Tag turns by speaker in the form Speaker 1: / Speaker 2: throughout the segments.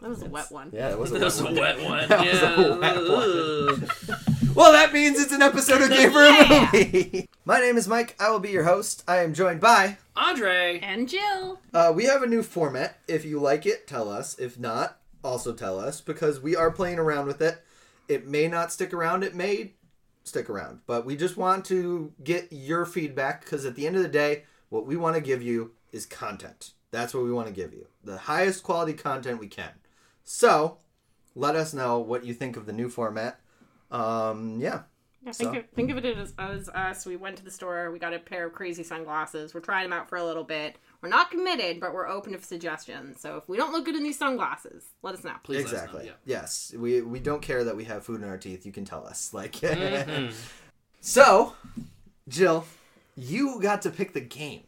Speaker 1: That was a wet one.
Speaker 2: Yeah, it was a
Speaker 3: That was a
Speaker 2: one.
Speaker 3: wet one.
Speaker 2: That was
Speaker 3: yeah.
Speaker 2: a wet Well, that means it's an episode of Game for
Speaker 1: Yeah.
Speaker 2: a Movie. My name is Mike. I will be your host. I am joined by.
Speaker 3: Andre.
Speaker 1: And Jill.
Speaker 2: Uh, we have a new format. If you like it, tell us. If not, also tell us because we are playing around with it. It may not stick around. It may stick around, but we just want to get your feedback because at the end of the day, what we want to give you is content. That's what we want to give you the highest quality content we can. So let us know what you think of the new format. Um, yeah.
Speaker 1: Yeah, think,
Speaker 2: So?
Speaker 1: of, think of it as, as us. We went to the store. We got a pair of crazy sunglasses. We're trying them out for a little bit. We're not committed, but we're open to suggestions. So if we don't look good in these sunglasses, let us know.
Speaker 3: Please let us know,
Speaker 2: exactly.
Speaker 3: yeah.
Speaker 2: Yes, we we don't care that we have food in our teeth. You can tell us. Like,
Speaker 3: Mm-hmm.
Speaker 2: so, Jill, you got to pick the game.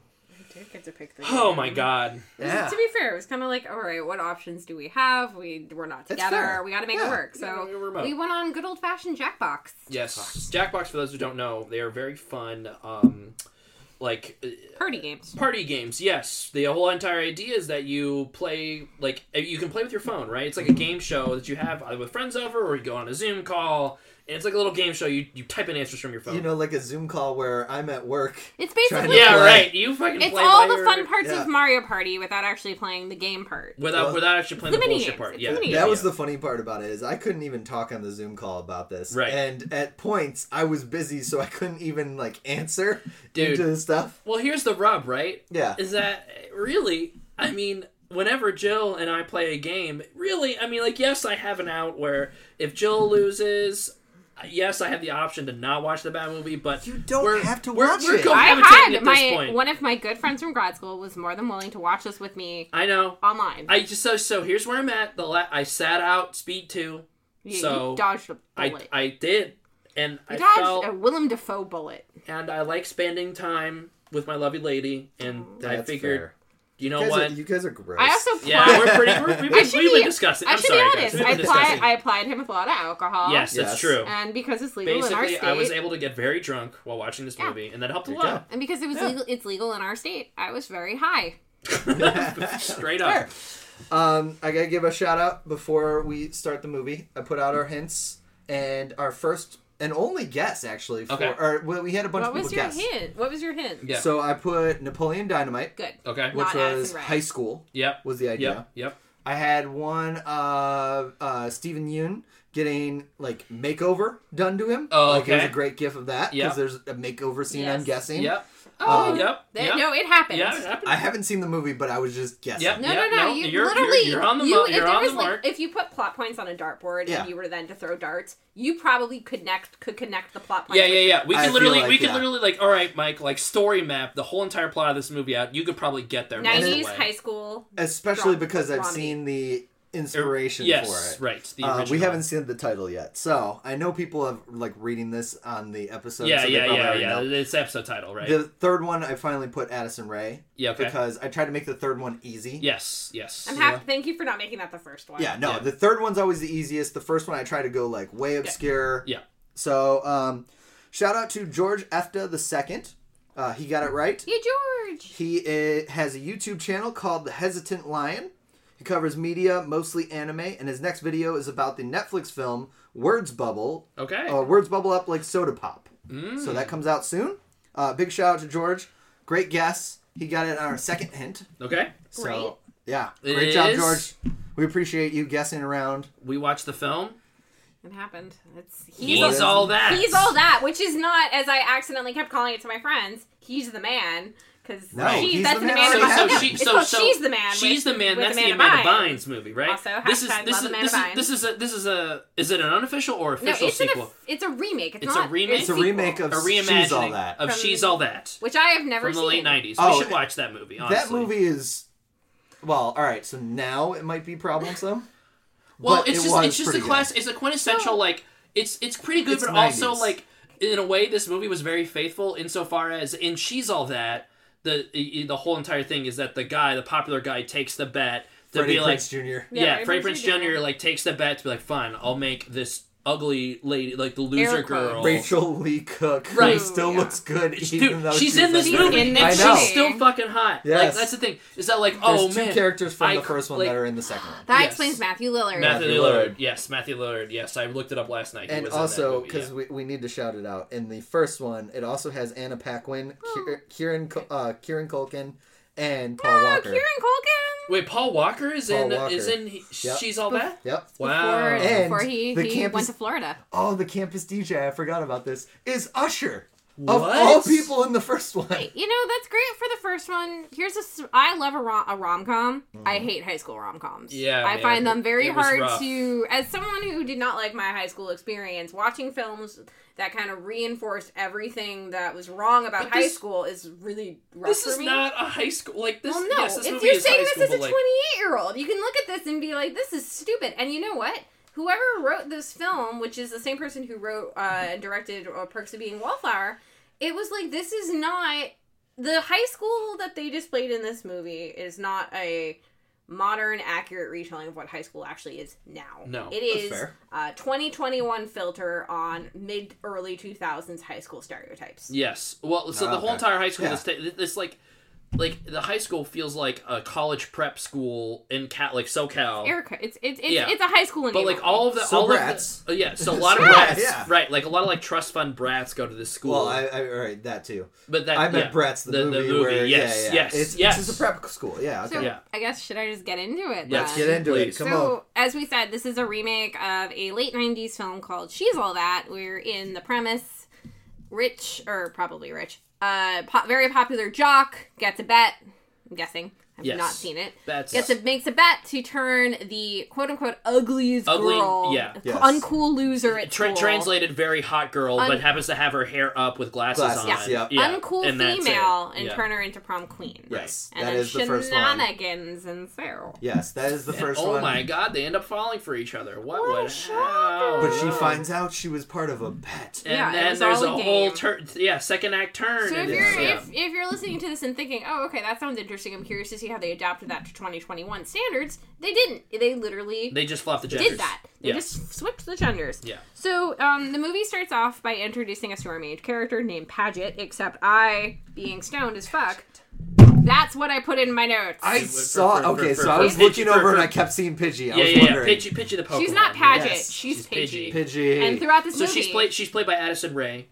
Speaker 3: Oh my god.
Speaker 2: Yeah,
Speaker 1: To be fair, it was kind of like, all right, what options do we have? We we're not
Speaker 2: It's
Speaker 1: together.
Speaker 2: fair.
Speaker 1: We got to make
Speaker 2: Yeah.
Speaker 1: it work.
Speaker 3: gotta
Speaker 1: So
Speaker 3: make it remote.
Speaker 1: we went on good old fashioned Jackbox.
Speaker 3: Yes. Jackbox, for those who don't know, they are very fun, um, like uh,
Speaker 1: party games.
Speaker 3: party games. Yes. The whole entire idea is that you play, like, uh, you can play with your phone, right? It's like a game show that you have either with friends over or you go on a Zoom call. And it's like a little game show. You, you type in answers from your phone.
Speaker 2: you know, like a Zoom call where I'm at work.
Speaker 1: It's
Speaker 2: Trying
Speaker 1: basically
Speaker 2: to-
Speaker 3: yeah,
Speaker 2: play.
Speaker 3: right. You fucking
Speaker 1: it's
Speaker 3: play
Speaker 1: all
Speaker 3: by
Speaker 1: the
Speaker 3: your-
Speaker 1: fun parts
Speaker 2: yeah.
Speaker 1: of Mario Party without actually playing the game part.
Speaker 3: Without,
Speaker 2: Well,
Speaker 3: without actually playing
Speaker 1: the
Speaker 3: the,
Speaker 1: mini
Speaker 3: bullshit
Speaker 1: games.
Speaker 3: part.
Speaker 1: It's
Speaker 3: yeah.
Speaker 1: the mini
Speaker 3: yeah,
Speaker 2: That was
Speaker 3: yeah.
Speaker 2: the funny part about it is I couldn't even talk on the Zoom call about this.
Speaker 3: Right.
Speaker 2: And at points I was busy, so I couldn't even like answer
Speaker 3: Dude.
Speaker 2: into the stuff.
Speaker 3: Well, here's the rub, right?
Speaker 2: Yeah.
Speaker 3: Is that really? I mean, whenever Jill and I play a game, really, I mean, like, yes, I have an out where if Jill loses. Yes, I have the option to not watch the bad movie, but
Speaker 2: You don't
Speaker 3: we're-
Speaker 2: have to
Speaker 3: we're-
Speaker 2: watch
Speaker 3: we're
Speaker 2: it.
Speaker 3: cohabiting
Speaker 1: I
Speaker 3: at
Speaker 1: had
Speaker 3: this
Speaker 1: my
Speaker 3: point.
Speaker 1: one of my good friends from grad school was more than willing to watch this with me
Speaker 3: I know.
Speaker 1: online.
Speaker 3: I just so so. Here's where I'm at. The la- I sat out Speed Two.
Speaker 1: you,
Speaker 3: so
Speaker 1: you dodged a
Speaker 3: I
Speaker 1: bullet.
Speaker 3: I did, and I
Speaker 1: you dodged
Speaker 3: felt
Speaker 1: a Willem Dafoe bullet.
Speaker 3: and I like spending time with my lovely lady, and
Speaker 1: Oh.
Speaker 3: I
Speaker 2: That's
Speaker 3: figured,
Speaker 2: fair.
Speaker 3: you
Speaker 2: You
Speaker 3: know
Speaker 2: guys,
Speaker 3: what?
Speaker 2: are, you guys are gross.
Speaker 1: I also
Speaker 3: Yeah, we're pretty. We're, we've
Speaker 1: I
Speaker 3: been,
Speaker 1: should
Speaker 3: we've
Speaker 1: be-
Speaker 3: been discussing.
Speaker 1: I
Speaker 3: I'm
Speaker 1: should
Speaker 3: sorry,
Speaker 1: be
Speaker 3: guys.
Speaker 1: honest.
Speaker 3: We've
Speaker 1: I,
Speaker 3: been
Speaker 1: applied,
Speaker 3: discussing.
Speaker 1: I applied him with a lot of alcohol.
Speaker 3: yes,
Speaker 2: Yes.
Speaker 3: that's true.
Speaker 1: And because it's legal in our
Speaker 3: Basically,
Speaker 1: state,
Speaker 3: I was able to get very drunk while watching this
Speaker 1: Yeah.
Speaker 3: movie, and that helped a
Speaker 2: There you
Speaker 3: lot.
Speaker 1: and because it was
Speaker 2: Yeah.
Speaker 1: legal, it's legal in our state. I was very high.
Speaker 3: Straight up.
Speaker 2: Um, I gotta give a shout out before we start the movie. I put out our hints and our first and only guess actually. For,
Speaker 3: Okay.
Speaker 2: Or well, we had a bunch
Speaker 1: What
Speaker 2: of people
Speaker 1: was your
Speaker 2: guess.
Speaker 1: hint? What was your hint?
Speaker 3: Yeah. Uh,
Speaker 2: So I put Napoleon Dynamite,
Speaker 1: Good.
Speaker 3: Okay.
Speaker 1: Not
Speaker 2: which
Speaker 1: Addison
Speaker 2: was
Speaker 1: Rae.
Speaker 2: high school,
Speaker 3: Yep.
Speaker 2: was the idea.
Speaker 3: Yep. Yep.
Speaker 2: I had one uh, uh, Stephen Yoon getting like makeover done to him.
Speaker 3: Oh,
Speaker 2: Like, there's
Speaker 3: okay.
Speaker 2: a great gif of that because
Speaker 3: Yep.
Speaker 2: there's a makeover scene. I'm
Speaker 1: Yes.
Speaker 2: guessing.
Speaker 3: Yep. Oh,
Speaker 2: Um,
Speaker 3: yep.
Speaker 1: That-
Speaker 3: yep.
Speaker 1: No, it happened.
Speaker 3: yeah, it happened.
Speaker 2: I haven't seen the movie, but I was just guessing.
Speaker 3: Yep.
Speaker 1: No, no, no,
Speaker 3: no,
Speaker 1: You
Speaker 3: you're-
Speaker 1: literally,
Speaker 3: you're- you're on the
Speaker 1: you,
Speaker 3: mo-
Speaker 1: if
Speaker 3: you're
Speaker 1: there
Speaker 3: on
Speaker 1: was
Speaker 3: the
Speaker 1: like,
Speaker 3: mark.
Speaker 1: If you put plot points on a dartboard
Speaker 2: Yeah.
Speaker 1: and you were then to throw darts, you probably connect could connect the plot points.
Speaker 3: yeah, yeah, yeah. We
Speaker 2: I
Speaker 3: could
Speaker 2: feel
Speaker 3: literally,
Speaker 2: like,
Speaker 3: we could
Speaker 2: yeah.
Speaker 3: literally, like, all right, Mike, like, story map the whole entire plot of this movie out. You could probably get there. most of the
Speaker 1: Nineties
Speaker 3: way.
Speaker 1: high school.
Speaker 2: Especially
Speaker 1: Dra-
Speaker 2: because I've
Speaker 1: dramedy.
Speaker 2: seen the inspiration for it.
Speaker 3: Er, Yes, right. The
Speaker 2: Uh, we
Speaker 3: original.
Speaker 2: haven't seen the title yet, so I know people have like reading this on the episode.
Speaker 3: Yeah,
Speaker 2: so they
Speaker 3: yeah,
Speaker 2: probably
Speaker 3: yeah,
Speaker 2: already
Speaker 3: yeah.
Speaker 2: know.
Speaker 3: It's episode title, right?
Speaker 2: The third one, I finally put Addison Ray
Speaker 3: yeah. Okay.
Speaker 2: because I tried to make the third one easy.
Speaker 3: Yes. Yes.
Speaker 1: I'm happy. Thank you for not making that the first one.
Speaker 2: Yeah, no,
Speaker 3: Yeah.
Speaker 2: the third one's always the easiest. The first one I try to go like way obscure.
Speaker 3: Yeah.
Speaker 2: So, um, shout out to George Efta the second. Uh, he got it right.
Speaker 1: Hey George.
Speaker 2: He i has a YouTube channel called The Hesitant Lion. He covers media, mostly anime, and his next video is about the Netflix film Words Bubble.
Speaker 3: Okay.
Speaker 2: Uh, words bubble up like soda pop. So that comes out soon. Uh, big shout out to George. Great guess. He got it on our second hint.
Speaker 3: Okay.
Speaker 2: So,
Speaker 1: Great.
Speaker 2: yeah.
Speaker 3: It
Speaker 2: Great job,
Speaker 3: is-
Speaker 2: George. We appreciate you guessing around.
Speaker 3: We watched the film.
Speaker 1: It happened. It's he's,
Speaker 3: He's,
Speaker 1: all,
Speaker 2: a-
Speaker 3: all that.
Speaker 1: he's all that, which is not as I accidentally kept calling it to my friends. He's the man because
Speaker 2: No, he's
Speaker 1: that's the
Speaker 2: the man
Speaker 1: man.
Speaker 2: already
Speaker 1: of my-
Speaker 2: happened.
Speaker 3: so,
Speaker 1: no,
Speaker 3: so, she,
Speaker 1: it's
Speaker 3: so,
Speaker 1: called
Speaker 3: so
Speaker 1: she's the man.
Speaker 3: She's
Speaker 1: with-
Speaker 3: the man.
Speaker 1: with
Speaker 3: That's the
Speaker 1: Amanda
Speaker 3: Amanda
Speaker 1: Bynes.
Speaker 3: Bynes movie, right?
Speaker 1: Also,
Speaker 3: this is
Speaker 1: hashtag
Speaker 3: this
Speaker 1: love
Speaker 3: is
Speaker 1: Amanda
Speaker 3: this is
Speaker 1: Bynes.
Speaker 3: this is a this is a is it an unofficial or
Speaker 1: No,
Speaker 3: official
Speaker 1: it's an,
Speaker 3: sequel?
Speaker 1: it's a remake. It's,
Speaker 3: It's a
Speaker 1: not
Speaker 3: remake?
Speaker 2: It's a
Speaker 1: sequel.
Speaker 2: remake of
Speaker 3: a reimagining
Speaker 2: She's All That.
Speaker 3: of
Speaker 1: From-
Speaker 3: She's All That
Speaker 1: which I have never
Speaker 3: from the
Speaker 1: seen.
Speaker 3: late '90s.
Speaker 2: Oh,
Speaker 3: we should watch that movie. Honestly,
Speaker 2: That movie is. Well, all right. So now it might be problemsome.
Speaker 3: Well,
Speaker 2: but
Speaker 3: it's
Speaker 2: it
Speaker 3: just
Speaker 2: was
Speaker 3: it's just the
Speaker 2: pretty good.
Speaker 3: class. It's a quintessential like it's it's pretty good,
Speaker 2: It's
Speaker 3: but
Speaker 2: 90s.
Speaker 3: also like in a way, this movie was very faithful insofar as in She's All That the i- the whole entire thing is that the guy, the popular guy, takes the bet to
Speaker 2: Freddie
Speaker 3: be like.
Speaker 2: Prinze Jr.
Speaker 1: Yeah,
Speaker 3: Yeah,
Speaker 1: Freddie
Speaker 3: Freddie
Speaker 1: Prinze
Speaker 3: Prince
Speaker 1: Jr.
Speaker 3: Jr. like takes the bet to be like, fine, I'll make this ugly lady, like the loser
Speaker 1: Air quotes.
Speaker 3: girl.
Speaker 2: Rachel Lee Cook, who
Speaker 3: Right.
Speaker 2: still
Speaker 1: Yeah.
Speaker 2: looks good, even
Speaker 3: Dude,
Speaker 2: though
Speaker 3: she's, in this
Speaker 1: She's
Speaker 3: movie.
Speaker 1: in this
Speaker 2: I
Speaker 3: and
Speaker 2: know.
Speaker 3: She's still fucking hot. Like
Speaker 2: Yes.
Speaker 3: that's the thing. Is that like
Speaker 2: There's
Speaker 3: oh
Speaker 2: two
Speaker 3: man?
Speaker 2: characters from
Speaker 3: I-
Speaker 2: the first one
Speaker 3: like-
Speaker 2: that are in the second one.
Speaker 1: That
Speaker 3: Yes.
Speaker 1: explains Matthew Lillard.
Speaker 3: Matthew
Speaker 2: Matthew
Speaker 3: Lillard.
Speaker 2: Lillard.
Speaker 3: Yes, Matthew Lillard. Yes, I looked it up last night. He
Speaker 2: and
Speaker 3: was in that
Speaker 2: also
Speaker 3: movie,
Speaker 2: because
Speaker 3: yeah.
Speaker 2: we, we need to shout it out in the first one it also has anna paquin Kier- kieran Cul- uh kieran culkin and paul
Speaker 1: Oh,
Speaker 2: walker
Speaker 1: Kieran Culkin.
Speaker 3: wait, Paul Walker is
Speaker 2: Paul
Speaker 3: in
Speaker 2: Walker.
Speaker 3: is in he-
Speaker 2: Yep.
Speaker 3: she's all that.
Speaker 2: yep
Speaker 3: Wow.
Speaker 1: Before,
Speaker 2: And
Speaker 1: before he,
Speaker 2: the
Speaker 1: he
Speaker 2: campus-
Speaker 1: went to Florida.
Speaker 2: oh the campus dj i forgot about this is usher of
Speaker 3: What?
Speaker 2: all people in the first one
Speaker 1: You know, that's great for the first one. Here's a. s- I love a, rom- a rom-com. I
Speaker 2: Mm-hmm.
Speaker 1: hate high school rom-coms.
Speaker 3: Yeah,
Speaker 1: I
Speaker 3: man,
Speaker 1: find them very
Speaker 3: it was
Speaker 1: hard
Speaker 3: rough.
Speaker 1: to as someone who did not like my high school experience, watching films that kind of reinforced everything that was wrong about
Speaker 3: But
Speaker 1: high
Speaker 3: this-
Speaker 1: school is really rough
Speaker 3: This
Speaker 1: for
Speaker 3: is
Speaker 1: me.
Speaker 3: not a high school like this.
Speaker 1: well, no.
Speaker 3: yes, this
Speaker 1: if
Speaker 3: movie
Speaker 1: you're
Speaker 3: is
Speaker 1: saying
Speaker 3: high
Speaker 1: this
Speaker 3: school,
Speaker 1: as a
Speaker 3: but, like,
Speaker 1: 28-year-old, you can look at this and be like, "This is stupid." And you know what? Whoever wrote this film, which is the same person who wrote uh, and directed uh, *Perks of Being a Wallflower*, it was like this is not the high school that they displayed in this movie is not a modern, accurate retelling of what high school actually is now.
Speaker 3: No,
Speaker 1: it
Speaker 2: that's
Speaker 1: is
Speaker 2: fair.
Speaker 1: a 2021 filter on mid early 2000s high school stereotypes.
Speaker 3: Yes. Well, so
Speaker 2: Ah,
Speaker 3: the whole
Speaker 2: okay.
Speaker 3: entire high school
Speaker 2: Yeah.
Speaker 3: is ta- this like like the high school feels like a college prep school in cat like SoCal.
Speaker 1: Erica, it's it's it's,
Speaker 3: Yeah.
Speaker 1: it's a high school. in
Speaker 3: but like
Speaker 1: Illinois.
Speaker 3: all of the
Speaker 2: So
Speaker 3: all
Speaker 2: brats.
Speaker 3: of the, uh, yeah, so a lot of
Speaker 2: So
Speaker 3: brats,
Speaker 2: brats, yeah.
Speaker 3: right? Like a lot of like trust fund brats go to this school.
Speaker 2: well I, I all right that too
Speaker 3: but that
Speaker 2: i meant
Speaker 3: yeah.
Speaker 2: brett's the, movie, where
Speaker 3: yes,
Speaker 2: yeah, yeah.
Speaker 3: yes,
Speaker 2: it's,
Speaker 3: yes.
Speaker 2: it's just a prep school yeah okay
Speaker 1: So
Speaker 3: Yeah.
Speaker 1: I guess should I just get into it?
Speaker 3: Yeah,
Speaker 2: let's
Speaker 1: then?
Speaker 2: get into
Speaker 3: Please.
Speaker 2: it come
Speaker 1: so
Speaker 2: on
Speaker 1: as we said, this is a remake of a late '90s film called "She's All That." We're in the premise: rich or probably rich, uh, po- very popular jock gets a bet. I'm guessing. I've
Speaker 3: Yes.
Speaker 1: not seen it.
Speaker 3: That's
Speaker 1: Gets a, makes a bet to turn the quote unquote ugliest
Speaker 3: Ugly-
Speaker 1: girl,
Speaker 3: yeah.
Speaker 2: Yes.
Speaker 1: uncool loser at
Speaker 3: tra-
Speaker 1: school.
Speaker 3: translated very hot girl,
Speaker 1: Un-
Speaker 3: but happens to have her hair up with glasses,
Speaker 2: Glasses,
Speaker 3: on.
Speaker 2: yeah.
Speaker 1: uncool
Speaker 3: and that's it.
Speaker 1: female and
Speaker 3: Yeah.
Speaker 1: turn her into prom queen.
Speaker 2: yes
Speaker 1: And
Speaker 2: that
Speaker 1: then
Speaker 2: is the first one
Speaker 1: shenanigans ensue.
Speaker 2: yes that is the
Speaker 3: And
Speaker 2: first
Speaker 3: oh
Speaker 2: one
Speaker 3: my god, they end up falling for each other. What,
Speaker 1: What a
Speaker 3: would
Speaker 1: shocker.
Speaker 2: but she finds out she was part of a bet
Speaker 3: and
Speaker 1: Yeah, it
Speaker 3: then
Speaker 1: was
Speaker 3: there's
Speaker 1: all
Speaker 3: a
Speaker 1: a
Speaker 3: whole
Speaker 1: game.
Speaker 3: turn, yeah, second act turn.
Speaker 1: So if
Speaker 3: and
Speaker 1: you're
Speaker 3: it's- yeah.
Speaker 1: if, if you're listening to this and thinking, oh, okay, that sounds interesting. I'm curious to see how they adapted that to 2021 standards. They didn't. They literally
Speaker 3: They just flop the genders.
Speaker 1: did that. They
Speaker 3: Yeah.
Speaker 1: just swapped the genders.
Speaker 3: Yeah.
Speaker 1: So um, the movie starts off by introducing a storm age character named Paget. Except I, being stoned as fuck, that's what I put in my notes.
Speaker 2: I
Speaker 3: For- for-
Speaker 2: saw.
Speaker 3: for-
Speaker 2: okay,
Speaker 3: for-
Speaker 2: so I
Speaker 3: for-
Speaker 2: was
Speaker 3: Pidgey,
Speaker 2: looking
Speaker 3: for-
Speaker 2: over
Speaker 3: for-
Speaker 2: and I kept seeing Pidgey. I
Speaker 3: yeah,
Speaker 2: was
Speaker 3: yeah, yeah.
Speaker 2: wondering.
Speaker 3: Pidgey, Pidgey the Pokemon.
Speaker 1: she's not Paget.
Speaker 2: Yes.
Speaker 1: She's,
Speaker 3: She's
Speaker 1: Pidgey.
Speaker 3: Pidgey.
Speaker 2: Pidgey.
Speaker 1: And throughout this
Speaker 3: So
Speaker 1: movie,
Speaker 3: she's played. She's played by Addison Ray,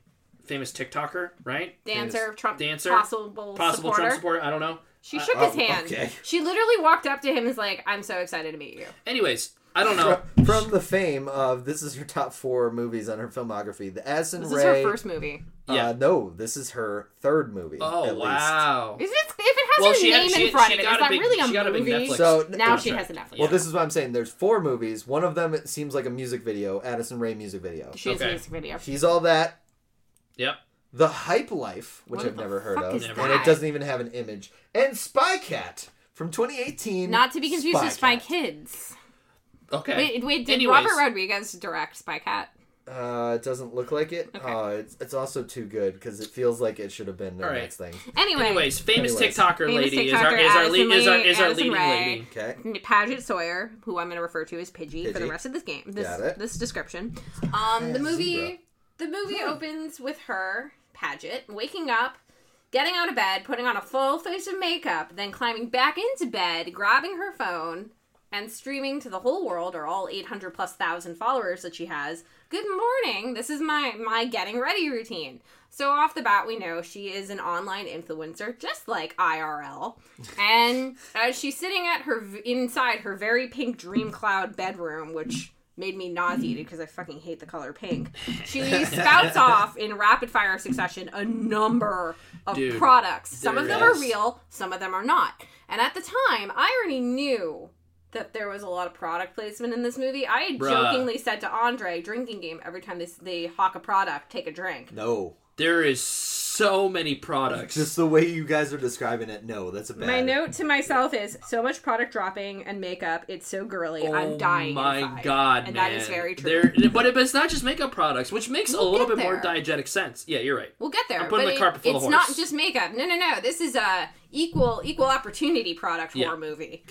Speaker 3: famous TikToker, right?
Speaker 1: dancer, Trump,
Speaker 3: Dancer,
Speaker 1: possible,
Speaker 3: Possible
Speaker 1: supporter.
Speaker 3: Trump Uh, supporter. I don't know.
Speaker 1: She shook
Speaker 2: Oh,
Speaker 1: his hand.
Speaker 2: okay.
Speaker 1: She literally walked up to him and was like, "I'm so excited to meet you."
Speaker 3: Anyways, I don't know.
Speaker 2: Fro- From the fame of this is her top four movies on her filmography. The Addison
Speaker 1: This
Speaker 2: Rae.
Speaker 1: is her first movie.
Speaker 2: uh,
Speaker 3: Yeah.
Speaker 2: no, this is her third movie.
Speaker 3: Oh
Speaker 2: at
Speaker 3: wow.
Speaker 1: If, it's, if it has
Speaker 3: Well,
Speaker 1: her
Speaker 3: she had-
Speaker 1: name
Speaker 3: she-
Speaker 1: in front
Speaker 3: she
Speaker 1: of it,
Speaker 3: got
Speaker 1: is
Speaker 3: a
Speaker 1: that
Speaker 3: big-
Speaker 1: really a
Speaker 3: she got a big
Speaker 1: movie?
Speaker 2: Least.
Speaker 3: Netflix.
Speaker 2: So
Speaker 1: now she
Speaker 3: Sorry.
Speaker 1: has a Netflix.
Speaker 2: Well, this is what I'm saying. There's four movies. One of them it seems like a music video, Addison Ray music video.
Speaker 1: she has a
Speaker 3: Okay.
Speaker 1: music video.
Speaker 2: She's all that.
Speaker 3: Yep.
Speaker 2: The Hype Life, which
Speaker 1: What
Speaker 2: I've
Speaker 1: the
Speaker 2: never heard
Speaker 1: fuck
Speaker 2: of,
Speaker 1: is
Speaker 2: and
Speaker 1: that?
Speaker 2: it doesn't even have an image. And Spy Cat from 2018.
Speaker 1: Not to be confused with Spy
Speaker 2: Cat.
Speaker 1: Kids.
Speaker 3: Okay.
Speaker 1: Wait, wait did
Speaker 3: Anyways.
Speaker 1: Robert Rodriguez direct Spy Cat?
Speaker 2: Uh, it doesn't look like it. Uh, it's, it's also too good because it feels like it should have been the
Speaker 3: All right.
Speaker 2: next thing.
Speaker 1: Anyway,
Speaker 3: Anyways, famous
Speaker 2: Anyways.
Speaker 3: TikToker
Speaker 1: Famous
Speaker 3: lady is
Speaker 1: TikToker,
Speaker 3: our is our
Speaker 1: Addison
Speaker 3: lead is our
Speaker 1: Lee,
Speaker 3: is our
Speaker 1: Addison
Speaker 3: leading
Speaker 1: Rae.
Speaker 3: lady.
Speaker 2: Okay.
Speaker 1: Paget Sawyer, who I'm going to refer to as Pidgey, for the
Speaker 2: Pidgey.
Speaker 1: rest of this game, this
Speaker 2: Got it.
Speaker 1: this description. Um, the
Speaker 2: Yeah,
Speaker 1: movie
Speaker 2: zebra.
Speaker 1: the movie opens with her Paget waking up, getting out of bed, putting on a full face of makeup, then climbing back into bed, grabbing her phone, and streaming to the whole world or all 800 plus thousand followers that she has. Good morning. This is my my getting ready routine. So off the bat, we know she is an online influencer, just like IRL. And uh, she's sitting at her v- inside her very pink dream cloud bedroom, which made me nauseated because I fucking hate the color pink. She spouts off in rapid fire succession a number of
Speaker 3: Dude,
Speaker 1: products. Some of
Speaker 3: there
Speaker 1: them
Speaker 3: is.
Speaker 1: are real, some of them are not. And at the time, I already knew that there was a lot of product placement in this movie. I had
Speaker 3: Bruh.
Speaker 1: jokingly said to Andre, drinking game, every time they, s- they hawk a product, take a drink.
Speaker 2: No.
Speaker 3: There is so many products.
Speaker 2: Just the way you guys are describing it, no, that's a bad.
Speaker 1: My note to myself is so much product dropping and makeup. It's so girly. I'm
Speaker 3: Oh
Speaker 1: dying.
Speaker 3: My
Speaker 1: inside."
Speaker 3: God,
Speaker 1: and
Speaker 3: man.
Speaker 1: that is very true.
Speaker 3: There, but, it, but it's not just makeup products, which makes a
Speaker 1: We'll
Speaker 3: little
Speaker 1: get
Speaker 3: bit more
Speaker 1: there.
Speaker 3: diegetic sense. Yeah, you're right.
Speaker 1: We'll get there.
Speaker 3: I'm putting
Speaker 1: but
Speaker 3: the cart before the
Speaker 1: it's
Speaker 3: horse.
Speaker 1: not just makeup. No, no, no. This is a equal equal opportunity product
Speaker 3: Yeah.
Speaker 1: horror movie.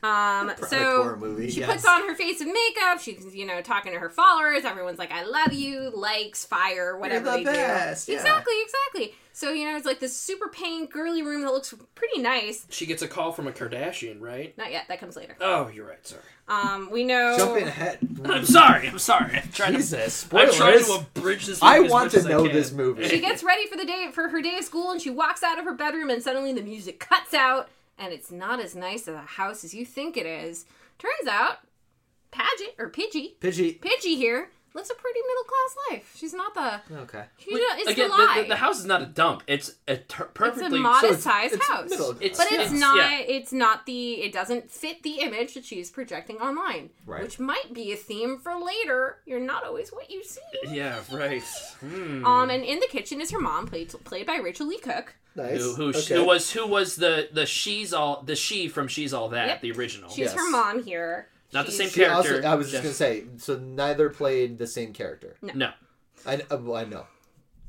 Speaker 1: Um, so
Speaker 2: horror movie,
Speaker 1: she
Speaker 2: yes.
Speaker 1: puts on her face of makeup. She's you know talking to her followers. Everyone's like, "I love you," likes, fire, whatever
Speaker 2: the
Speaker 1: they do.
Speaker 2: best, yeah.
Speaker 1: Exactly, exactly. So you know it's like this super pink girly room that looks pretty nice.
Speaker 3: She gets a call from a Kardashian, right?
Speaker 1: Not yet. That comes later.
Speaker 3: Oh, you're right. Sorry.
Speaker 1: Um, we know.
Speaker 2: Jumping ahead.
Speaker 3: I'm sorry. I'm sorry. I'm trying
Speaker 2: Jesus,
Speaker 3: to. I'm trying
Speaker 2: spoilers.
Speaker 3: to abridge this.
Speaker 2: I
Speaker 3: movie as
Speaker 2: want
Speaker 3: much
Speaker 2: to
Speaker 3: as I
Speaker 2: know
Speaker 3: can.
Speaker 2: this movie.
Speaker 1: She gets ready for the day for her day of school, and she walks out of her bedroom, and suddenly the music cuts out, and it's not as nice of a house as you think it is. Turns out, Paget or Pidgey,
Speaker 2: Pidgey.
Speaker 1: Pidgey here lives a pretty middle class life. She's not the
Speaker 2: Okay.
Speaker 1: she don't- it's
Speaker 3: Again,
Speaker 1: the
Speaker 3: the,
Speaker 1: lie.
Speaker 3: the, the house is not a dump. It's a ter-
Speaker 1: it's a
Speaker 3: perfectly.
Speaker 2: So
Speaker 1: modest
Speaker 2: it's-
Speaker 1: sized
Speaker 2: it's
Speaker 1: house,
Speaker 2: middle of the
Speaker 1: but it's
Speaker 3: yeah.
Speaker 1: not. It's not the. It doesn't fit the image that she's projecting online,
Speaker 2: Right.
Speaker 1: which might be a theme for later. You're not always what you see.
Speaker 3: Uh, Yeah. Right. Hmm.
Speaker 1: Um, and in the kitchen is her mom, played played by Rachel Lee Cook.
Speaker 2: Nice.
Speaker 3: Who, who,
Speaker 2: okay.
Speaker 3: who was who was the the she's all the she from she's all that
Speaker 1: Yep.
Speaker 3: the original
Speaker 1: She's her
Speaker 2: Yes.
Speaker 1: mom here.
Speaker 3: Not the
Speaker 1: She's-
Speaker 2: She
Speaker 3: same
Speaker 2: also-
Speaker 3: character,
Speaker 2: I was
Speaker 3: yes.
Speaker 2: just gonna say. So neither played the same character.
Speaker 3: no
Speaker 2: I, uh, well, I know.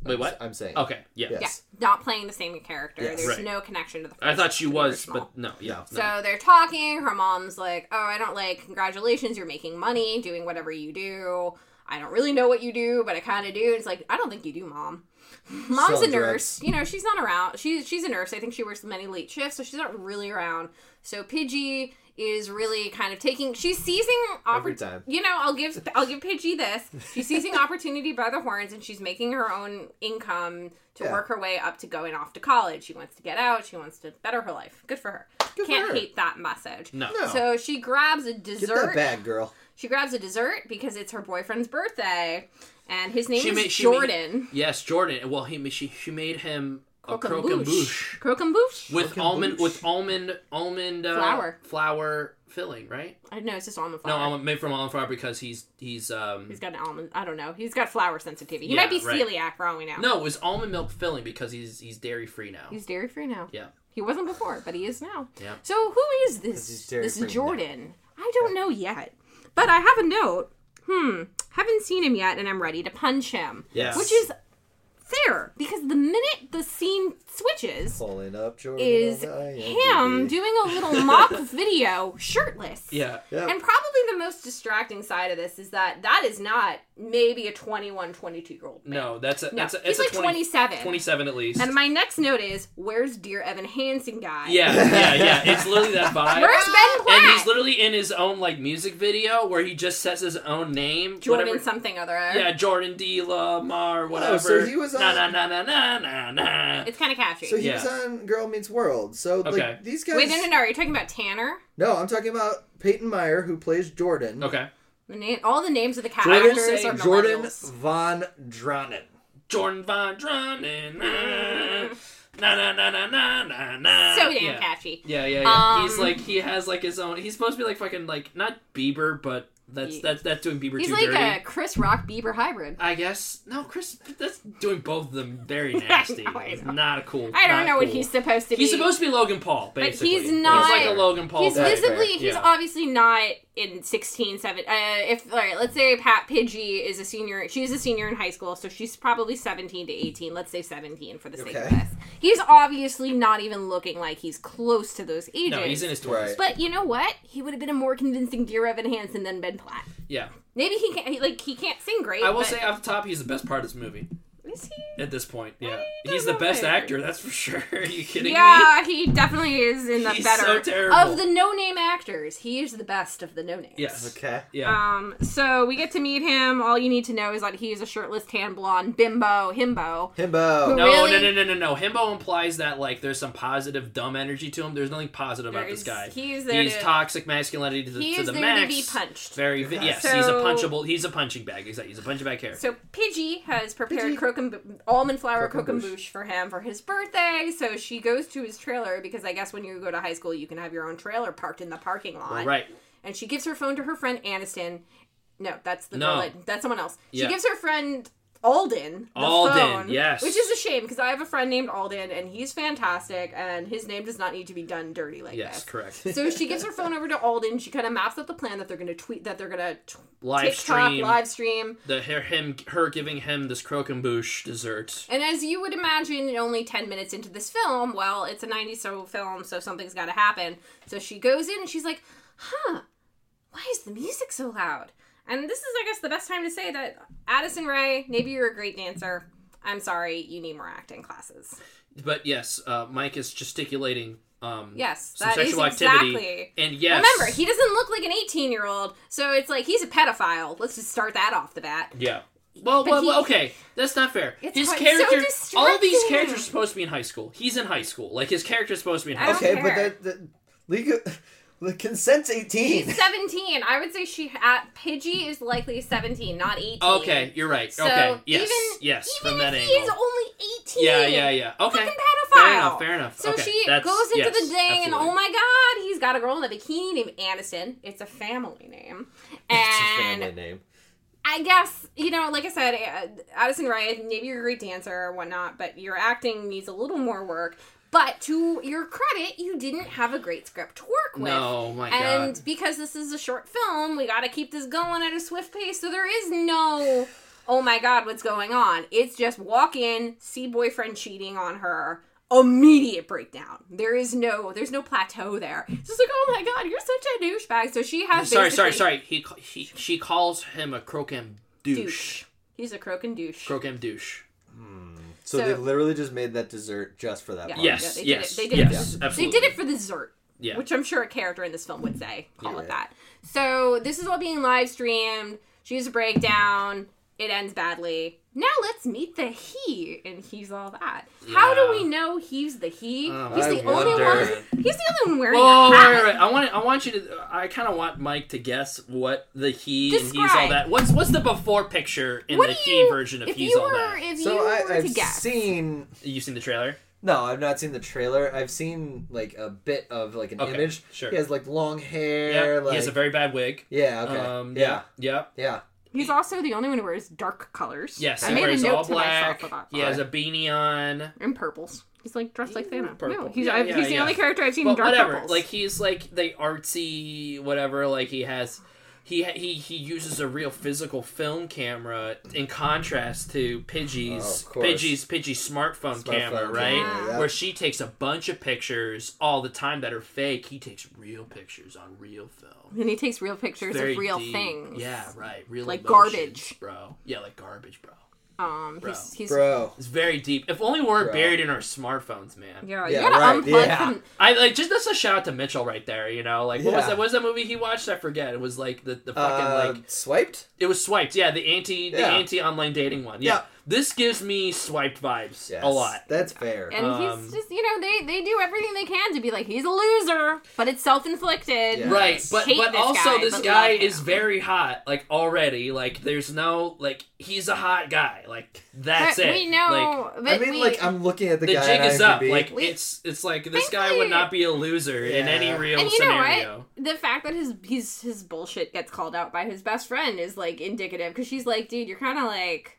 Speaker 3: wait what
Speaker 2: I'm saying.
Speaker 3: okay yeah.
Speaker 2: Yeah.
Speaker 1: Yeah,
Speaker 2: Yes.
Speaker 1: not playing the same character.
Speaker 2: Yes.
Speaker 1: There's
Speaker 3: Right.
Speaker 1: no connection to the. First
Speaker 3: I thought she
Speaker 1: to the
Speaker 3: was
Speaker 1: original.
Speaker 3: but no yeah no.
Speaker 1: So they're talking. Her mom's like, "Oh, I don't like. Congratulations, you're making money, doing whatever you do. I don't really know what you do, but I kind of do." And it's like, "I don't think you do, mom. Mom's
Speaker 2: Selling
Speaker 1: a nurse.
Speaker 2: drugs.
Speaker 1: You know, she's not around. She's she's a nurse. I think she works many late shifts, so she's not really around. So Pidgey is really kind of taking. She's seizing
Speaker 2: Every
Speaker 1: opportunity.
Speaker 2: time.
Speaker 1: You know, I'll give I'll give Pidgey this. She's seizing opportunity by the horns, and she's making her own income to
Speaker 2: Yeah.
Speaker 1: work her way up to going off to college. She wants to get out. She wants to better her life. Good for her.
Speaker 2: Good for
Speaker 1: Can't
Speaker 2: her.
Speaker 1: hate that message.
Speaker 3: no
Speaker 2: No.
Speaker 1: So she grabs a
Speaker 2: Get
Speaker 1: dessert.
Speaker 2: that bag, girl.
Speaker 1: She grabs a dessert because it's her boyfriend's birthday, and his name
Speaker 3: She
Speaker 1: is
Speaker 3: made- she made-
Speaker 1: Jordan.
Speaker 3: yes Jordan well he she she made him a
Speaker 1: Croquembouche.
Speaker 3: croquembouche
Speaker 1: Croquembouche.
Speaker 3: with
Speaker 2: Croquembouche.
Speaker 3: almond with almond almond uh,
Speaker 1: Flour.
Speaker 3: flour filling right
Speaker 1: I know it's just almond
Speaker 3: no
Speaker 1: flour.
Speaker 3: almond made from almond flour because he's he's um
Speaker 1: He's got an almond. I don't know. He's got flour sensitivity. He
Speaker 3: Yeah,
Speaker 1: might be
Speaker 3: right.
Speaker 1: celiac for all we know.
Speaker 3: no it was almond milk filling because he's he's dairy free now
Speaker 1: He's dairy free now.
Speaker 3: yeah
Speaker 1: He wasn't before, but he is now.
Speaker 3: Yeah.
Speaker 1: So who is this?
Speaker 2: he's dairy
Speaker 1: This
Speaker 2: free now.
Speaker 1: Jordan. I don't know yet, but I have a note. Hmm. Haven't seen him yet, and I'm ready to punch him.
Speaker 3: Yes.
Speaker 1: Which is fair because the minute the scene switches,
Speaker 2: Pulling up Jordan.
Speaker 1: is
Speaker 2: on Oh, the
Speaker 1: him
Speaker 2: IMDb.
Speaker 1: doing a little mock video shirtless.
Speaker 3: yeah
Speaker 2: Yep.
Speaker 1: And probably the most distracting side of this is that that is not maybe a 21, 22 year old.
Speaker 3: no that's a
Speaker 1: No,
Speaker 3: that's a,
Speaker 1: he's
Speaker 3: that's
Speaker 1: like
Speaker 3: a 20
Speaker 1: 27.
Speaker 3: 27 at least
Speaker 1: And my next note is, where's dear Evan Hansen guy?
Speaker 3: yeah yeah yeah it's literally that vibe
Speaker 1: Where's Ben Platt?
Speaker 3: And he's literally in his own like music video where he just says his own name.
Speaker 1: Jordan
Speaker 3: whatever-
Speaker 1: something other.
Speaker 3: Yeah, Jordan D. Lamar, whatever.
Speaker 2: Oh, so he was
Speaker 3: na na
Speaker 2: on-
Speaker 3: na na na na na.
Speaker 1: It's kind of catchy.
Speaker 2: So he
Speaker 3: Yeah.
Speaker 2: was on Girl Meets World. So
Speaker 3: Okay.
Speaker 2: like these guys.
Speaker 1: Wait, no, no, no. Are you talking about Tanner?
Speaker 2: No, I'm talking about Peyton Meyer, who plays Jordan.
Speaker 3: Okay,
Speaker 1: The name, all the names of the
Speaker 2: Jordan-
Speaker 1: characters
Speaker 3: say
Speaker 1: are
Speaker 2: Jordan
Speaker 1: millennials.
Speaker 2: von Dranen.
Speaker 3: Jordan Von Drummond. Na na na na na na na.
Speaker 1: So damn
Speaker 3: Uh, yeah.
Speaker 1: catchy.
Speaker 3: Yeah, yeah, yeah.
Speaker 1: Um,
Speaker 3: he's like he has like his own. He's supposed to be like fucking like not Bieber, but that's
Speaker 1: He-
Speaker 3: that's that's doing Bieber
Speaker 1: He's
Speaker 3: too
Speaker 1: like
Speaker 3: dirty. Uh,
Speaker 1: a Chris Rock Bieber hybrid.
Speaker 3: I guess no, Chris. That's doing both of them very nasty.
Speaker 1: know, I
Speaker 3: It's
Speaker 1: know.
Speaker 3: Not a cool.
Speaker 1: I don't
Speaker 3: not
Speaker 1: know what
Speaker 3: cool.
Speaker 1: he's supposed to be.
Speaker 3: He's supposed to be Logan Paul, basically.
Speaker 1: he's not-
Speaker 3: He's like a Logan Paul.
Speaker 1: he's
Speaker 3: type.
Speaker 1: visibly
Speaker 2: fair,
Speaker 1: he's
Speaker 3: yeah.
Speaker 1: obviously not in 16 7 uh, if all right let's say pat pidgey is a senior she's a senior in high school so she's probably 17 to 18 let's say 17 for the sake of
Speaker 2: Okay.
Speaker 1: this he's obviously not even looking like he's close to those ages
Speaker 3: No, he's in his
Speaker 2: Right.
Speaker 3: twenties.
Speaker 1: but you know what he would have been a more convincing dear evan hansen than ben platt
Speaker 3: Yeah,
Speaker 1: maybe he can't he, like he can't sing great
Speaker 3: I will
Speaker 1: but-
Speaker 3: say off the top, he's the best part of this movie
Speaker 1: is he
Speaker 3: at this point. Yeah,
Speaker 1: don't
Speaker 3: he's the
Speaker 1: know
Speaker 3: best
Speaker 1: it.
Speaker 3: actor. That's for sure. Are you kidding me?
Speaker 1: yeah, he definitely is in the
Speaker 3: He's
Speaker 1: better
Speaker 3: so terrible.
Speaker 1: of the no-name actors. He is the best of the no-names.
Speaker 3: Yes.
Speaker 2: Okay.
Speaker 3: Yeah.
Speaker 1: Um, so we get to meet him. All you need to know is that he is a shirtless, tan, blonde bimbo, himbo.
Speaker 2: Himbo.
Speaker 1: No.
Speaker 3: no,
Speaker 1: really-
Speaker 3: no, no, no, no, no. Himbo implies that like there's some positive dumb energy to him. There's nothing positive about this
Speaker 1: There's-
Speaker 3: guy.
Speaker 1: he's there
Speaker 3: He's
Speaker 1: to-
Speaker 3: toxic masculinity to, the-
Speaker 1: He
Speaker 3: to
Speaker 1: is
Speaker 3: the
Speaker 1: there
Speaker 3: max.
Speaker 1: to be punched.
Speaker 3: Very vi- yes,
Speaker 1: So-
Speaker 3: he's a punchable. He's a punching bag. Exactly. He's a punching bag character.
Speaker 1: So Pidgey has prepared
Speaker 2: Pidgey.
Speaker 1: croquemb- almond flour
Speaker 2: Croquembouche.
Speaker 1: croquembouche for him for his birthday. So she goes to his trailer because I guess when you go to high school, you can have your own trailer parked in the parking lot.
Speaker 3: right.
Speaker 1: And she gives her phone to her friend Aniston. No, that's the
Speaker 3: No.
Speaker 1: girl. That, that's someone else. She
Speaker 3: Yeah.
Speaker 1: gives her friend Alden. The
Speaker 3: Alden,
Speaker 1: phone,
Speaker 3: yes.
Speaker 1: Which is a shame because I have a friend named Alden and he's fantastic and his name does not need to be done dirty like
Speaker 3: Yes,
Speaker 1: this.
Speaker 3: correct.
Speaker 1: So she gives her phone over to Alden. She kind of maps out the plan that they're going to tweet, that they're going to TikTok
Speaker 3: Live stream
Speaker 1: live stream.
Speaker 3: the her him her giving him this croquembouche dessert.
Speaker 1: And as you would imagine, only 10 minutes into this film, well, it's a 90s so film, so something's got to happen. So she goes in and she's like, huh, why is the music so loud? And this is, I guess, the best time to say that Addison Ray, maybe you're a great dancer. I'm sorry, you need more acting classes.
Speaker 3: But yes, uh, Mike is gesticulating. Um,
Speaker 1: Yes,
Speaker 3: some
Speaker 1: that is
Speaker 3: sexual activity.
Speaker 1: exactly-
Speaker 3: And yes,
Speaker 1: Remember, he doesn't look like an 18 year old, so it's like he's a pedophile. Let's just start that off the bat.
Speaker 3: yeah. Well,
Speaker 1: But
Speaker 3: well, well,
Speaker 1: he-
Speaker 3: okay, that's not fair.
Speaker 1: It's
Speaker 3: his
Speaker 1: hard- so
Speaker 3: character, all these
Speaker 1: distracting.
Speaker 3: characters are supposed to be in high school. He's in high school. Like his character is supposed to be in
Speaker 1: I
Speaker 3: high
Speaker 1: don't
Speaker 3: school.
Speaker 2: Okay, but
Speaker 1: care.
Speaker 2: that, that legal the consent's eighteen.
Speaker 1: 17. I would say she at Pidgey is likely 17, not 18.
Speaker 3: Okay, you're right.
Speaker 1: So
Speaker 3: okay, yes,
Speaker 1: even-
Speaker 3: yes,
Speaker 1: Even
Speaker 3: from that
Speaker 1: if
Speaker 3: angle.
Speaker 1: he is only 18.
Speaker 3: yeah, yeah, yeah. Okay,
Speaker 1: Fucking pedophile.
Speaker 3: fair enough, fair enough.
Speaker 1: So
Speaker 3: okay,
Speaker 1: she
Speaker 3: that's-
Speaker 1: goes into
Speaker 3: yes,
Speaker 1: the thing, and
Speaker 3: absolutely.
Speaker 1: oh my god, he's got a girl in a bikini named Aniston. It's a family name, and
Speaker 2: name.
Speaker 1: I guess you know, like I said, uh, Addison Ray, maybe you're a great dancer or whatnot, but your acting needs a little more work. But to your credit, you didn't have a great script to work with.
Speaker 3: No, my
Speaker 1: And
Speaker 3: god.
Speaker 1: because this is a short film, we got to keep this going at a swift pace. So there is no, oh my god, what's going on? It's just walk in, see boyfriend cheating on her, immediate breakdown. There is no, there's no plateau there. It's just like, oh my god, you're such a douchebag. So she has
Speaker 3: Sorry, sorry,
Speaker 1: basically-
Speaker 3: sorry. He, ca- he she calls him a croquem douche.
Speaker 1: douche. He's a croak and douche.
Speaker 3: Croquem douche.
Speaker 2: So,
Speaker 1: So-
Speaker 2: they literally just made that dessert just for that.
Speaker 1: Yeah.
Speaker 2: part.
Speaker 3: Yes,
Speaker 1: they did
Speaker 3: yes,
Speaker 1: it- they did it
Speaker 3: yes,
Speaker 1: they
Speaker 3: absolutely.
Speaker 1: did it for the dessert.
Speaker 3: Yeah.
Speaker 1: Which I'm sure a character in this film would say. Call
Speaker 2: Yeah.
Speaker 1: it that. So this is all being live streamed. She has a breakdown. It ends badly. Now let's meet the he, and he's all that. How do
Speaker 3: Yeah.
Speaker 1: we know he's the he?
Speaker 3: Oh,
Speaker 1: he's
Speaker 2: I
Speaker 1: the only
Speaker 2: wonder.
Speaker 1: one. He's the only one wearing
Speaker 3: Whoa,
Speaker 1: a
Speaker 3: Oh, wait,
Speaker 1: hat.
Speaker 3: wait, wait. I want I want you to. I kind of want Mike to guess what the he and he's all
Speaker 1: Describe.
Speaker 3: that. What's what's the before picture in
Speaker 1: What
Speaker 3: the
Speaker 1: do
Speaker 3: he
Speaker 1: you-
Speaker 3: version of
Speaker 1: If
Speaker 3: he's
Speaker 1: you
Speaker 3: all
Speaker 1: were,
Speaker 3: that?
Speaker 1: if you
Speaker 2: So I,
Speaker 1: were to
Speaker 2: I've
Speaker 1: guess,
Speaker 2: seen
Speaker 3: You seen the trailer?
Speaker 2: no, I've not seen the trailer. I've seen like a bit of like an
Speaker 3: Okay,
Speaker 2: image.
Speaker 3: sure.
Speaker 2: He has like long hair.
Speaker 3: Yeah,
Speaker 2: like,
Speaker 3: he has a very bad wig.
Speaker 2: yeah. Okay.
Speaker 3: Um,
Speaker 2: yeah.
Speaker 3: yeah, yeah,
Speaker 2: Yeah.
Speaker 1: he's also the only one who wears dark colors.
Speaker 3: yes.
Speaker 1: I
Speaker 3: he
Speaker 1: made
Speaker 3: wears
Speaker 1: a note
Speaker 3: all
Speaker 1: to
Speaker 3: black.
Speaker 1: myself about that.
Speaker 3: He has a beanie on.
Speaker 1: and purples. He's like dressed like
Speaker 3: Ooh,
Speaker 1: Thanos.
Speaker 3: purple.
Speaker 1: No, he's
Speaker 3: Yeah,
Speaker 1: I've-
Speaker 3: yeah,
Speaker 1: he's the
Speaker 3: yeah.
Speaker 1: only character I've seen in
Speaker 3: But
Speaker 1: dark
Speaker 3: whatever,
Speaker 1: purples.
Speaker 3: like he's like the artsy whatever. Like he has, he he he uses a real physical film camera in contrast to Pidgey's
Speaker 2: Oh, of course.
Speaker 3: Pidgey's Pidgey's smartphone,
Speaker 2: Smartphone
Speaker 3: camera,
Speaker 2: camera,
Speaker 3: right?
Speaker 1: yeah.
Speaker 3: Where she takes a bunch of pictures all the time that are fake. He takes real pictures on real film.
Speaker 1: and he takes real pictures
Speaker 3: Very
Speaker 1: of real
Speaker 3: deep.
Speaker 1: things.
Speaker 3: Yeah, right. Real
Speaker 1: Like
Speaker 3: emotions,
Speaker 1: garbage.
Speaker 3: bro. Yeah, like garbage, bro.
Speaker 1: Um, he's, he's
Speaker 2: Bro.
Speaker 3: It's very deep. If only we weren't
Speaker 2: Bro.
Speaker 3: buried in our smartphones, man.
Speaker 1: Yeah, you
Speaker 2: Yeah,
Speaker 1: gotta
Speaker 2: right,
Speaker 1: unplug
Speaker 2: yeah.
Speaker 1: from.
Speaker 3: I like just that's a shout out to Mitchell right there. You know, like what was
Speaker 2: Yeah.
Speaker 3: that? What was that movie he watched? I forget. It was like the the fucking
Speaker 2: Uh,
Speaker 3: like
Speaker 2: swiped.
Speaker 3: it was swiped. Yeah, the anti the
Speaker 2: Yeah.
Speaker 3: anti online dating one. Yeah.
Speaker 2: Yeah.
Speaker 3: this gives me swiped vibes
Speaker 2: Yes,
Speaker 3: a lot.
Speaker 2: That's fair.
Speaker 1: And
Speaker 3: Um,
Speaker 1: he's just, you know, they they do everything they can to be like he's a loser, but it's self inflicted.
Speaker 2: Yeah.
Speaker 3: Right, but
Speaker 1: Hate
Speaker 3: but
Speaker 1: this
Speaker 3: also
Speaker 1: guy,
Speaker 3: this
Speaker 1: but
Speaker 3: guy
Speaker 1: love
Speaker 3: is
Speaker 1: him.
Speaker 3: very hot. Like already, like there's no like he's a hot guy. Like that's
Speaker 1: but
Speaker 3: it.
Speaker 1: we
Speaker 3: Like,
Speaker 1: know.
Speaker 2: I
Speaker 1: but
Speaker 2: mean,
Speaker 1: we,
Speaker 2: like um, I'm looking at the,
Speaker 3: the
Speaker 2: guy.
Speaker 3: jig
Speaker 2: on
Speaker 3: is up.
Speaker 2: IMDb.
Speaker 3: Like
Speaker 1: We-
Speaker 3: it's it's like this
Speaker 1: I
Speaker 3: guy would
Speaker 1: think-
Speaker 3: not be a loser in any
Speaker 2: Yeah.
Speaker 3: real
Speaker 1: and you know
Speaker 3: scenario.
Speaker 1: what? The fact that his he's his bullshit gets called out by his best friend is like indicative because she's like, dude, you're kind of like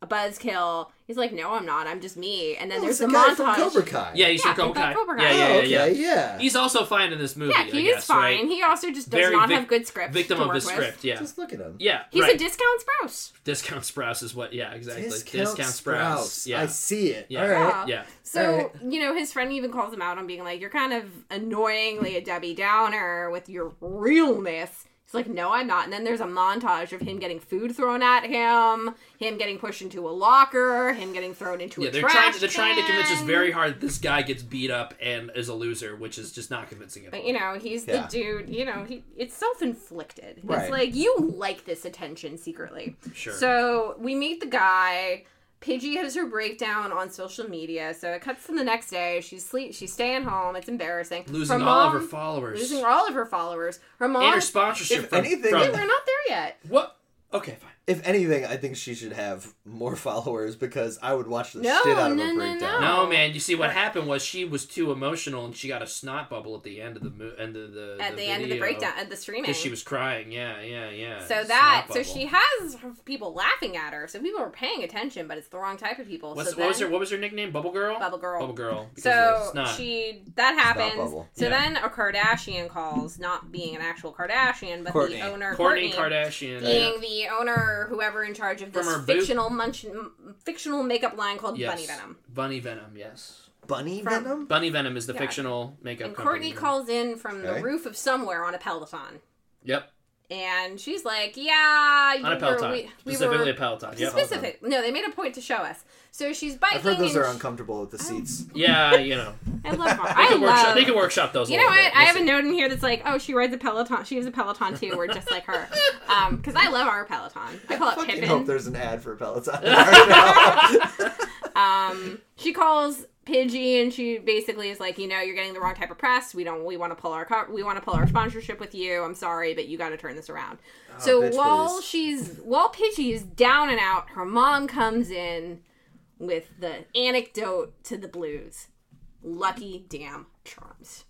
Speaker 1: a buzzkill. He's like, no, I'm not. I'm just me. And then
Speaker 2: Oh,
Speaker 1: there's
Speaker 2: it's
Speaker 1: the,
Speaker 2: guy
Speaker 1: montage.
Speaker 2: from Cobra Kai.
Speaker 3: Yeah, he's
Speaker 1: Yeah,
Speaker 3: from Cobra
Speaker 1: he's
Speaker 3: Kai.
Speaker 1: from Cobra
Speaker 3: Yeah,
Speaker 1: Kai.
Speaker 3: yeah,
Speaker 2: Oh,
Speaker 3: yeah,
Speaker 2: okay,
Speaker 3: yeah.
Speaker 2: yeah.
Speaker 3: He's also fine in this movie.
Speaker 1: yeah,
Speaker 3: I
Speaker 1: he
Speaker 3: guess,
Speaker 1: is fine.
Speaker 3: Right?
Speaker 1: He also just does
Speaker 3: Very
Speaker 1: not
Speaker 3: vic-
Speaker 1: have good script.
Speaker 3: victim
Speaker 1: to
Speaker 3: of
Speaker 1: work
Speaker 3: his
Speaker 1: with.
Speaker 3: script. Yeah,
Speaker 2: Just look at him.
Speaker 3: yeah.
Speaker 1: He's
Speaker 3: right.
Speaker 1: a discount sprouse.
Speaker 3: discount Sprouse is what? Yeah, exactly.
Speaker 2: Discount, Sprouse.
Speaker 3: Yeah,
Speaker 2: I see it.
Speaker 3: Yeah.
Speaker 2: All right.
Speaker 1: Yeah.
Speaker 3: yeah.
Speaker 1: So, you know, his friend even calls him out on being like, You're kind of annoyingly a Debbie Downer with your realness. He's like, No, I'm not. And then there's a montage of him getting food thrown at him, him getting pushed into a locker, him getting thrown into
Speaker 3: Yeah,
Speaker 1: a
Speaker 3: they're
Speaker 1: trash
Speaker 3: trying. To, they're trying to convince us
Speaker 1: can.
Speaker 3: very hard that this guy gets beat up and is a loser, which is just not convincing at all.
Speaker 1: But you know, he's
Speaker 2: Yeah.
Speaker 1: the dude, you know, he it's self inflicted.
Speaker 2: Right.
Speaker 1: It's like you like this attention secretly.
Speaker 3: Sure.
Speaker 1: So we meet the guy. Pidgey has her breakdown on social media, so it cuts to the next day. She's sleep she's staying home, it's embarrassing.
Speaker 3: losing
Speaker 1: Her
Speaker 3: all of
Speaker 1: mom-
Speaker 3: her followers
Speaker 1: Losing all of her followers. Her mom
Speaker 3: and her sponsorship
Speaker 2: If
Speaker 3: from,
Speaker 2: anything-
Speaker 3: from-
Speaker 1: Wait, we're not there yet.
Speaker 3: what? Okay, fine.
Speaker 2: If anything, I think she should have more followers because I would watch the
Speaker 1: No,
Speaker 2: shit out of
Speaker 1: no,
Speaker 2: a
Speaker 1: no,
Speaker 2: breakdown.
Speaker 1: no.
Speaker 3: No, man. You see, what happened was she was too emotional, and she got a snot bubble at the end of the mo- end of the
Speaker 1: at the, end of the
Speaker 3: video.
Speaker 1: breakdown at the streaming.
Speaker 3: 'Cause she was crying. Yeah, yeah, yeah.
Speaker 1: so
Speaker 3: Snot
Speaker 1: that so
Speaker 3: bubble.
Speaker 1: she has people laughing at her. So people are paying attention, but it's the wrong type of people.
Speaker 3: What's,
Speaker 1: so
Speaker 3: what was her
Speaker 1: then-
Speaker 3: What was her nickname? Bubble girl.
Speaker 1: Bubble girl.
Speaker 3: Bubble girl. because of the
Speaker 1: So
Speaker 3: snot.
Speaker 1: she that happens.
Speaker 2: bubble.
Speaker 1: So
Speaker 3: Yeah.
Speaker 1: then a Kardashian calls, not being an actual Kardashian, but
Speaker 2: Kourtney.
Speaker 1: the owner
Speaker 3: Courtney
Speaker 1: Courtney,
Speaker 3: Kardashian.
Speaker 1: being
Speaker 3: yeah.
Speaker 1: the owner, whoever in charge of
Speaker 3: From
Speaker 1: this
Speaker 3: her boot.
Speaker 1: fictional munch, m- fictional makeup line called
Speaker 3: Yes.
Speaker 1: Bunny Venom.
Speaker 3: Bunny Venom. Yes.
Speaker 2: Bunny
Speaker 1: From-
Speaker 2: Venom?
Speaker 3: Bunny Venom is the
Speaker 1: Yeah.
Speaker 3: fictional makeup.
Speaker 1: And Courtney
Speaker 3: company.
Speaker 1: calls in from
Speaker 2: Okay.
Speaker 1: the roof of somewhere on a Peloton.
Speaker 3: Yep.
Speaker 1: And she's like, Yeah, you
Speaker 3: On a
Speaker 1: were-
Speaker 3: Peloton.
Speaker 1: we, we
Speaker 3: Specifically
Speaker 1: were
Speaker 3: a Peloton. Yep.
Speaker 2: Peloton.
Speaker 1: specific. No, they made a point to show us. So she's biking.
Speaker 2: I've heard those
Speaker 1: and
Speaker 2: are
Speaker 1: she-
Speaker 2: uncomfortable with the seats.
Speaker 3: Yeah, you know.
Speaker 1: I love Mar-
Speaker 3: They
Speaker 1: I
Speaker 3: could workshop,
Speaker 1: love.
Speaker 3: they could workshop those. a
Speaker 1: You know
Speaker 3: little
Speaker 1: what?
Speaker 3: bit.
Speaker 1: I
Speaker 3: We'll
Speaker 1: have a
Speaker 3: see.
Speaker 1: note in here that's like, oh, she rides a Peloton. She has a Peloton too. We're just like her. Um, because I love our Peloton. I call it
Speaker 2: fucking hope
Speaker 1: Pippin.
Speaker 2: there's an ad for Peloton. right now.
Speaker 1: Um, she calls Pidgey and she basically is like, you know, you're getting the wrong type of press. We don't. We want to pull our. co- We want to pull our sponsorship with you. I'm sorry, but you got to turn this around. so
Speaker 2: Oh, bitch,
Speaker 1: while
Speaker 2: please.
Speaker 1: she's while Pidgey is down and out, her mom comes in with the anecdote to the blues. Lucky damn charms.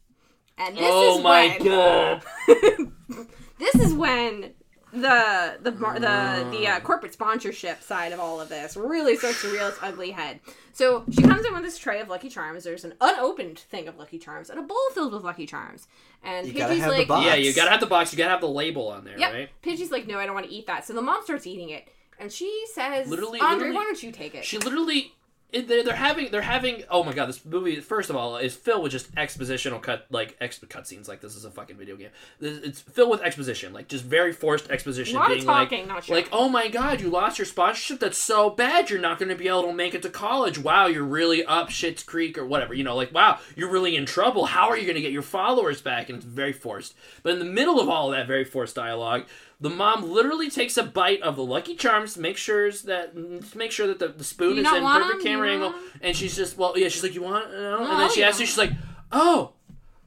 Speaker 1: And this
Speaker 3: Oh
Speaker 1: is
Speaker 3: my
Speaker 1: when-
Speaker 3: god!
Speaker 1: this is when the the mar- the the uh, corporate sponsorship side of all of this really starts to reel its ugly head. So she comes in with this tray of Lucky Charms. There's an unopened thing of Lucky Charms and a bowl filled with Lucky Charms. And
Speaker 2: You gotta
Speaker 1: Pidgey's
Speaker 2: have the
Speaker 1: like,
Speaker 2: box.
Speaker 3: Yeah, you gotta have the box. You gotta have the label on there,
Speaker 1: "Yep."
Speaker 3: right?
Speaker 1: Pidgey's like, "No, I don't want to eat that." So the mom starts eating it, and she says,
Speaker 3: Literally-
Speaker 1: "Andre,
Speaker 3: literally-
Speaker 1: why don't you take it?"
Speaker 3: She literally. it- They're, they're having they're having oh my god this movie first of all is filled with just expositional cut like ex cutscenes like this is a fucking video game This- it's filled with exposition like just very forced exposition
Speaker 1: Lot of
Speaker 3: being like-
Speaker 1: talking, not
Speaker 3: like,
Speaker 1: sure.
Speaker 3: oh my god you lost your sponsorship that's so bad you're not going to be able to make it to college wow you're really up shit's creek or whatever you know like wow you're really in trouble how are you going to get your followers back and it's very forced but in the middle of all of that very forced dialogue the mom literally takes a bite of the lucky charms to make sure that to make sure that the, the spoon
Speaker 1: You
Speaker 3: is
Speaker 1: don't
Speaker 3: in
Speaker 1: want
Speaker 3: perfect
Speaker 1: 'em? You
Speaker 3: camera
Speaker 1: want
Speaker 3: angle
Speaker 1: 'em?
Speaker 3: and she's just well yeah she's like you want no?
Speaker 1: No,
Speaker 3: and then she
Speaker 1: you
Speaker 3: asks you
Speaker 1: don't.
Speaker 3: she's like oh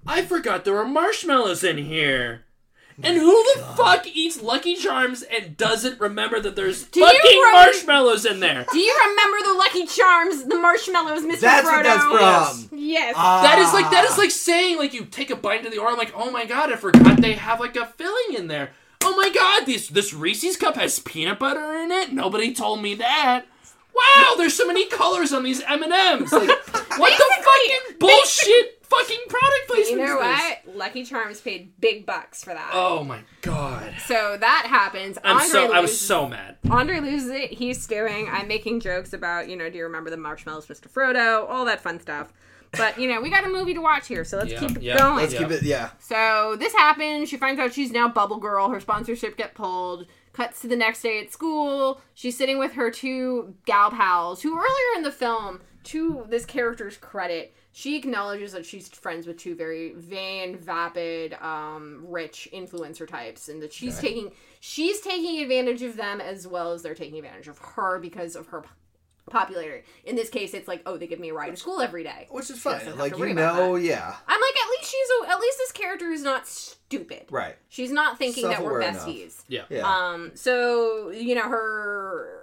Speaker 3: i forgot there were marshmallows in here and who the fuck eats Lucky Charms and doesn't remember that there's
Speaker 1: you
Speaker 3: fucking
Speaker 1: rem-
Speaker 3: marshmallows in there?
Speaker 1: Do you remember the Lucky Charms, the marshmallows, Mr.
Speaker 2: That's
Speaker 1: Frodo?
Speaker 2: what that's from. Uh,
Speaker 1: Yes.
Speaker 3: Yes. That is like that is like saying like you take a bite into the orange like oh my god I forgot they have like a filling in there. Oh my god this this Reese's cup has peanut butter in it. Nobody told me that. Wow, there's so many colors on these M and M's. Like what the fucking bullshit fucking product
Speaker 1: you
Speaker 3: placement
Speaker 1: know
Speaker 3: is this?
Speaker 1: what? Lucky Charms paid big bucks for that.
Speaker 3: Oh my god.
Speaker 1: So that happens.
Speaker 3: I'm
Speaker 1: Andre
Speaker 3: so I was
Speaker 1: loses-
Speaker 3: so mad.
Speaker 1: Andre loses it. He's stewing. I'm making jokes about you know, do you remember the marshmallows, Mr. Frodo, all that fun stuff. But you know, we got a movie to watch here, so let's
Speaker 3: Yeah,
Speaker 1: keep it
Speaker 3: yeah.
Speaker 1: going.
Speaker 2: Let's
Speaker 3: Yeah.
Speaker 2: keep it, yeah.
Speaker 1: So this happens. She finds out she's now Bubble Girl. Her sponsorship get pulled. Cuts to the next day at school. She's sitting with her two gal pals who earlier in the film, to this character's credit, she acknowledges that she's friends with two very vain, vapid, um, rich influencer types, and that she's taking she's taking advantage of them as well as they're taking advantage of her because of her p- popularity. In this case, it's like, oh, they give me a ride to school every day.
Speaker 2: Which is
Speaker 1: She doesn't
Speaker 2: fine.
Speaker 1: have
Speaker 2: Like,
Speaker 1: to worry
Speaker 2: you
Speaker 1: about
Speaker 2: know, yeah.
Speaker 1: I'm like, at least she's a, at least this character is not stupid.
Speaker 2: Right.
Speaker 1: She's not thinking that we're
Speaker 2: Self-aware
Speaker 1: besties.
Speaker 3: Yeah.
Speaker 2: Yeah.
Speaker 1: Um, so you know her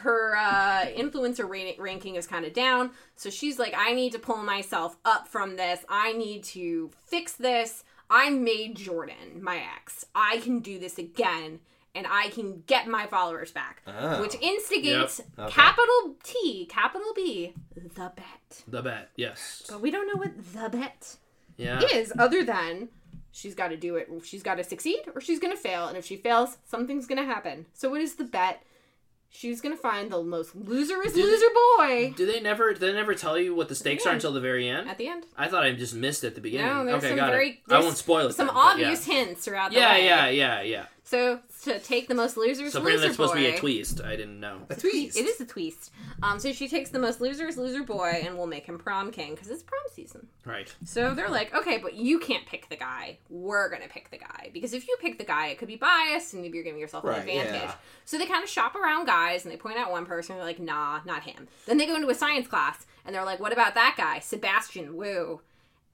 Speaker 1: her uh, influencer ra- ranking is kind of down. So she's like, I need to pull myself up from this. I need to fix this. I made Jordan my ex. I can do this again, and I can get my followers back.
Speaker 3: Ah.
Speaker 2: Oh.
Speaker 1: Which instigates
Speaker 2: Okay.
Speaker 1: capital T, capital B, the bet.
Speaker 3: The bet. Yes.
Speaker 1: But we don't know what the bet
Speaker 3: Yeah.
Speaker 1: is other than she's got to do it she's got to succeed or she's going to fail and if she fails something's going to happen so what is the bet she's going to find the most loserous loser boy
Speaker 3: Do they never? Do they never tell you what the stakes are
Speaker 1: Yeah.
Speaker 3: until the very end?
Speaker 1: at the end
Speaker 3: I thought I just missed it at the beginning.
Speaker 1: no there's
Speaker 3: okay,
Speaker 1: some
Speaker 3: got
Speaker 1: very
Speaker 3: it. I
Speaker 1: there's
Speaker 3: won't spoil it.
Speaker 1: some
Speaker 3: then, but
Speaker 1: obvious hints throughout the
Speaker 3: Yeah,
Speaker 1: way.
Speaker 3: yeah, yeah, yeah. yeah.
Speaker 1: so to take the most loserous
Speaker 3: So apparently
Speaker 1: loser
Speaker 3: that's supposed
Speaker 1: boy
Speaker 3: to be a twist. I didn't know.
Speaker 2: a tweet.
Speaker 1: it is a twist um so she takes the most loserous loser boy and will make him prom king because it's prom season
Speaker 3: Right.
Speaker 1: So they're like, okay, but you can't pick the guy. We're gonna pick the guy because if you pick the guy, it could be biased, and maybe you're giving yourself
Speaker 2: Right,
Speaker 1: an advantage.
Speaker 2: yeah.
Speaker 1: So they kind of shop around guys, and they point out one person. And they're like, nah, not him. Then they go into a science class, and they're like, what about that guy, Sebastian Wu?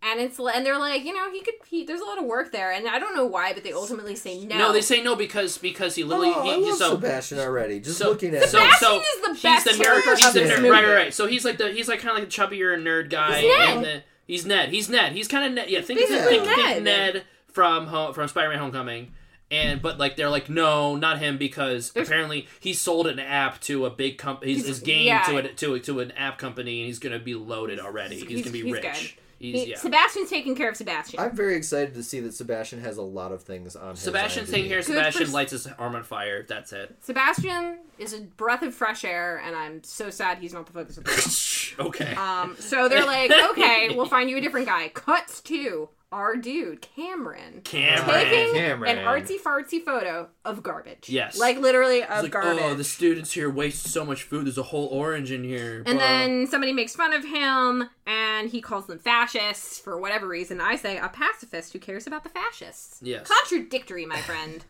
Speaker 1: and it's and they're like, you know, he could. He, there's a lot of work there, and I don't know why, but they ultimately say no.
Speaker 3: No, they say no because because he literally
Speaker 2: oh,
Speaker 3: he,
Speaker 2: I
Speaker 3: he-
Speaker 2: love
Speaker 3: so
Speaker 2: Sebastian already. Just
Speaker 3: so,
Speaker 2: looking at
Speaker 3: so,
Speaker 2: him.
Speaker 3: so
Speaker 1: Sebastian is the
Speaker 3: he's
Speaker 1: best
Speaker 3: the nerd. He's
Speaker 1: character
Speaker 3: the
Speaker 1: in this
Speaker 3: nerd.
Speaker 1: movie.
Speaker 3: Right, right, right. So he's like the he's like kind of like the chubbier nerd guy.
Speaker 1: He's Ned.
Speaker 3: and the- he's Ned. He's Ned. He's kind of Ned. Yeah, think, think,
Speaker 2: basically
Speaker 3: think Ned.
Speaker 1: Ned.
Speaker 3: from Ho- from Spider-Man: Homecoming. And but like they're like no, not him because apparently he sold an app to a big company, his, his game
Speaker 1: yeah.
Speaker 3: to a, to a, to an app company, and he's gonna be loaded already. He's,
Speaker 1: He's-
Speaker 3: gonna be
Speaker 1: he's
Speaker 3: rich. He's,
Speaker 1: He-
Speaker 3: yeah.
Speaker 1: Sebastian's taking care of Sebastian.
Speaker 2: I'm very excited to see that Sebastian has a lot of things on. his
Speaker 3: Sebastian's
Speaker 2: IMDb.
Speaker 3: taking here.
Speaker 1: for
Speaker 3: Sebastian
Speaker 1: s-
Speaker 3: lights his arm on fire. That's it.
Speaker 1: Sebastian is a breath of fresh air, and I'm so sad he's not the focus of the film.
Speaker 3: Okay.
Speaker 1: Um, so they're like, okay, we'll find you a different guy. Cuts to our dude, Cameron,
Speaker 3: Cameron.
Speaker 1: taking
Speaker 2: Cameron.
Speaker 1: an artsy fartsy photo of garbage.
Speaker 3: Yes.
Speaker 1: Like literally
Speaker 3: It's
Speaker 1: of
Speaker 3: like,
Speaker 1: garbage.
Speaker 3: oh, the students here waste so much food. There's a whole orange in here.
Speaker 1: and
Speaker 3: Blah.
Speaker 1: then somebody makes fun of him, and he calls them fascists for whatever reason. I say, a pacifist who cares about the fascists.
Speaker 3: Yes.
Speaker 1: Contradictory, my friend.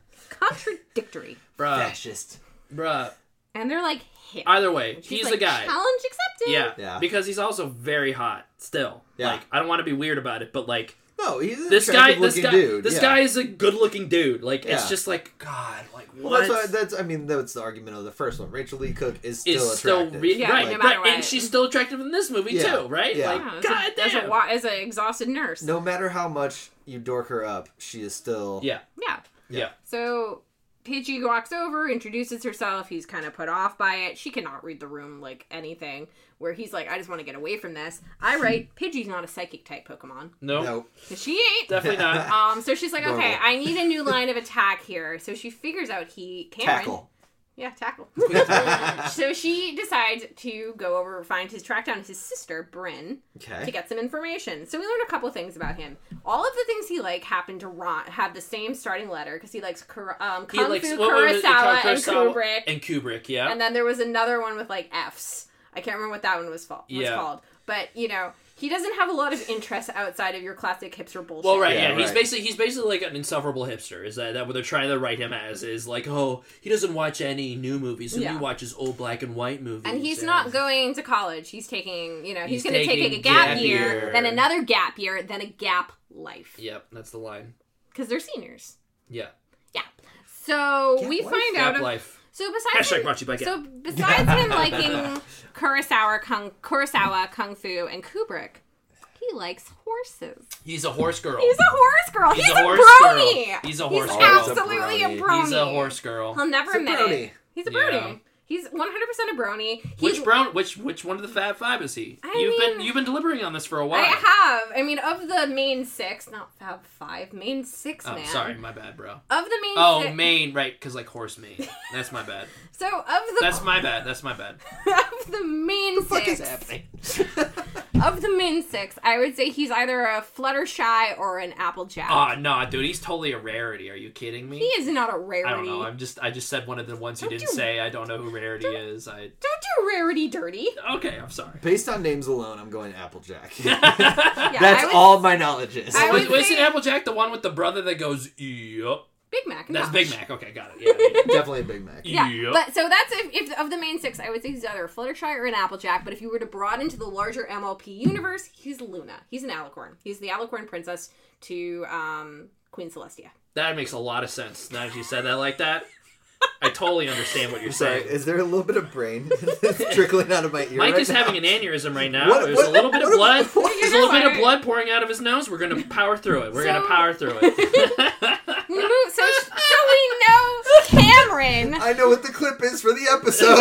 Speaker 1: Contradictory.
Speaker 3: bruh,
Speaker 2: fascist.
Speaker 3: bruh.
Speaker 1: And they're like, hit.
Speaker 3: Either way, he's,
Speaker 1: She's
Speaker 3: the
Speaker 1: like,
Speaker 3: guy.
Speaker 1: Challenge accepted.
Speaker 3: Yeah.
Speaker 2: Yeah.
Speaker 3: Because he's also very hot still.
Speaker 2: Yeah.
Speaker 3: Like I don't want to be weird about it, but like
Speaker 2: No, he's an
Speaker 3: this guy, this
Speaker 2: looking
Speaker 3: guy,
Speaker 2: dude.
Speaker 3: this
Speaker 2: yeah.
Speaker 3: guy is a good-looking dude. Like it's
Speaker 2: Yeah.
Speaker 3: just like God, like what?
Speaker 2: Well, that's, why- that's. I mean, that's the argument of the first one. Rachel Lee Cook is still
Speaker 3: is still
Speaker 2: attractive.
Speaker 3: re-
Speaker 1: Yeah,
Speaker 3: right,
Speaker 1: no
Speaker 3: right,
Speaker 1: matter
Speaker 3: and
Speaker 1: what.
Speaker 3: she's still attractive in this movie
Speaker 2: Yeah.
Speaker 3: too, right?
Speaker 2: Yeah.
Speaker 3: Like
Speaker 1: Yeah, as a-
Speaker 3: God
Speaker 1: as
Speaker 3: damn,
Speaker 1: a, wa- as an exhausted nurse.
Speaker 2: no matter how much you dork her up, she is still.
Speaker 3: yeah,
Speaker 1: Yeah.
Speaker 3: yeah,
Speaker 1: So Pidgey walks over, introduces herself. He's kind of put off by it. She cannot read the room like anything. Where he's like, I just want to get away from this. I
Speaker 2: Hmm.
Speaker 1: write, Pidgey's not a psychic type Pokemon.
Speaker 3: no,
Speaker 2: No.
Speaker 1: 'Cause She ain't.
Speaker 3: definitely not.
Speaker 1: Um, so she's like, okay,
Speaker 2: Normal.
Speaker 1: I need a new line of attack here. So she figures out he Cameron.
Speaker 2: Tackle.
Speaker 1: Yeah, tackle. so she decides to go over find his track down his sister Bryn to
Speaker 2: Okay.
Speaker 1: get some information. So we learned a couple things about him. All of the things he like happened to Ron have the same starting letter because he likes Kur- um, Kung Fu
Speaker 3: what was it?
Speaker 1: Kurosawa
Speaker 3: Kung
Speaker 1: and
Speaker 3: Kurosawa
Speaker 1: Kubrick, and,
Speaker 3: and Kubrick, yeah.
Speaker 1: then there was another one with like Fs. I can't remember what that one was, fa- was
Speaker 3: Yeah.
Speaker 1: called. But you know, he doesn't have a lot of interest outside of your classic hipster bullshit.
Speaker 3: well, right, yeah,
Speaker 2: Yeah,
Speaker 3: he's
Speaker 2: right.
Speaker 3: basically he's basically like an insufferable hipster. Is that, that what they're trying to write him as? Is like, oh, he doesn't watch any new movies, and
Speaker 1: Yeah.
Speaker 3: he watches old black and white movies.
Speaker 1: And he's not going to college. He's taking, you know, he's,
Speaker 3: He's
Speaker 1: going to take
Speaker 3: taking
Speaker 1: a gap,
Speaker 3: gap
Speaker 1: year,
Speaker 3: year.
Speaker 1: then another gap year, then a gap life.
Speaker 3: Yep, that's the line.
Speaker 1: Because they're seniors.
Speaker 3: Yeah,
Speaker 1: Yeah. So
Speaker 2: Gap
Speaker 1: we
Speaker 2: life?
Speaker 1: find out.
Speaker 3: gap
Speaker 1: ab-
Speaker 3: life.
Speaker 1: So besides
Speaker 3: Hashtag
Speaker 1: him-
Speaker 3: brought to you by
Speaker 1: so besides him liking Kurosawa Kung Kurosawa Kung Fu and Kubrick, he likes horses.
Speaker 3: He's a horse girl.
Speaker 1: He's a horse girl. He's,
Speaker 3: He's a
Speaker 1: a,
Speaker 3: horse
Speaker 1: brony.
Speaker 3: girl. He's a horse girl.
Speaker 1: absolutely a
Speaker 2: He's a
Speaker 1: brony.
Speaker 3: He's a horse girl.
Speaker 1: He'll never
Speaker 2: He's a
Speaker 1: admit
Speaker 2: brony.
Speaker 1: it. He's a
Speaker 3: Yeah.
Speaker 1: brony. He's 100% a brony. He's,
Speaker 3: Which brown? Which which one of the Fab Five is he?
Speaker 1: I
Speaker 3: you've
Speaker 1: mean-
Speaker 3: been you've been deliberating on this for a
Speaker 1: I
Speaker 3: while.
Speaker 1: have. I mean, of the main six, not Fab Five, main six,
Speaker 3: Oh,
Speaker 1: man.
Speaker 3: sorry, my bad, bro.
Speaker 1: Of the main
Speaker 3: Oh,
Speaker 1: six.
Speaker 3: Maine, right? Because like horse Maine. That's my bad.
Speaker 1: So, of the,
Speaker 3: That's my bad. That's my bad.
Speaker 1: of the main
Speaker 2: What is
Speaker 1: six.
Speaker 2: happening?
Speaker 1: Of the main six, I would say he's either a Fluttershy or an Applejack.
Speaker 3: Oh no, dude, he's totally a rarity. Are you kidding me?
Speaker 1: he is not a
Speaker 3: I
Speaker 1: rarity.
Speaker 3: don't know. I'm just I just said one of the ones you
Speaker 1: Don't
Speaker 3: didn't
Speaker 1: you-
Speaker 3: say. I don't know who rarity is. I
Speaker 1: Don't do rarity dirty.
Speaker 3: okay. I'm sorry.
Speaker 2: Based on names alone, I'm going Applejack.
Speaker 1: Yeah,
Speaker 2: That's
Speaker 1: I would,
Speaker 2: all my knowledge is.
Speaker 1: I
Speaker 3: Was,
Speaker 1: would
Speaker 3: was
Speaker 1: say-
Speaker 3: it Applejack the one with the brother that goes yup?
Speaker 1: Big Mac.
Speaker 3: That's
Speaker 1: no.
Speaker 3: Big Mac. Okay, got it. Yeah, yeah.
Speaker 2: Definitely a Big Mac.
Speaker 1: Yeah,
Speaker 3: Yup.
Speaker 1: but so that's if, if of the main six, I would say he's either a Fluttershy or an Applejack. But if you were to broaden to the larger MLP universe, he's Luna. He's an Alicorn. He's the Alicorn princess to um, Queen Celestia.
Speaker 3: That makes a lot of sense. Now that you said that like that, I totally understand what you're
Speaker 2: Sorry,
Speaker 3: saying.
Speaker 2: is there a little bit of brain trickling out of my ear?
Speaker 3: Mike
Speaker 2: right
Speaker 3: is
Speaker 2: now?
Speaker 3: having an aneurysm right now.
Speaker 2: What-
Speaker 3: There's
Speaker 2: what-
Speaker 3: a little bit of
Speaker 2: what-
Speaker 3: blood.
Speaker 2: what-
Speaker 3: There's a little bit of
Speaker 1: You're
Speaker 3: blood pouring out of his nose. We're gonna power through it. We're
Speaker 1: So-
Speaker 3: gonna power through it.
Speaker 1: Mhm, so, so we know Cameron.
Speaker 2: I know what the clip is for the episode.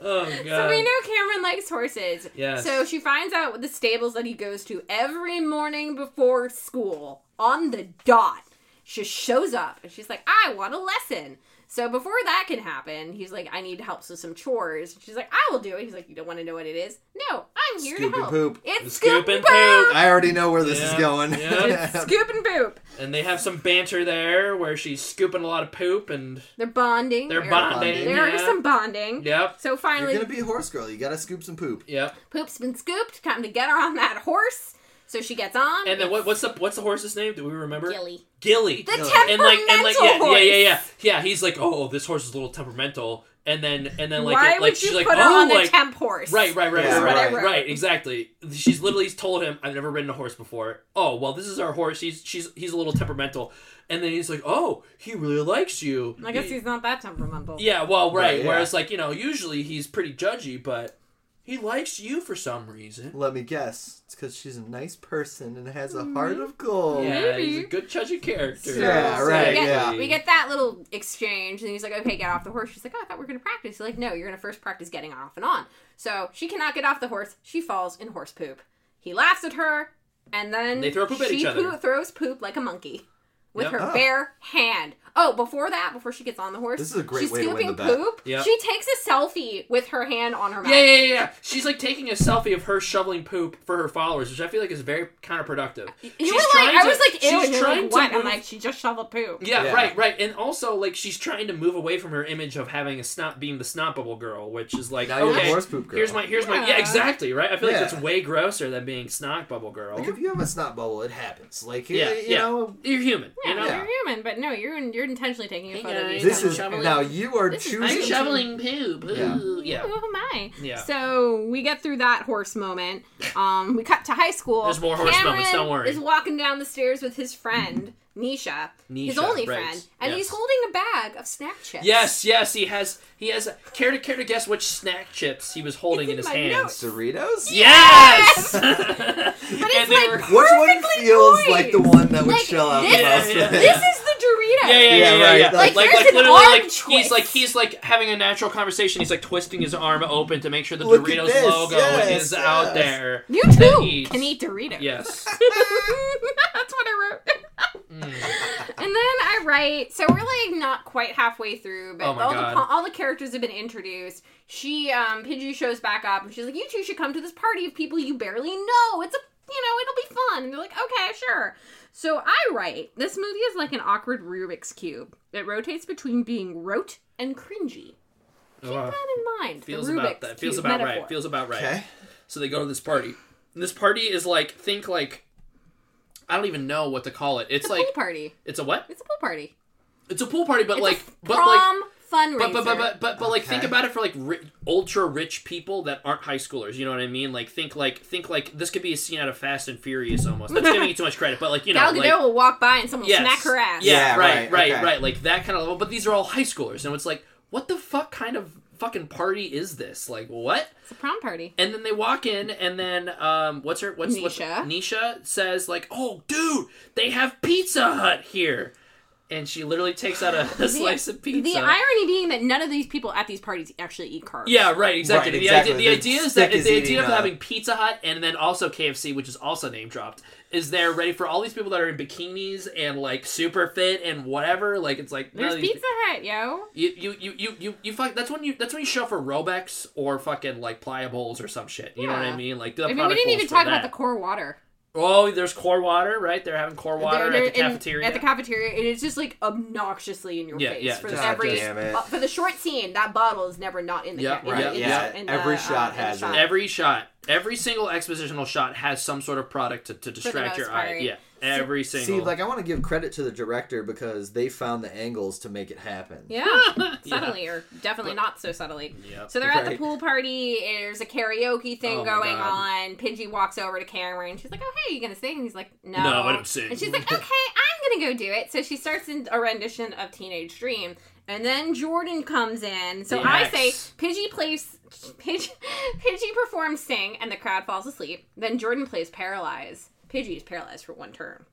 Speaker 3: oh god.
Speaker 1: So we know Cameron likes horses.
Speaker 3: Yes.
Speaker 1: So she finds out the stables that he goes to every morning before school on the dot. She shows up and she's like, I want a lesson. So before that can happen, he's like, I need help with some chores. She's like, I will do it. He's like, You don't want to know what it is? No, I'm here
Speaker 2: Scoop
Speaker 1: to
Speaker 2: and
Speaker 1: help.
Speaker 2: poop.
Speaker 1: It's
Speaker 3: Scoop
Speaker 1: scoop,
Speaker 3: and
Speaker 1: and poop.
Speaker 2: I already know where this is
Speaker 3: Yeah,
Speaker 2: going.
Speaker 3: yeah.
Speaker 1: scoop and poop.
Speaker 3: And they have some banter there where she's scooping a lot of poop and
Speaker 1: They're bonding.
Speaker 3: they're
Speaker 1: There-
Speaker 3: bonding.
Speaker 1: There
Speaker 3: yeah.
Speaker 1: is some bonding.
Speaker 3: Yep.
Speaker 1: So
Speaker 2: You're
Speaker 1: finally,
Speaker 2: gonna be a horse girl. You gotta scoop some poop.
Speaker 3: Yep.
Speaker 1: poop's been scooped. Time to get her on that horse. So she gets on.
Speaker 3: And then what, what's the what's the horse's name? Do we remember?
Speaker 1: Gilly.
Speaker 3: Gilly.
Speaker 1: The
Speaker 2: Really?
Speaker 1: temperamental
Speaker 3: and like and like yeah,
Speaker 1: horse.
Speaker 3: yeah yeah yeah yeah he's like oh this horse is a little temperamental and then and then like
Speaker 1: Why
Speaker 3: it,
Speaker 1: would
Speaker 3: like she's
Speaker 1: you
Speaker 3: like
Speaker 1: put her
Speaker 3: oh
Speaker 1: on the
Speaker 3: like
Speaker 1: temp horse?
Speaker 3: right right right
Speaker 2: Yeah,
Speaker 3: right, right
Speaker 1: right.
Speaker 3: right exactly she's literally told him I've never ridden a horse before oh well this is our horse he's she's he's a little temperamental and then he's like oh he really likes you
Speaker 1: I guess
Speaker 3: He-
Speaker 1: he's not that temperamental.
Speaker 3: yeah well right,
Speaker 2: Right, yeah.
Speaker 3: whereas like you know usually he's pretty judgy but he likes you for some reason
Speaker 2: Let me guess. It's because she's a nice person and has
Speaker 1: Mm-hmm.
Speaker 2: a heart of gold.
Speaker 3: yeah he's a
Speaker 1: Maybe.
Speaker 3: good judgy character
Speaker 2: Yeah, right,
Speaker 1: we get,
Speaker 2: yeah.
Speaker 1: we get that little exchange, and he's like, "Okay, get off the horse." She's like, "Oh, I thought we were gonna practice." He's like, "No, you're gonna first practice getting off and on." So she cannot get off the horse. She falls in horse poop. He laughs at her, and then
Speaker 3: They throw poop
Speaker 1: she
Speaker 3: at each other.
Speaker 1: poo- throws poop like a monkey with
Speaker 3: Yep.
Speaker 1: her
Speaker 2: Oh.
Speaker 1: bare hand. Oh, before that, before she gets on the horse,
Speaker 2: This is a great
Speaker 1: she's
Speaker 2: way to win
Speaker 1: scooping
Speaker 2: the bet.
Speaker 1: poop.
Speaker 3: Yep.
Speaker 1: She takes a selfie with her hand on her mouth.
Speaker 3: Yeah, yeah, yeah, yeah. She's like taking a selfie of her shoveling poop for her followers, which I feel like is very counterproductive.
Speaker 1: You
Speaker 3: she's
Speaker 1: were like,
Speaker 3: trying
Speaker 1: I
Speaker 3: to-
Speaker 1: was like, ew,
Speaker 3: she's
Speaker 1: and you're
Speaker 3: trying
Speaker 1: like,
Speaker 3: to
Speaker 1: what? I'm
Speaker 3: move-
Speaker 1: like, she just shoveled poop.
Speaker 3: Yeah,
Speaker 2: Yeah.
Speaker 3: right, right. And also, like, she's trying to move away from her image of having a snot being the snot bubble girl, which is like,
Speaker 2: Now you're
Speaker 3: okay,
Speaker 2: the horse poop girl.
Speaker 3: here's my, here's my,
Speaker 1: Yeah.
Speaker 3: yeah, exactly, right. I feel
Speaker 2: Yeah.
Speaker 3: like that's way grosser than being snot bubble girl.
Speaker 2: Like if you have a snot bubble, it happens. Like
Speaker 3: Yeah,
Speaker 2: you
Speaker 3: yeah.
Speaker 2: know,
Speaker 3: You're human,
Speaker 1: Yeah,
Speaker 3: you know.
Speaker 2: Yeah.
Speaker 1: you're human, but no, you're you're intentionally taking a
Speaker 3: Hey,
Speaker 1: photo. of
Speaker 3: guys.
Speaker 2: this
Speaker 3: I'm
Speaker 2: is
Speaker 3: shoveling-
Speaker 2: now you are
Speaker 1: This is- I'm
Speaker 2: choosing. to-
Speaker 3: poop.
Speaker 2: Yeah.
Speaker 3: Ooh, yeah.
Speaker 1: Who am I?
Speaker 3: Yeah.
Speaker 1: So we get through that horse moment. Um, we cut to high school.
Speaker 3: There's more horse
Speaker 1: Cameron
Speaker 3: moments, don't worry.
Speaker 1: Is walking down the stairs with his friend Nisha, his
Speaker 3: Nisha,
Speaker 1: only
Speaker 3: right,
Speaker 1: friend, and
Speaker 3: yes.
Speaker 1: he's holding a bag of snack chips.
Speaker 3: Yes, yes. He has, he has. Care to care to guess which snack chips he was
Speaker 1: It's
Speaker 3: holding in,
Speaker 1: in
Speaker 3: his
Speaker 1: my
Speaker 3: hands?
Speaker 1: notes.
Speaker 2: Doritos.
Speaker 3: Yes.
Speaker 1: but it's
Speaker 3: And they
Speaker 1: like
Speaker 3: were-
Speaker 2: Which one
Speaker 1: perfectly
Speaker 2: feels
Speaker 1: poised.
Speaker 2: like the one that would
Speaker 1: Like,
Speaker 2: shell out
Speaker 1: this-
Speaker 2: the most?
Speaker 3: Yeah, yeah.
Speaker 1: This is the Dorito.
Speaker 3: Yeah, yeah, yeah,
Speaker 2: Yeah,
Speaker 3: yeah,
Speaker 2: right.
Speaker 3: yeah.
Speaker 2: Like,
Speaker 1: here's an arm
Speaker 3: like
Speaker 1: twist.
Speaker 3: he's like he's like having a natural conversation. He's like twisting his arm open to make sure the
Speaker 2: Look at
Speaker 3: Doritos
Speaker 2: this.
Speaker 3: logo
Speaker 2: Yes,
Speaker 3: is
Speaker 2: yes.
Speaker 3: out there.
Speaker 1: You
Speaker 3: That
Speaker 1: too
Speaker 3: eats.
Speaker 1: can eat Doritos.
Speaker 3: Yes.
Speaker 1: That's what I wrote. and
Speaker 3: Mm.
Speaker 1: then I write. So we're like not quite halfway through, but
Speaker 3: Oh my
Speaker 1: all
Speaker 3: God.
Speaker 1: the all the characters have been introduced. She um Pidgey shows back up and she's like, "You two should come to this party of people you barely know. It's a you know it'll be fun." And they're like, "Okay, sure." So I write. This movie is like an awkward Rubik's cube. It rotates between being rote and cringy.
Speaker 3: Oh, wow.
Speaker 1: That in mind. the
Speaker 3: Feels
Speaker 1: Rubik's
Speaker 3: about that. Feels
Speaker 1: cube
Speaker 3: about
Speaker 1: metaphor.
Speaker 3: right. Feels about right.
Speaker 2: Okay.
Speaker 3: So they go to this party. And this party is like think like I don't even know what to call it. It's,
Speaker 1: it's a
Speaker 3: like
Speaker 1: pool party.
Speaker 3: it's a what?
Speaker 1: It's a pool party.
Speaker 3: It's a pool party, but
Speaker 1: It's
Speaker 3: like
Speaker 1: a
Speaker 3: but like
Speaker 1: prom fundraiser.
Speaker 3: but but but but but, but like think
Speaker 2: Okay.
Speaker 3: about it for like ri- ultra rich people that aren't high schoolers. You know what I mean? Like think like think like this could be a scene out of Fast and Furious almost. That's giving you too much credit, but like you know,
Speaker 1: Gal Gadot
Speaker 3: like,
Speaker 1: will walk by and someone will
Speaker 3: yes,
Speaker 1: smack her ass.
Speaker 3: Yeah,
Speaker 2: Yeah, right,
Speaker 3: right, right,
Speaker 2: okay.
Speaker 3: right. Like that kind of level. But these are all high schoolers, and it's like, what the fuck kind of fucking party is this? Like what?
Speaker 1: It's a prom party.
Speaker 3: And then they walk in, and then um, what's her? What's what's-
Speaker 1: Nisha.
Speaker 3: Nisha says like, "Oh, dude, they have Pizza Hut here," and she literally takes out a, a slice of pizza.
Speaker 1: The irony being that none of these people at these parties actually eat carbs.
Speaker 3: yeah, right, exactly.
Speaker 2: Right,
Speaker 3: the
Speaker 2: exactly.
Speaker 3: idea, the
Speaker 2: The
Speaker 3: idea is
Speaker 2: stick
Speaker 3: that
Speaker 2: is
Speaker 3: the
Speaker 2: eating,
Speaker 3: idea of
Speaker 2: uh,
Speaker 3: having Pizza Hut and then also KFC, which is also name dropped, is there ready for all these people that are in bikinis and like super fit and whatever. Like it's like none
Speaker 1: There's
Speaker 3: of these
Speaker 1: Pizza Hut, yo.
Speaker 3: You you you you you, you fuck, that's when you that's when you show for Robex or fucking like pliables or some shit. You know what
Speaker 1: Yeah.
Speaker 3: I mean? Like the
Speaker 1: I mean, we
Speaker 3: product
Speaker 1: didn't
Speaker 3: holes
Speaker 1: even
Speaker 3: for
Speaker 1: talk
Speaker 3: that.
Speaker 1: about the core water.
Speaker 3: Oh, there's core water, right? They're having core water
Speaker 1: They're-
Speaker 3: at the
Speaker 1: they're in-
Speaker 3: cafeteria.
Speaker 1: At the cafeteria, it is just like obnoxiously in your
Speaker 3: Yeah,
Speaker 1: face
Speaker 3: yeah,
Speaker 1: for
Speaker 3: just-
Speaker 1: every
Speaker 2: God damn it.
Speaker 1: uh, for the short scene. That bottle is never not in the
Speaker 3: Yeah,
Speaker 1: ca- in
Speaker 3: right,
Speaker 1: the- in the-
Speaker 2: yeah.
Speaker 1: in the,
Speaker 2: Every
Speaker 1: uh,
Speaker 2: shot
Speaker 1: in the
Speaker 2: has it.
Speaker 3: every shot, every single expositional shot has some sort of product to, to distract
Speaker 1: most
Speaker 3: your eye.
Speaker 1: part.
Speaker 3: Yeah, every single.
Speaker 2: See, like I want to give credit to the director because they found the angles to make it happen.
Speaker 1: Yeah,
Speaker 3: Yeah.
Speaker 1: subtly or definitely not so subtly.
Speaker 3: Yep.
Speaker 1: So they're at the
Speaker 2: Right.
Speaker 1: pool party. There's a karaoke thing
Speaker 3: Oh my
Speaker 1: going
Speaker 3: God.
Speaker 1: on. Pidgey walks over to Cameron. She's like, "Oh hey, you gonna sing?" And he's like, "No,
Speaker 3: No, I don't sing."
Speaker 1: And she's like, "Okay, I'm gonna go do it." So she starts in a rendition of "Teenage Dream," and then Jordan comes in. So I say,
Speaker 3: Yes.
Speaker 1: "Pidgey plays." Pidgey, Pidgey performs "Sing," and the crowd falls asleep. Then Jordan plays "Paralyze." Pidgey is paralyzed for one turn.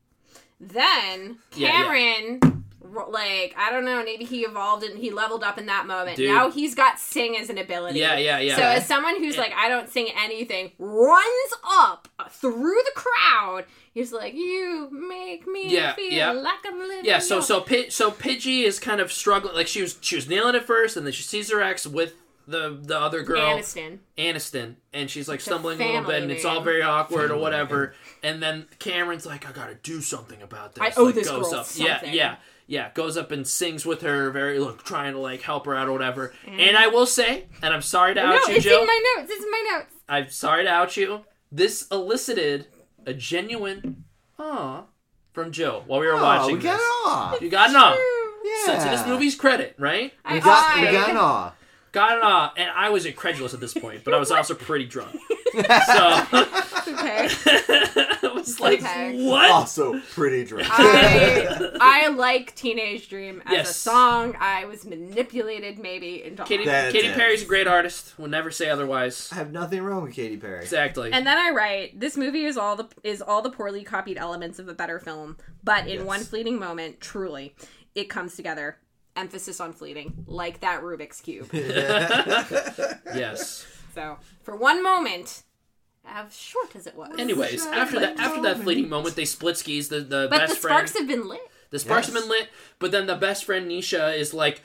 Speaker 1: Then
Speaker 3: Yeah, yeah.
Speaker 1: Cameron ro- like I don't know, maybe he evolved and he leveled up in that moment.
Speaker 3: Dude.
Speaker 1: Now he's got sing as an ability.
Speaker 3: yeah, yeah, yeah.
Speaker 1: So as someone who's like I don't sing anything, runs up through the crowd. He's like, "You make me
Speaker 3: Yeah,
Speaker 1: feel
Speaker 3: yeah.
Speaker 1: like I'm living."
Speaker 3: yeah, so
Speaker 1: on-"
Speaker 3: so Pi- so Pidgey is kind of struggling. Like she was she was nailing it first, and then she sees her ex with the the other girl,
Speaker 1: Aniston.
Speaker 3: Aniston, and she's like
Speaker 1: a
Speaker 3: stumbling a little
Speaker 1: family
Speaker 3: bit, and it's
Speaker 1: name.
Speaker 3: all very awkward or whatever. And then Cameron's like, "I gotta do something about this."
Speaker 1: I owe
Speaker 3: like,
Speaker 1: this
Speaker 3: goes
Speaker 1: girl
Speaker 3: up, yeah,
Speaker 1: something.
Speaker 3: yeah, yeah. Goes up and sings with her, very like trying to like help her out or whatever. And I will say, and I'm sorry to
Speaker 1: Mm-hmm. No,
Speaker 3: out you,
Speaker 1: it's
Speaker 3: Jill.
Speaker 1: in my notes. It's in my notes.
Speaker 3: I'm sorry to out you. This elicited a genuine aw from Jill while
Speaker 1: Oh,
Speaker 3: we were
Speaker 2: Aw,
Speaker 3: watching.
Speaker 2: Oh, we got
Speaker 3: this.
Speaker 2: awe.
Speaker 3: You got an aw.
Speaker 1: Ooh.
Speaker 2: Yeah.
Speaker 3: So to this movie's credit, right?
Speaker 1: I
Speaker 2: we got, we
Speaker 1: eyed.
Speaker 2: got an awe.
Speaker 3: got it all, and I was incredulous at this point, but I was also pretty drunk. So
Speaker 1: Okay.
Speaker 3: I was like,
Speaker 1: Okay.
Speaker 3: "What?"
Speaker 2: Also, pretty drunk.
Speaker 1: I, I like Teenage Dream as a
Speaker 3: Yes.
Speaker 1: song. I was manipulated maybe into
Speaker 3: Katy,
Speaker 2: That's
Speaker 3: Katy
Speaker 2: it.
Speaker 3: Perry's a great artist. Will never say otherwise.
Speaker 2: I have nothing wrong with Katy Perry.
Speaker 3: Exactly.
Speaker 1: And then I write, this movie is all the is all the poorly copied elements of a better film, but in
Speaker 2: Yes.
Speaker 1: one fleeting moment, truly, it comes together. Emphasis on fleeting, like that Rubik's cube.
Speaker 3: yes.
Speaker 1: so for one moment, as short as it was.
Speaker 3: Anyways, after that, after that fleeting moment, they split skis. The the
Speaker 1: but
Speaker 3: best
Speaker 1: the
Speaker 3: friend,
Speaker 1: sparks have been lit.
Speaker 3: the sparks
Speaker 2: Yes.
Speaker 3: have been lit. But then the best friend Nisha is like,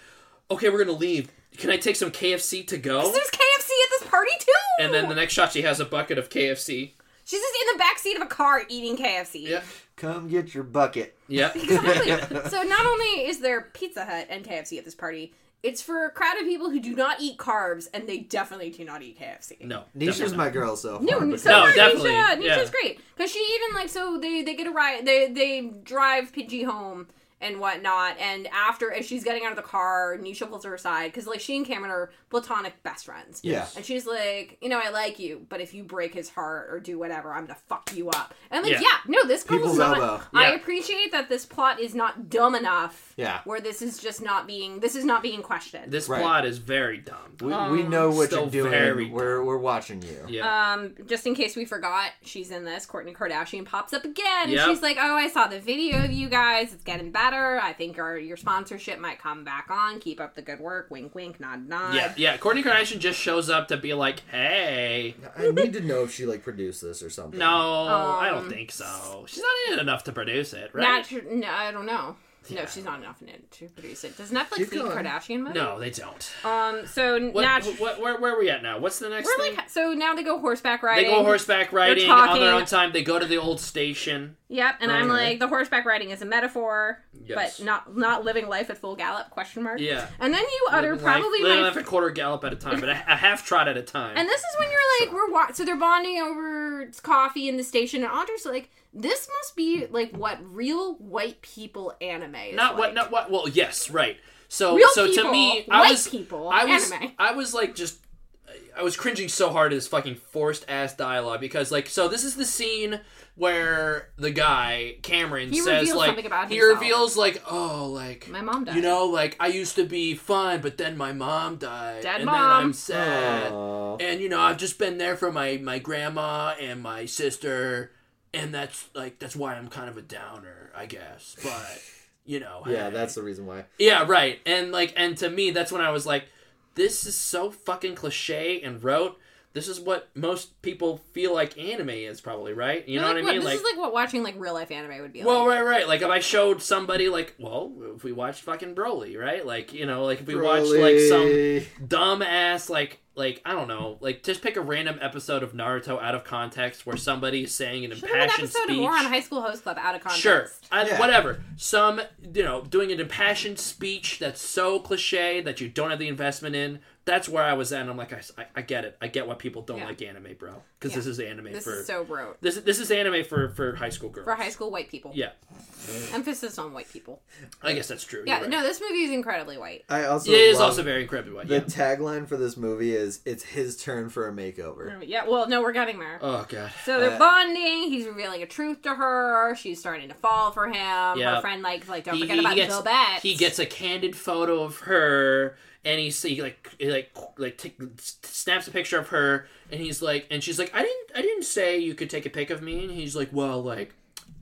Speaker 3: "Okay, we're gonna leave. Can I take some KFC to go?"
Speaker 1: There's KFC at this party too.
Speaker 3: And then the next shot, she has a bucket of KFC.
Speaker 1: she's just in the back seat of a car eating KFC.
Speaker 3: Yeah.
Speaker 2: Come get your bucket.
Speaker 3: Yeah.
Speaker 1: Exactly. so not only is there Pizza Hut and KFC at this party, it's for a crowd of people who do not eat carbs, and they definitely do not eat KFC.
Speaker 3: No.
Speaker 2: Nisha's
Speaker 3: definitely
Speaker 2: my girl so far.
Speaker 1: No,
Speaker 2: because-
Speaker 1: so no,
Speaker 3: definitely,
Speaker 1: Nisha, Nisha's
Speaker 3: yeah.
Speaker 1: great because she even like so they they get a ride they they drive Pidgey home and whatnot and after as she's getting out of the car Nisha pulls her aside because like she and Cameron are platonic best friends
Speaker 2: Yeah.
Speaker 1: and she's like you know I like you but if you break his heart or do whatever I'm gonna fuck you up and I'm like yeah,
Speaker 3: Yeah.
Speaker 1: no this girl's
Speaker 2: People's
Speaker 1: not
Speaker 2: elbow.
Speaker 1: I
Speaker 3: Yeah.
Speaker 1: appreciate that this plot is not dumb enough
Speaker 2: Yeah.
Speaker 1: where this is just not being this is not being questioned
Speaker 3: This
Speaker 2: Right.
Speaker 3: plot is very dumb.
Speaker 2: We, we know what
Speaker 3: still
Speaker 2: you're doing.
Speaker 3: very
Speaker 2: we're, we're watching you.
Speaker 3: yeah.
Speaker 1: Um, just in case we forgot, she's in this. Courtney Kardashian pops up again. and
Speaker 3: Yep.
Speaker 1: She's like, "Oh, I saw the video of you guys. It's getting better. I think our your sponsorship might come back on. Keep up the good work. Wink, wink, nod, nod."
Speaker 3: yeah. Yeah. Courtney Kardashian just shows up to be like, "Hey."
Speaker 2: I need to know if she like produced this or something.
Speaker 3: No, I
Speaker 1: Um,
Speaker 3: don't think so. She's not in it enough to produce it, right?
Speaker 1: Nat- no, I don't know. No, she's not enough in it to produce it. Does Netflix
Speaker 2: Keep
Speaker 1: need
Speaker 2: going.
Speaker 1: Kardashian money?
Speaker 3: no, they don't.
Speaker 1: Um. So
Speaker 3: What,
Speaker 1: Nat,
Speaker 3: what, where, where are we at now? What's the next
Speaker 1: we're
Speaker 3: thing?
Speaker 1: like, so now they go horseback
Speaker 3: they
Speaker 1: riding.
Speaker 3: go horseback riding on
Speaker 1: talking.
Speaker 3: their own time. They go to the old station.
Speaker 1: Yep. And I'm
Speaker 2: Okay.
Speaker 1: like, the horseback riding is a metaphor,
Speaker 3: Oh, Yes.
Speaker 1: but not not living life at full gallop? Question mark.
Speaker 3: Yeah.
Speaker 1: And then you utter
Speaker 3: Like,
Speaker 1: probably
Speaker 3: they
Speaker 1: my
Speaker 3: don't have a quarter gallop at a time, but a, a half trot at a time.
Speaker 1: And this is when you're like, we're wa- so they're bonding over coffee in the station, and Andre's like, this must be like what real white people anime is
Speaker 3: not what,
Speaker 1: like.
Speaker 3: not what. Well, yes, right. So,
Speaker 1: Real
Speaker 3: so
Speaker 1: people,
Speaker 3: to me, I
Speaker 1: white
Speaker 3: was,
Speaker 1: people,
Speaker 3: I was,
Speaker 1: anime.
Speaker 3: I was like just, I was cringing so hard at this fucking forced ass dialogue because like, so this is the scene where the guy Cameron
Speaker 1: He
Speaker 3: says
Speaker 1: reveals
Speaker 3: like
Speaker 1: something about
Speaker 3: he
Speaker 1: himself.
Speaker 3: reveals like oh like
Speaker 1: My mom died.
Speaker 3: you know like I used to be fun but then my mom died
Speaker 1: Dead
Speaker 3: and
Speaker 1: mom.
Speaker 3: then I'm sad
Speaker 2: Aw.
Speaker 3: and you know I've just been there for my my grandma and my sister and that's like that's why I'm kind of a downer I guess but you know
Speaker 2: Yeah,
Speaker 3: hey.
Speaker 2: that's the reason why.
Speaker 3: Yeah, right. And like and to me that's when I was like this is so fucking cliche and rote. This is what most people feel like anime is probably, right? You
Speaker 1: You're
Speaker 3: know
Speaker 1: like,
Speaker 3: what I
Speaker 1: what-
Speaker 3: mean?
Speaker 1: This
Speaker 3: Like,
Speaker 1: is like what watching like real life anime would be.
Speaker 3: well,
Speaker 1: like.
Speaker 3: right, right. Like if I showed somebody like, well, if we watched fucking Broly, right? Like, you know, like if we watched like some
Speaker 2: Broly.
Speaker 3: dumb ass like like I don't know, like just pick a random episode of Naruto out of context where somebody is saying an
Speaker 1: should have an
Speaker 3: impassioned
Speaker 1: episode
Speaker 3: speech.
Speaker 1: of War on High School Host Club out of context.
Speaker 3: Sure, I,
Speaker 2: Yeah.
Speaker 3: whatever. Some, you know, doing an impassioned speech that's so cliche that you don't have the investment in. That's where I was at. And I'm like, I, I, I get it. I get why people don't
Speaker 1: Yeah.
Speaker 3: like anime, bro. Because
Speaker 1: Yeah.
Speaker 3: this is anime
Speaker 1: This
Speaker 3: for
Speaker 1: is so rote
Speaker 3: this. This is anime for for high school girls.
Speaker 1: for high school white people.
Speaker 3: Yeah,
Speaker 1: Emphasis on white people.
Speaker 3: I guess that's true.
Speaker 1: Yeah.
Speaker 3: You're right.
Speaker 1: No, this movie is incredibly white.
Speaker 2: I also
Speaker 3: it is
Speaker 2: love-
Speaker 3: also very incredibly white.
Speaker 2: the
Speaker 3: Yeah.
Speaker 2: tagline for this movie is "It's his turn for a makeover."
Speaker 1: Yeah. Well, no, we're getting there.
Speaker 3: oh god.
Speaker 1: So they're
Speaker 2: Uh,
Speaker 1: bonding. He's revealing a truth to her. She's starting to fall for him. Her
Speaker 3: Yeah.
Speaker 1: friend like like don't
Speaker 3: He-
Speaker 1: forget
Speaker 3: he
Speaker 1: about
Speaker 3: gets-
Speaker 1: Bill Betts.
Speaker 3: He gets a candid photo of her, and he's he like he like like t- snaps a picture of her, and he's like, and she's like, I didn't I didn't say you could take a pic of me, and he's like, well, like.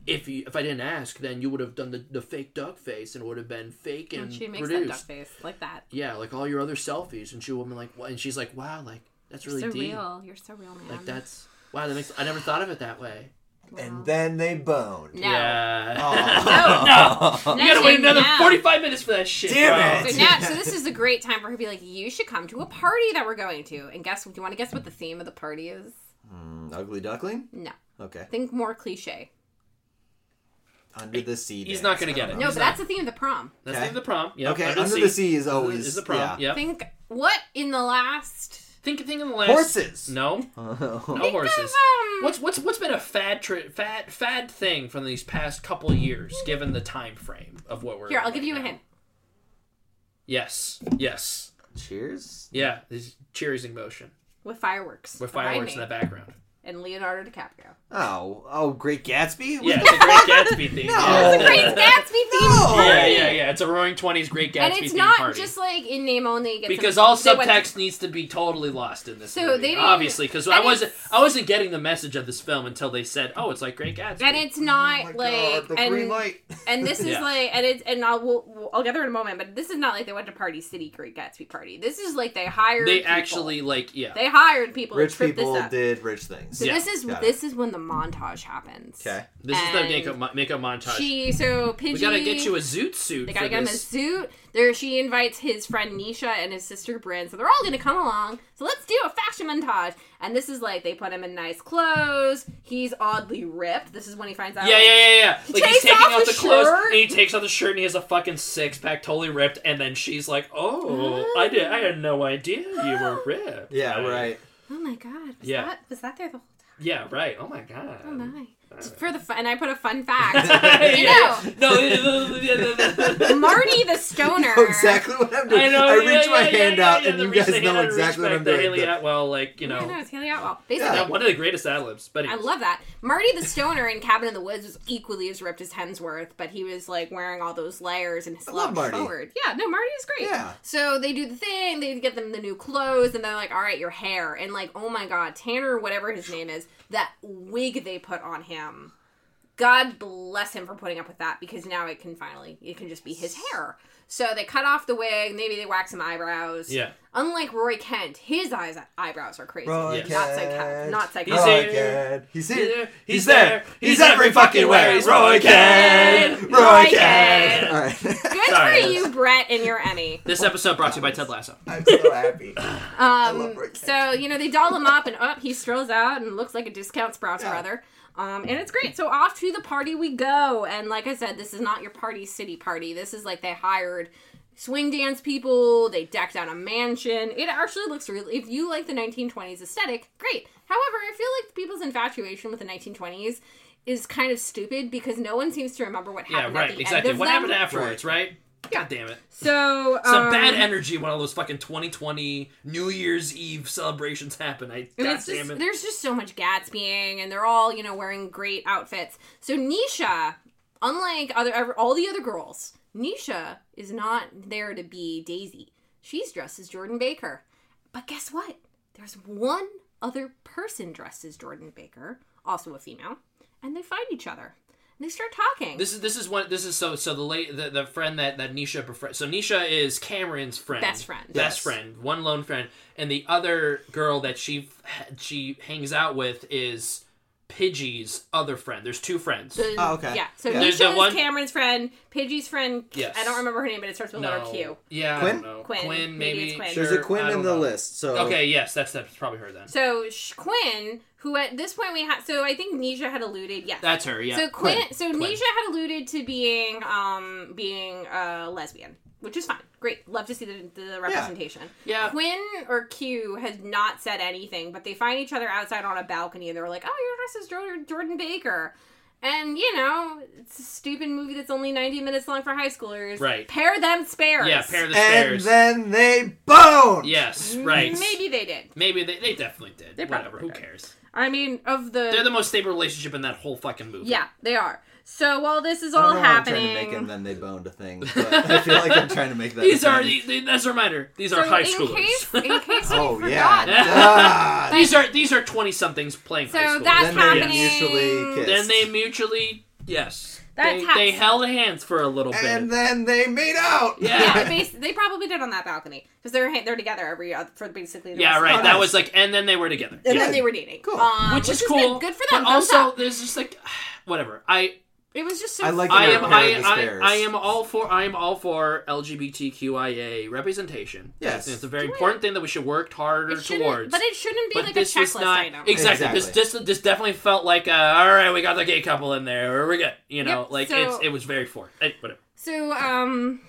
Speaker 3: If you, if I didn't ask, then you would have done the, the fake duck face and it would have been fake and,
Speaker 1: And she makes that duck
Speaker 3: produced.
Speaker 1: face like that.
Speaker 3: Yeah, like all your other selfies, and she would have been like, "What?" And she's like, "Wow, like that's really
Speaker 1: so
Speaker 3: deep.
Speaker 1: real. You're so real, man.
Speaker 3: Like that's wow, that makes I never thought of it that way."
Speaker 2: And then they boned.
Speaker 1: No.
Speaker 2: Oh.
Speaker 3: Yeah,
Speaker 2: Aw.
Speaker 3: you gotta wait another
Speaker 1: now.
Speaker 3: forty five minutes for that shit.
Speaker 2: Damn
Speaker 3: bro.
Speaker 2: it.
Speaker 1: So now, so this is a great time for her to be like, "You should come to a party that we're going to." And guess, do you want to guess what the theme of the party is?
Speaker 2: Mm, Ugly duckling.
Speaker 1: No,
Speaker 2: Okay.
Speaker 1: think more cliche.
Speaker 2: Under the sea.
Speaker 3: He's
Speaker 2: dance.
Speaker 3: not gonna get it.
Speaker 1: No, but that's the theme of the prom.
Speaker 3: That's
Speaker 2: Okay.
Speaker 3: the end of the prom. Yeah.
Speaker 2: Okay. Under the sea is always
Speaker 3: is the prom. Yeah.
Speaker 1: Think what in the last?
Speaker 3: Think think of the last
Speaker 2: Horses.
Speaker 3: No,
Speaker 2: Oh.
Speaker 3: no
Speaker 1: Think of
Speaker 3: horses.
Speaker 1: um.
Speaker 3: What's what's what's been a fad tri- fad fad thing from these past couple years, given the time frame of what we're
Speaker 1: Here,
Speaker 3: in
Speaker 1: I'll give
Speaker 3: right
Speaker 1: you a
Speaker 3: now?
Speaker 1: hint.
Speaker 3: Yes, yes.
Speaker 2: Cheers.
Speaker 3: Yeah, this cheersing motion
Speaker 1: with fireworks.
Speaker 3: with
Speaker 1: behind
Speaker 3: fireworks in
Speaker 1: me
Speaker 3: the background.
Speaker 1: and Leonardo DiCaprio.
Speaker 2: Oh, oh, Great Gatsby. What
Speaker 3: Yeah,
Speaker 2: the
Speaker 3: it's a
Speaker 2: fuck?
Speaker 3: Great Gatsby theme.
Speaker 2: No.
Speaker 3: Yeah.
Speaker 2: It's a
Speaker 1: Great Gatsby theme.
Speaker 2: No.
Speaker 3: Yeah, yeah, yeah. It's a Roaring Twenties Great Gatsby
Speaker 1: and it's
Speaker 3: theme
Speaker 1: not
Speaker 3: party.
Speaker 1: just like in name only. it gets
Speaker 3: because
Speaker 1: them-
Speaker 3: all
Speaker 1: they went-
Speaker 3: subtext needs to be totally lost in this
Speaker 1: So
Speaker 3: movie,
Speaker 1: they didn't-
Speaker 3: obviously because I
Speaker 1: and
Speaker 3: wasn't I wasn't getting the message of this film until they said oh it's like Great Gatsby
Speaker 1: and it's
Speaker 2: Oh my
Speaker 1: not
Speaker 2: God,
Speaker 1: like
Speaker 2: the
Speaker 1: and,
Speaker 2: green light.
Speaker 1: and this is
Speaker 3: Yeah.
Speaker 1: like and it's and I'll we'll, we'll- I'll get there in a moment, but this is not like they went to Party City Great Gatsby party. This is like they hired
Speaker 3: they
Speaker 1: people.
Speaker 3: actually like yeah
Speaker 1: they hired people to
Speaker 2: Rich
Speaker 1: trip
Speaker 2: people
Speaker 1: this up.
Speaker 2: did rich things.
Speaker 1: so
Speaker 3: Yeah.
Speaker 1: this is
Speaker 2: Got it.
Speaker 1: this is when the montage happens.
Speaker 2: Okay.
Speaker 3: this is the
Speaker 1: and
Speaker 3: makeup mo- makeup montage
Speaker 1: She so Pidgey.
Speaker 3: we gotta get you a zoot suit
Speaker 1: They
Speaker 3: for
Speaker 1: gotta get him a
Speaker 3: this.
Speaker 1: suit. There, she invites his friend Nisha and his sister Brynn, so they're all gonna come along. So let's do a fashion montage. And this is like they put him in nice clothes. He's oddly ripped. This is when he finds out.
Speaker 3: Yeah,
Speaker 1: like,
Speaker 3: yeah, yeah, yeah. Like he's
Speaker 1: takes
Speaker 3: taking
Speaker 1: off
Speaker 3: off the
Speaker 1: his
Speaker 3: clothes
Speaker 1: shirt.
Speaker 3: and he takes off the shirt and he has a fucking six pack, totally ripped. And then she's like, "Oh, I did. I had no idea you were ripped."
Speaker 2: Yeah, right.
Speaker 1: Oh my god. Was
Speaker 3: Yeah.
Speaker 1: That, was that there the whole time?
Speaker 3: Yeah, right. Oh my god.
Speaker 1: Oh my. For the fun, and I put a fun fact.
Speaker 3: Yeah,
Speaker 1: you
Speaker 3: yeah.
Speaker 1: know,
Speaker 3: No. I
Speaker 1: Marty the stoner.
Speaker 2: know exactly what I'm doing. I,
Speaker 3: know. yeah,
Speaker 2: reach
Speaker 3: yeah,
Speaker 2: my
Speaker 3: yeah,
Speaker 2: hand
Speaker 3: yeah,
Speaker 2: out,
Speaker 3: yeah,
Speaker 2: and
Speaker 3: the
Speaker 2: you
Speaker 3: reach
Speaker 2: guys
Speaker 3: the hand
Speaker 2: know
Speaker 3: out, reach
Speaker 2: exactly what
Speaker 3: back
Speaker 2: I'm
Speaker 3: to
Speaker 2: doing.
Speaker 3: Haley Atwell, like you
Speaker 1: Yeah, no,
Speaker 3: know,
Speaker 1: it's Haley Atwell. Basically,
Speaker 2: Yeah.
Speaker 3: one of the greatest ad libs. But
Speaker 1: I
Speaker 3: anyways.
Speaker 1: love that. Marty the Stoner in Cabin in the Woods was equally as ripped as Hemsworth, but he was like wearing all those layers and
Speaker 2: I
Speaker 1: slouched
Speaker 2: love Marty.
Speaker 1: forward. Yeah, no, Marty is great.
Speaker 2: Yeah.
Speaker 1: So they do the thing, they get them the new clothes, and they're like, all right, your hair. And like, oh my God, Tanner, whatever his name is, that wig they put on him. God bless him for putting up with that because now it can finally, it can just be his hair. So they cut off the wig, maybe they wax some eyebrows.
Speaker 3: Yeah.
Speaker 1: Unlike Roy Kent, his eyes eyebrows are crazy.
Speaker 2: Roy
Speaker 3: Yes.
Speaker 1: Not psychotic. Not
Speaker 3: He's
Speaker 1: psychotic.
Speaker 2: Roy
Speaker 3: here.
Speaker 2: Kent. He's
Speaker 3: He's
Speaker 2: here.
Speaker 3: there. He's there. He's every fucking where. He's Roy
Speaker 2: Kent.
Speaker 3: Kent.
Speaker 1: Roy
Speaker 2: Roy
Speaker 1: Kent.
Speaker 2: Kent. All right.
Speaker 1: Good
Speaker 3: Sorry.
Speaker 1: for you, Brett, and your Emmy.
Speaker 3: This episode brought to you by Ted Lasso.
Speaker 2: I'm so happy. love
Speaker 1: Um,
Speaker 2: Rick
Speaker 1: so you know they doll him up, and up he strolls out and looks like a discount Sprouts
Speaker 2: Yeah.
Speaker 1: brother. Um, and it's great. So off to the party we go. And like I said, this is not your party city party. This is like they hired swing dance people. They decked out a mansion. It actually looks really. If you like the 1920s aesthetic, great. However, I feel like people's infatuation with the 1920s is kind of stupid because no one seems to remember what
Speaker 3: Yeah,
Speaker 1: happened. at
Speaker 3: right.
Speaker 1: the
Speaker 3: Exactly.
Speaker 1: End of
Speaker 3: What
Speaker 1: them.
Speaker 3: happened afterwards? Right.
Speaker 1: Yeah.
Speaker 3: God damn it.
Speaker 1: So
Speaker 3: Some
Speaker 1: um,
Speaker 3: bad energy. One of those fucking 2020 New Year's Eve celebrations happen. I
Speaker 1: And
Speaker 3: God
Speaker 1: it's
Speaker 3: damn
Speaker 1: just,
Speaker 3: it.
Speaker 1: there's just so much Gatsbying, and they're all you know wearing great outfits. So Nisha, unlike other ever, all the other girls, Nisha is not there to be Daisy. She's dressed as Jordan Baker. But guess what? There's one other person dressed as Jordan Baker, also a female, and they find each other. And they start talking.
Speaker 3: This is this is one. This is so so the late the, the friend that that Nisha befri- so Nisha is Cameron's friend,
Speaker 1: Best friend.
Speaker 3: best
Speaker 1: Yes.
Speaker 3: friend, one lone friend, and the other girl that she she hangs out with is Pidgey's other friend. There's two friends.
Speaker 1: The-
Speaker 2: Oh, okay.
Speaker 1: Yeah. So
Speaker 2: Yeah.
Speaker 1: Nisha
Speaker 3: There's
Speaker 1: is
Speaker 3: that one-
Speaker 1: Cameron's friend, Pidgey's friend.
Speaker 3: Yes.
Speaker 1: I don't remember her name, but it starts with
Speaker 3: no,
Speaker 1: letter Q.
Speaker 3: yeah, I
Speaker 2: Quinn?
Speaker 3: don't know.
Speaker 1: Quinn.
Speaker 3: Quinn,
Speaker 1: Maybe
Speaker 3: maybe.
Speaker 1: it's Quinn.
Speaker 2: There's a
Speaker 3: sure, I
Speaker 2: Quinn
Speaker 3: don't
Speaker 2: in the
Speaker 3: know.
Speaker 2: list. So
Speaker 3: Okay, yes, that's that's probably her then.
Speaker 1: So Sh- Quinn, who at this point we had, so I think Nisha had alluded, yes.
Speaker 3: That's her. Yeah.
Speaker 1: so Quinn,
Speaker 2: Quinn.
Speaker 1: so Nisha had alluded to being, um, being a lesbian, which is fine. Great, love to see the, the representation.
Speaker 3: yeah.
Speaker 1: Quinn or Q has not said anything, but they find each other outside on a balcony, and they're like, "Oh, your dress is Jordan, Jordan Baker." And you know, it's a stupid movie that's only ninety minutes long for high schoolers.
Speaker 3: Right.
Speaker 1: Pair them spares.
Speaker 3: Yeah. Pair the
Speaker 2: And
Speaker 3: spares.
Speaker 2: then they bone.
Speaker 3: yes. Right.
Speaker 1: Maybe they did.
Speaker 3: Maybe they, they definitely did.
Speaker 1: They probably
Speaker 3: Whatever. Who
Speaker 1: did.
Speaker 3: cares?
Speaker 1: I mean, of
Speaker 3: They're the most stable relationship in that whole fucking movie.
Speaker 1: Yeah, they are. So while this is
Speaker 2: I
Speaker 1: all
Speaker 2: don't know how I'm
Speaker 1: happening,
Speaker 2: trying to make him then they boned a thing. But I feel like I'm trying to make that.
Speaker 3: These
Speaker 2: a
Speaker 3: are
Speaker 2: thing.
Speaker 3: the, the- that's a reminder. These
Speaker 1: so
Speaker 3: are high
Speaker 1: in
Speaker 3: schoolers.
Speaker 1: case, in case we
Speaker 2: Oh yeah.
Speaker 1: forgot,
Speaker 2: God.
Speaker 3: these are these are twenty somethings playing high
Speaker 1: so
Speaker 3: school.
Speaker 1: that's
Speaker 2: Then they
Speaker 1: happening.
Speaker 2: mutually kiss.
Speaker 3: then they mutually yes.
Speaker 1: That's
Speaker 3: they,
Speaker 1: hap-
Speaker 3: they held hands for a little bit.
Speaker 2: And then they made out.
Speaker 3: Yeah.
Speaker 1: Yeah, they, bas- they probably did on that balcony because they're ha- they're together every other, for basically. The
Speaker 3: yeah,
Speaker 1: rest
Speaker 3: right.
Speaker 1: Of the
Speaker 3: that
Speaker 2: nice.
Speaker 3: was like, and then they were together.
Speaker 1: and
Speaker 3: Yeah.
Speaker 1: then they were dating.
Speaker 2: Cool.
Speaker 1: Um,
Speaker 3: which, is
Speaker 1: good-
Speaker 3: cool.
Speaker 1: Good, for them.
Speaker 3: But
Speaker 1: thumbs
Speaker 3: also,
Speaker 1: up.
Speaker 3: there's just like, whatever. I
Speaker 1: it was just so.
Speaker 2: I like
Speaker 1: fun.
Speaker 3: I
Speaker 2: They were
Speaker 3: am
Speaker 2: paired
Speaker 3: I,
Speaker 2: with
Speaker 3: I,
Speaker 2: spares.
Speaker 3: I am all for I am all for LGBTQIA representation.
Speaker 2: Yes.
Speaker 3: it's a very important thing that we should work harder
Speaker 1: It shouldn't-
Speaker 3: towards.
Speaker 1: but it shouldn't be
Speaker 3: But
Speaker 1: like a
Speaker 3: this was
Speaker 1: checklist
Speaker 3: not
Speaker 1: item.
Speaker 3: exactly. This
Speaker 2: Exactly.
Speaker 3: this this definitely felt like uh, all right, we got the gay couple in there, we're good. You know,
Speaker 1: Yep,
Speaker 3: like
Speaker 1: so-
Speaker 3: it's it was very forced. Eh, whatever.
Speaker 1: So um,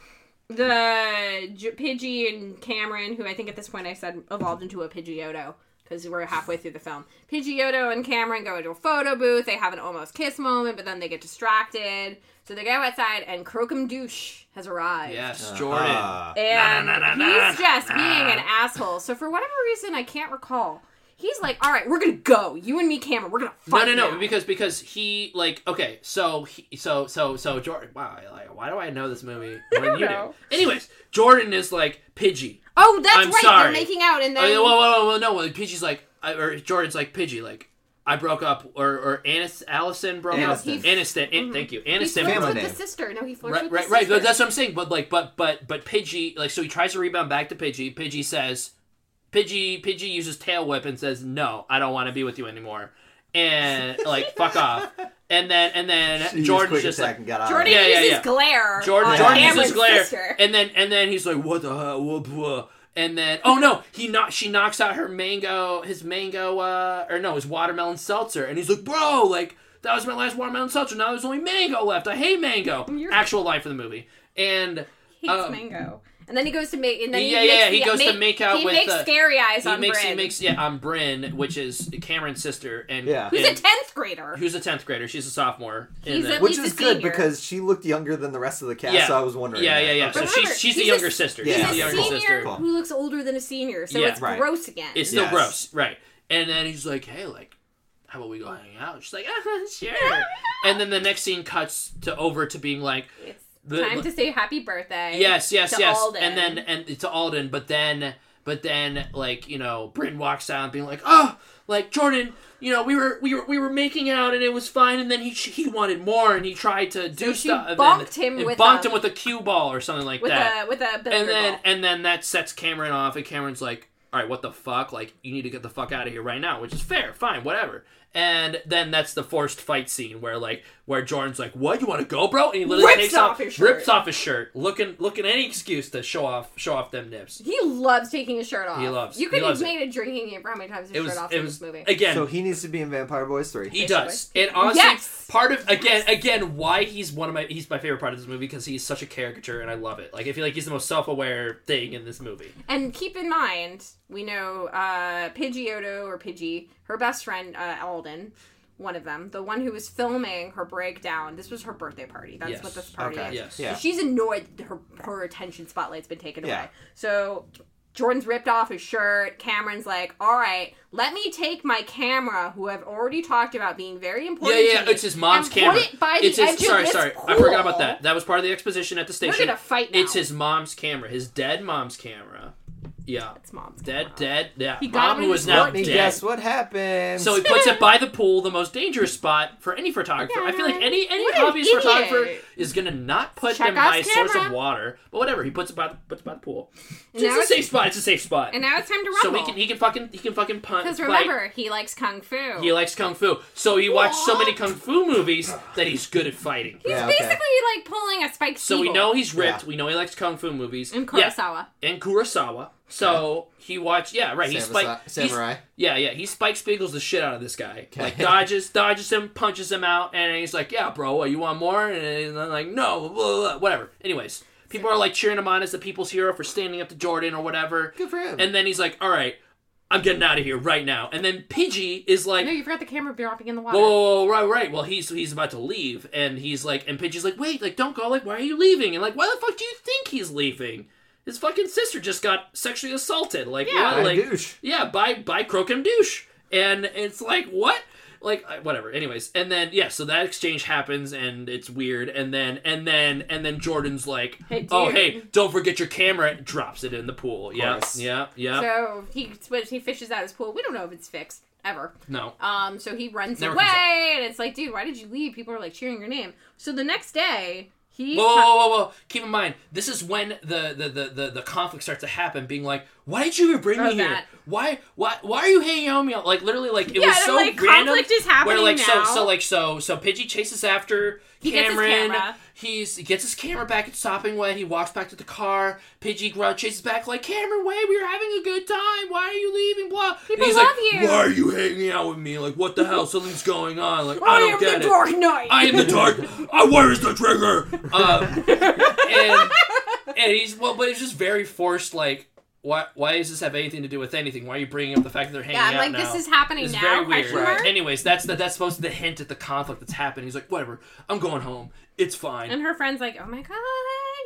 Speaker 1: the J- Pidgey and Cameron, who I think at this point I said evolved into a Pidgeotto because we're halfway through the film. Pidgeotto and Cameron go into a photo booth. They have an almost kiss moment, but then they get distracted. So they go outside, and Crocum Douche has arrived.
Speaker 3: Yes, Jordan.
Speaker 2: Ah.
Speaker 1: And
Speaker 3: Nah, nah, nah, nah,
Speaker 1: he's just being an
Speaker 3: Ah.
Speaker 1: asshole. So for whatever reason, I can't recall. He's like, "All right, we're gonna go. You and me, Cameron. We're gonna
Speaker 3: No,
Speaker 1: fight."
Speaker 3: no, no.
Speaker 1: now."
Speaker 3: Because because he like okay. So he, so so so Jordan. Wow. I- Like, why do I know this movie when you
Speaker 1: know.
Speaker 3: do? Anyways, Jordan is like Pidgey.
Speaker 1: oh, that's
Speaker 3: I'm
Speaker 1: right.
Speaker 3: sorry.
Speaker 1: They're making out, and then
Speaker 3: I mean, well, well, well, no. Well, Pidgey's like I, or Jordan's like Pidgey. Like I broke up or or Anis, Allison broke
Speaker 2: Aniston.
Speaker 3: up. Aniston. An- Thank you.
Speaker 1: he
Speaker 3: Aniston.
Speaker 1: flirts
Speaker 2: Family
Speaker 1: Mm-hmm. with
Speaker 2: name.
Speaker 1: the sister. No, he flirts
Speaker 3: Right,
Speaker 1: with
Speaker 3: right,
Speaker 1: the
Speaker 3: right.
Speaker 1: sister.
Speaker 3: But that's what I'm saying. But like, but but but Pidgey, like, so he tries to rebound back to Pidgey. Pidgey says, Pidgey, Pidgey uses tail whip and says, "No, I don't want to be with you anymore," and like, fuck off. And then and then
Speaker 2: She used
Speaker 3: Jordan's
Speaker 2: quick
Speaker 3: just
Speaker 2: attack
Speaker 3: like.
Speaker 2: and got out.
Speaker 1: Jordan
Speaker 3: Yeah, yeah,
Speaker 1: uses
Speaker 3: yeah.
Speaker 1: glare.
Speaker 3: Jordan,
Speaker 1: on
Speaker 3: Jordan
Speaker 1: Cameron's
Speaker 3: uses glare,
Speaker 1: sister.
Speaker 3: and then and then he's like, "What the hell?" Whoa, blah." And then, oh no, he knock she knocks out her mango, his mango, uh, or no, his watermelon seltzer, and he's like, "Bro, like that was my last watermelon seltzer. Now there's only mango left. I hate mango."
Speaker 1: You're-
Speaker 3: Actual life of the movie, and
Speaker 1: hates
Speaker 3: Um,
Speaker 1: mango. And then he goes to make. And then he
Speaker 3: Yeah,
Speaker 1: makes
Speaker 3: yeah,
Speaker 1: the-
Speaker 3: he goes to make out
Speaker 1: he
Speaker 3: with,
Speaker 1: makes
Speaker 3: uh,
Speaker 1: scary eyes
Speaker 3: he
Speaker 1: on
Speaker 3: makes he
Speaker 1: Brynn,
Speaker 3: makes yeah on Bryn, which is Cameron's sister, and
Speaker 2: Yeah.
Speaker 1: who's a
Speaker 3: and-
Speaker 1: tenth grader.
Speaker 3: who's a tenth grader. She's a sophomore. in
Speaker 1: He's
Speaker 3: the-
Speaker 1: at
Speaker 2: Which
Speaker 1: least
Speaker 2: is
Speaker 1: a
Speaker 2: good
Speaker 1: senior.
Speaker 2: because she looked younger than the rest of the cast,
Speaker 3: Yeah.
Speaker 2: so I was wondering.
Speaker 3: yeah,
Speaker 2: that.
Speaker 3: yeah, yeah. So
Speaker 2: Okay.
Speaker 1: Remember,
Speaker 3: she's she's the
Speaker 1: he's
Speaker 3: younger
Speaker 1: a-
Speaker 3: sister.
Speaker 2: he's
Speaker 3: She's
Speaker 2: a
Speaker 3: the younger
Speaker 1: senior
Speaker 3: sister.
Speaker 2: Cool.
Speaker 1: who looks older than a senior, so
Speaker 3: Yeah.
Speaker 1: it's
Speaker 2: Right.
Speaker 1: gross again.
Speaker 3: It's still
Speaker 2: Yes.
Speaker 3: gross, right? And then he's like, "Hey, like, how about we go hang out?" She's like, "Ah, "Sure." and then the next scene cuts to over to being like,
Speaker 1: It's
Speaker 3: The-
Speaker 1: time to say happy birthday.
Speaker 3: "Yes, yes,
Speaker 1: to
Speaker 3: yes,"
Speaker 1: Alden.
Speaker 3: and then and to Alden, but then but then like you know, Bryn walks out being like, "Oh, like Jordan." You know, we were we were we were making out and it was fine, and then he he wanted more and he tried to do
Speaker 1: she
Speaker 3: stuff. and
Speaker 1: bonked
Speaker 3: then-
Speaker 1: him
Speaker 3: and
Speaker 1: with
Speaker 3: bonked
Speaker 1: a-
Speaker 3: him with a cue ball or something like
Speaker 1: with
Speaker 3: that
Speaker 1: a with a billiard
Speaker 3: and then
Speaker 1: ball.
Speaker 3: and then that sets Cameron off, and Cameron's like, "All right, what the fuck? Like, you need to get the fuck out of here right now," which is fair, fine, whatever. And then that's the forced fight scene where like where Jordan's like, "What? You want to go, bro?" And he literally
Speaker 1: Rips
Speaker 3: takes
Speaker 1: off
Speaker 3: off
Speaker 1: his
Speaker 3: rips
Speaker 1: shirt.
Speaker 3: off his shirt, looking looking any excuse to show off show off them nips.
Speaker 1: He loves taking his shirt off.
Speaker 3: He loves-
Speaker 1: You
Speaker 3: he
Speaker 1: could have
Speaker 3: loves it.
Speaker 1: made a drinking game for how many times his
Speaker 3: It was
Speaker 1: shirt off
Speaker 3: it
Speaker 1: in
Speaker 3: was
Speaker 1: this movie.
Speaker 3: again.
Speaker 2: So he needs to be in Vampire Boys 3.
Speaker 3: he
Speaker 1: Basically.
Speaker 3: does, and honestly,
Speaker 1: Yes!
Speaker 3: part of again, again, why he's one of my he's my favorite part of this movie because he's such a caricature, and I love it. Like I feel like he's the most self aware thing in this movie.
Speaker 1: And keep in mind, we know uh, Pidgeotto or Pidgey, her best friend uh, Alden, one of them, the one who was filming her breakdown. This was her birthday party. That's
Speaker 3: Yes.
Speaker 1: what this party
Speaker 2: Okay.
Speaker 1: is.
Speaker 3: Yes.
Speaker 1: So
Speaker 2: Yeah.
Speaker 1: she's annoyed that her her attention spotlight's been taken
Speaker 2: Yeah.
Speaker 1: away. So Jordan's ripped off his shirt. Cameron's like, "All right, let me take my camera, who I've already talked about being very important."
Speaker 3: Yeah,
Speaker 1: to
Speaker 3: yeah,
Speaker 1: me,
Speaker 3: it's his mom's
Speaker 1: and
Speaker 3: camera.
Speaker 1: Put it by
Speaker 3: it's
Speaker 1: the
Speaker 3: his,
Speaker 1: edge
Speaker 3: sorry,
Speaker 1: of this
Speaker 3: sorry,
Speaker 1: pool.
Speaker 3: I forgot about that. That was part of the exposition at the
Speaker 1: We're
Speaker 3: station.
Speaker 1: gonna fight now.
Speaker 3: It's his mom's camera, his dead mom's camera. Yeah,
Speaker 1: It's mom's
Speaker 3: dead,
Speaker 1: camera.
Speaker 3: dead. Yeah,
Speaker 1: He got him
Speaker 3: mom who
Speaker 1: in his
Speaker 3: is now
Speaker 2: Let me
Speaker 3: dead.
Speaker 2: guess what happened.
Speaker 3: So he puts it by the pool, the most dangerous spot for any photographer. I feel like any any
Speaker 1: What an
Speaker 3: hobbyist photographer
Speaker 1: idiot.
Speaker 3: is gonna not put
Speaker 1: Check
Speaker 3: them by a
Speaker 1: us
Speaker 3: source of
Speaker 1: camera.
Speaker 3: water, but whatever. He puts it by the, puts it by the pool. It's
Speaker 1: now
Speaker 3: a
Speaker 1: it's-
Speaker 3: safe spot. It's a safe spot.
Speaker 1: And now it's time to
Speaker 3: so
Speaker 1: rumble.
Speaker 3: he can he can fucking he can fucking punt.
Speaker 1: Because
Speaker 3: like,
Speaker 1: remember, he likes kung fu.
Speaker 3: He likes kung fu, so he watched so many kung fu movies that he's good at fighting.
Speaker 1: He's
Speaker 2: Yeah, okay.
Speaker 1: basically like pulling a Spike
Speaker 3: So we
Speaker 1: Spiegel
Speaker 3: know he's ripped.
Speaker 2: Yeah.
Speaker 3: We know he likes kung fu movies
Speaker 1: in
Speaker 3: Yeah,
Speaker 1: Kurosawa.
Speaker 3: and Kurosawa. So he watched. Yeah, right. He
Speaker 2: Samurai-
Speaker 3: spiked.
Speaker 2: Samurai.
Speaker 3: Yeah, yeah. He Spike Spiegel's the shit out of this guy.
Speaker 2: Okay.
Speaker 3: Like dodges, dodges him, punches him out, and he's like, "Yeah, bro, what, you want more?" And I'm like, "No, blah, blah, blah," whatever." Anyways, people are like cheering him on as the people's hero for standing up to Jordan or whatever.
Speaker 2: Good for him.
Speaker 3: And then he's like, "All right, I'm getting out of here right now." And then Pidgey is like,
Speaker 1: No, you forgot the camera dropping in the water.
Speaker 3: Whoa, whoa, whoa, oh, right, right. Well, he's he's about to leave, and he's like, and Pidgey's like, wait, like, don't go. Like, why are you leaving? And like, why the fuck do you think he's leaving? His fucking sister just got sexually assaulted. Like,
Speaker 1: Yeah.
Speaker 3: what?
Speaker 2: By a
Speaker 3: Like,
Speaker 2: douche.
Speaker 3: yeah, by by Crocum douche, and it's like what? Like I- whatever. Anyways, and then yeah, so that exchange happens, and it's weird, and then and then and then Jordan's like,
Speaker 1: Hey,
Speaker 3: oh
Speaker 1: dude."
Speaker 3: hey, don't forget your camera, and drops it in the pool. Yeah,
Speaker 2: course.
Speaker 3: yeah, yeah.
Speaker 1: So he switch, he fishes out his pool. We don't know if it's fixed ever.
Speaker 3: no,
Speaker 1: Um, so he runs
Speaker 3: Never comes
Speaker 1: away, and it's like, dude, why did you leave? People are like cheering your name. So the next day, he
Speaker 3: Whoa, whoa, whoa, whoa! Keep in mind, this is when the the, the, the, the conflict starts to happen. Being like, why did you even bring
Speaker 1: Oh,
Speaker 3: me here?
Speaker 1: that.
Speaker 3: Why why why are you hanging out with me? out?" Like literally, like it
Speaker 1: Yeah,
Speaker 3: was
Speaker 1: they're
Speaker 3: so
Speaker 1: like,
Speaker 3: random.
Speaker 1: conflict is happening
Speaker 3: where like
Speaker 1: now.
Speaker 3: so so like so so Pidgey chases after
Speaker 1: gets his
Speaker 3: Cameron.
Speaker 1: camera.
Speaker 3: He's he gets his camera back at stopping way. He walks back to the car. Pidgey grunt chases back like Cameron way. We were having a good time. Why are you leaving? Blah.
Speaker 1: People
Speaker 3: and he's
Speaker 1: love
Speaker 3: like,
Speaker 1: you.
Speaker 3: Why are you hanging out with me? Like what the hell? Something's going on. Like I,
Speaker 1: I
Speaker 3: don't
Speaker 1: am
Speaker 3: get
Speaker 1: the
Speaker 3: it.
Speaker 1: Dark Knight.
Speaker 3: I am the dark. I where is the trigger? Um, and and he's well, but it's just very forced. Like why why does this have anything to do with anything? Why are you bringing up the fact that they're hanging
Speaker 1: Yeah, I'm
Speaker 3: out
Speaker 1: like,
Speaker 3: now?
Speaker 1: this is happening
Speaker 3: It's
Speaker 1: now?
Speaker 3: very weird.
Speaker 1: question mark?
Speaker 3: Anyways, that's the, that's supposed to be the hint at the conflict that's happening. He's like, whatever, I'm going home. It's fine.
Speaker 1: And her friend's like, oh my god,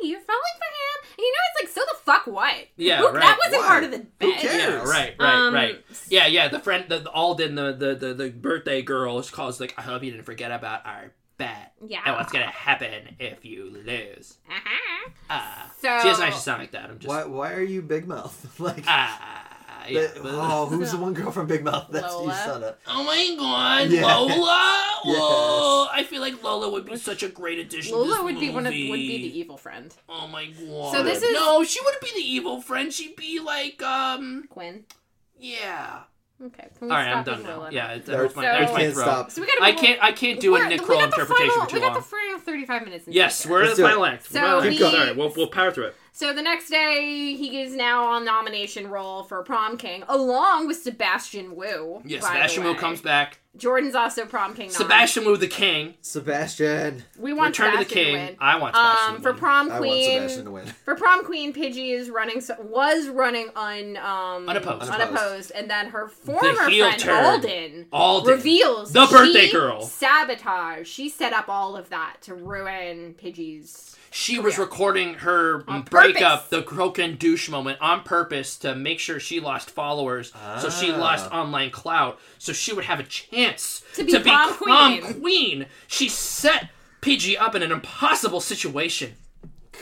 Speaker 1: you're falling for him. And you know, it's like, so the fuck what?
Speaker 3: Yeah,
Speaker 1: Who-
Speaker 3: right.
Speaker 1: That wasn't
Speaker 2: Why?
Speaker 1: part of the
Speaker 2: Who
Speaker 1: bed.
Speaker 2: cares?
Speaker 3: yeah, right, right,
Speaker 1: Um,
Speaker 3: right. Yeah, yeah. The friend, the, the Alden, the, the the the birthday girl, is calls like, I hope you didn't forget about our bet
Speaker 1: Yeah.
Speaker 3: and what's gonna happen if you lose.
Speaker 1: Uh-huh.
Speaker 3: Ah,
Speaker 1: So
Speaker 3: she doesn't actually sound like that. I'm just
Speaker 2: Why, why are you Big Mouth? like,
Speaker 3: ah, yeah.
Speaker 2: that- oh, who's the one girl from Big Mouth? That's you,
Speaker 1: Lola.
Speaker 2: son of.
Speaker 3: Oh my god,
Speaker 2: Yeah.
Speaker 3: Lola!
Speaker 2: Yes.
Speaker 3: Whoa! I feel like Lola would be such a great addition. to
Speaker 1: Lola
Speaker 3: this
Speaker 1: would be one of would
Speaker 3: movie.
Speaker 1: be the evil friend.
Speaker 3: Oh my god!
Speaker 1: So this is-
Speaker 3: no. She wouldn't be the evil friend. She'd be like, um,
Speaker 1: Quinn.
Speaker 3: yeah.
Speaker 1: Okay. Can we
Speaker 3: All right,
Speaker 1: stop
Speaker 3: I'm done
Speaker 1: with
Speaker 3: now.
Speaker 1: Lola?
Speaker 3: Yeah, it, that
Speaker 2: So-
Speaker 3: hurts my, that hurts my
Speaker 2: Can't
Speaker 3: throat.
Speaker 2: stop.
Speaker 1: So we gotta.
Speaker 3: I can't. I can't do a
Speaker 1: we're-
Speaker 3: Nick
Speaker 1: we
Speaker 3: Kroll
Speaker 1: got the
Speaker 3: interpretation
Speaker 1: final-
Speaker 3: for too
Speaker 1: We got
Speaker 3: long.
Speaker 1: the final thirty-five minutes. in
Speaker 3: Yes,
Speaker 1: here.
Speaker 3: we're in
Speaker 2: Let's
Speaker 3: the
Speaker 2: do it.
Speaker 3: final act.
Speaker 1: So
Speaker 3: We're not-
Speaker 1: Keep going.
Speaker 3: All right, we'll, we'll power through it.
Speaker 1: So the next day, he is now on nomination roll for prom king, along with Sebastian Wu.
Speaker 3: Yeah,
Speaker 1: by the
Speaker 3: Sebastian Wu
Speaker 1: way.
Speaker 3: comes back.
Speaker 1: Jordan's also prom king. nom.
Speaker 3: Sebastian Wu, the king.
Speaker 2: Sebastian.
Speaker 1: We want
Speaker 3: Return to the
Speaker 1: Sebastian
Speaker 3: king.
Speaker 1: win.
Speaker 3: I want Sebastian.
Speaker 1: Um,
Speaker 3: to
Speaker 1: for
Speaker 3: win.
Speaker 1: prom
Speaker 2: I want Sebastian to
Speaker 1: queen.
Speaker 2: win.
Speaker 1: For prom queen, Pidgey is running. so- Was running un um
Speaker 3: Unopposed.
Speaker 1: unopposed, and then her former
Speaker 3: heel
Speaker 1: friend
Speaker 3: turn.
Speaker 1: Alden
Speaker 3: Alden.
Speaker 1: reveals
Speaker 3: The
Speaker 1: she
Speaker 3: birthday girl.
Speaker 1: sabotage. She set up all of that to ruin Pidgey's.
Speaker 3: She was
Speaker 1: Career.
Speaker 3: recording her
Speaker 1: Oh, On
Speaker 3: breakup, the Kroken douche moment, on purpose to make sure she lost followers. So she
Speaker 2: Ah.
Speaker 3: lost online clout. So she would have a chance
Speaker 1: To be prom queen.
Speaker 3: queen. She set Pidgey up in an impossible situation.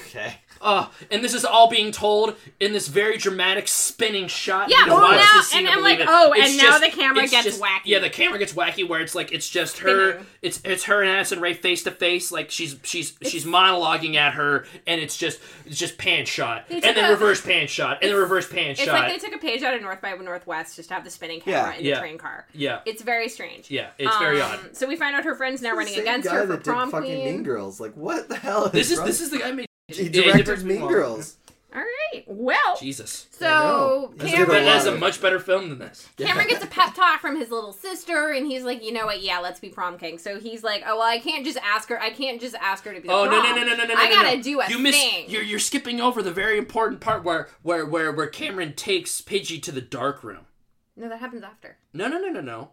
Speaker 2: Okay.
Speaker 3: Oh, and this is all being told in this very dramatic spinning shot.
Speaker 1: Yeah,
Speaker 3: You can
Speaker 1: oh,
Speaker 3: watch
Speaker 1: now-
Speaker 3: this scene
Speaker 1: and
Speaker 3: to
Speaker 1: I'm like,
Speaker 3: believe it.
Speaker 1: oh,
Speaker 3: It's
Speaker 1: and now the camera
Speaker 3: it's
Speaker 1: gets
Speaker 3: just-
Speaker 1: wacky.
Speaker 3: Yeah, the camera gets wacky where it's like it's just her.
Speaker 1: Spinning.
Speaker 3: It's it's her and Addison Ray face to face. Like she's she's she's monologuing at her, and it's just it's just pan shot, and
Speaker 1: took
Speaker 3: then
Speaker 1: a-
Speaker 3: reverse pan shot, and then reverse pan
Speaker 1: It's
Speaker 3: shot.
Speaker 1: like they took a page out of North by Northwest just to have the spinning camera
Speaker 2: Yeah.
Speaker 1: in
Speaker 3: Yeah.
Speaker 1: the train car.
Speaker 3: yeah,
Speaker 1: It's very strange.
Speaker 3: yeah, it's very odd.
Speaker 1: Um, So we find out her friend's now running
Speaker 2: Same
Speaker 1: against
Speaker 2: guy
Speaker 1: her for
Speaker 2: that did
Speaker 1: prom
Speaker 2: fucking
Speaker 1: queen.
Speaker 2: Mean Girls. Like, what the hell?
Speaker 3: This is this is the guy who made.
Speaker 2: He
Speaker 3: yeah, he
Speaker 2: directed Mean
Speaker 3: Mean
Speaker 2: Girls.
Speaker 1: All right. Well,
Speaker 3: Jesus,
Speaker 1: so
Speaker 2: know. That's a good
Speaker 3: that
Speaker 2: one.
Speaker 1: Cameron,
Speaker 3: is a much better film than this.
Speaker 1: Cameron gets a pep talk from his little sister, and he's like, "You know what? Yeah, let's be prom king." So he's like, "Oh well, I can't just ask her. I can't just ask her to be." The
Speaker 3: Oh
Speaker 1: prom.
Speaker 3: no no no no no no!
Speaker 1: I
Speaker 3: no, no.
Speaker 1: gotta do a
Speaker 3: you miss,
Speaker 1: thing.
Speaker 3: You're you're skipping over the very important part where where where where Cameron takes Pidgey to the dark room.
Speaker 1: No, that happens after.
Speaker 3: No no no no no.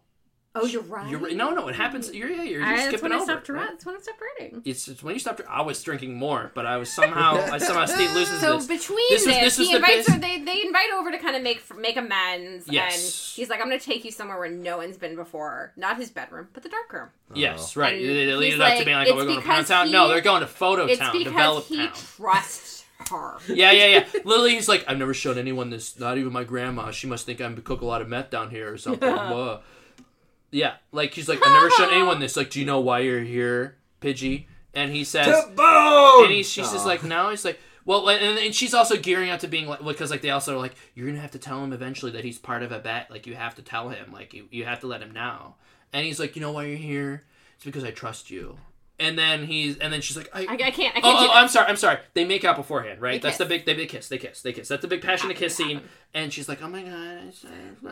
Speaker 1: Oh, you're right.
Speaker 3: You're right- no no. It happens. You're yeah. You're,
Speaker 1: All
Speaker 3: you're
Speaker 1: right, that's
Speaker 3: skipping
Speaker 1: when I
Speaker 3: over.
Speaker 1: stopped
Speaker 3: it, right?
Speaker 1: writing. That's when I stopped writing.
Speaker 3: It's, it's when you stopped. I was drinking more, but I was somehow I somehow stayed loose to
Speaker 1: So
Speaker 3: this.
Speaker 1: between
Speaker 3: This
Speaker 1: this,
Speaker 3: was- this was
Speaker 1: he
Speaker 3: the
Speaker 1: invites
Speaker 3: best-
Speaker 1: her. They, they invite over to kind of make make amends.
Speaker 3: Yes.
Speaker 1: And he's like, I'm going to take you somewhere where no one's been before. Not his bedroom, but the dark room.
Speaker 3: yes, right.
Speaker 1: And
Speaker 3: They, they lead
Speaker 1: Oh. he's
Speaker 3: it up to
Speaker 1: like,
Speaker 3: being like, oh,
Speaker 1: it's
Speaker 3: we're going to
Speaker 1: because
Speaker 3: Town. no,
Speaker 1: he-
Speaker 3: they're going to Photo
Speaker 1: It's
Speaker 3: Town,
Speaker 1: because
Speaker 3: Develop
Speaker 1: he
Speaker 3: Town.
Speaker 1: trusts her.
Speaker 3: Yeah, yeah, yeah. Literally, he's like, I've never shown anyone this. Not even my grandma. She must think I am cook a lot of meth down here or something. Whoa. Yeah, like he's like, I've never shown anyone this. Like, do you know why you're here, Pidgey? And he says,
Speaker 2: To bone!
Speaker 3: and he, she's just like, no. He's like, well, like- and, and she's also gearing up to being like, because like they also are like, you're gonna have to tell him eventually that he's part of a bet. Like you have to tell him. Like you, you have to let him know. And he's like, you know why you're here? It's because I trust you. And then he's, and then she's like, I,
Speaker 1: I, I can't. I can't
Speaker 3: Oh,
Speaker 1: do
Speaker 3: oh,
Speaker 1: that.
Speaker 3: I'm sorry. I'm sorry. They make out beforehand, right?
Speaker 1: They
Speaker 3: That's the
Speaker 1: kiss.
Speaker 3: big. They, they kiss. They kiss. They kiss. That's the big passionate kiss scene. And she's like, "Oh my god!" I just- uh,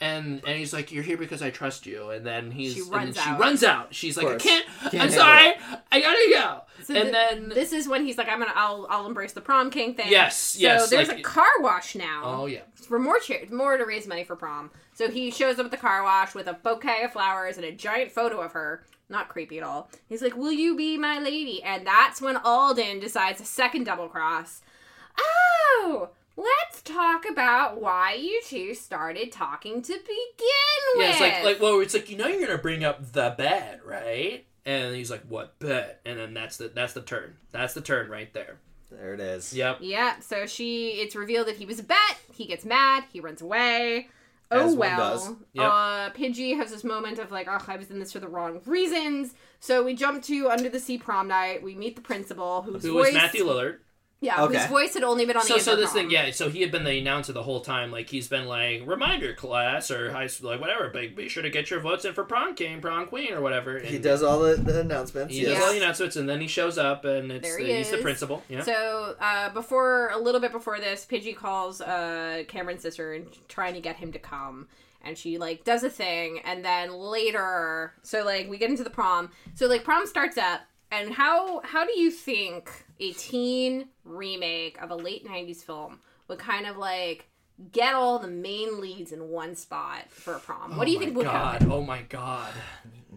Speaker 3: And and he's like, "You're here because I trust you." And then he's
Speaker 1: She
Speaker 3: and
Speaker 1: runs
Speaker 3: then she
Speaker 1: out.
Speaker 3: runs out. She's like, "I
Speaker 2: course.
Speaker 3: can't.
Speaker 2: Can't
Speaker 3: I'm
Speaker 2: handle
Speaker 3: sorry. I gotta go."
Speaker 1: So
Speaker 3: and
Speaker 1: thi-
Speaker 3: then
Speaker 1: this is when he's like, I'm gonna, I'll, I'll embrace the prom king thing.
Speaker 3: Yes,
Speaker 1: So
Speaker 3: yes,
Speaker 1: there's
Speaker 3: like-
Speaker 1: a car wash now.
Speaker 3: oh yeah,
Speaker 1: for more cha- more to raise money for prom. So he shows up at the car wash with a bouquet of flowers and a giant photo of her. Not creepy at all. He's like, "Will you be my lady?" And that's when Alden decides a second double cross. Oh, let's talk about why you two started talking to begin with.
Speaker 3: yeah. It's like like well, it's like you know you're gonna bring up the bet, right? And he's like, "What bet?" And then that's the that's the turn. That's the turn right there.
Speaker 2: there it is.
Speaker 3: Yep.
Speaker 1: yeah. So she, it's revealed that he was a bet. He gets mad. He runs away. Oh
Speaker 2: As one
Speaker 1: well.
Speaker 2: does.
Speaker 3: Yep.
Speaker 1: Uh, Pidgey has this moment of like, oh, I was in this for the wrong reasons. So we jump to Under the Sea prom night. We meet the principal, whose
Speaker 3: Who
Speaker 1: voice,
Speaker 3: was Matthew Lillard?
Speaker 1: yeah,
Speaker 2: Okay.
Speaker 1: whose voice had only been on
Speaker 3: so
Speaker 1: the
Speaker 3: so this
Speaker 1: intercom.
Speaker 3: thing yeah so he had been the announcer the whole time like he's been like reminder class or high school like whatever but be sure to get your votes in for prom king prom queen or whatever and
Speaker 2: He does all the, the announcements.
Speaker 3: he
Speaker 2: yes.
Speaker 3: does all the announcements and then he shows up and it's
Speaker 1: There
Speaker 3: the,
Speaker 1: he
Speaker 3: he's the
Speaker 1: is.
Speaker 3: principal yeah
Speaker 1: So uh, before a little bit before this, Pidgey calls uh, Cameron's sister and trying to get him to come, and she like does a thing, and then later, so like we get into the prom. So like prom starts up, and how how do you think a teen remake of a late '90s film would kind of like get all the main leads in one spot for a prom. What do you
Speaker 3: my
Speaker 1: think would
Speaker 3: God.
Speaker 1: happen?
Speaker 3: Oh my god.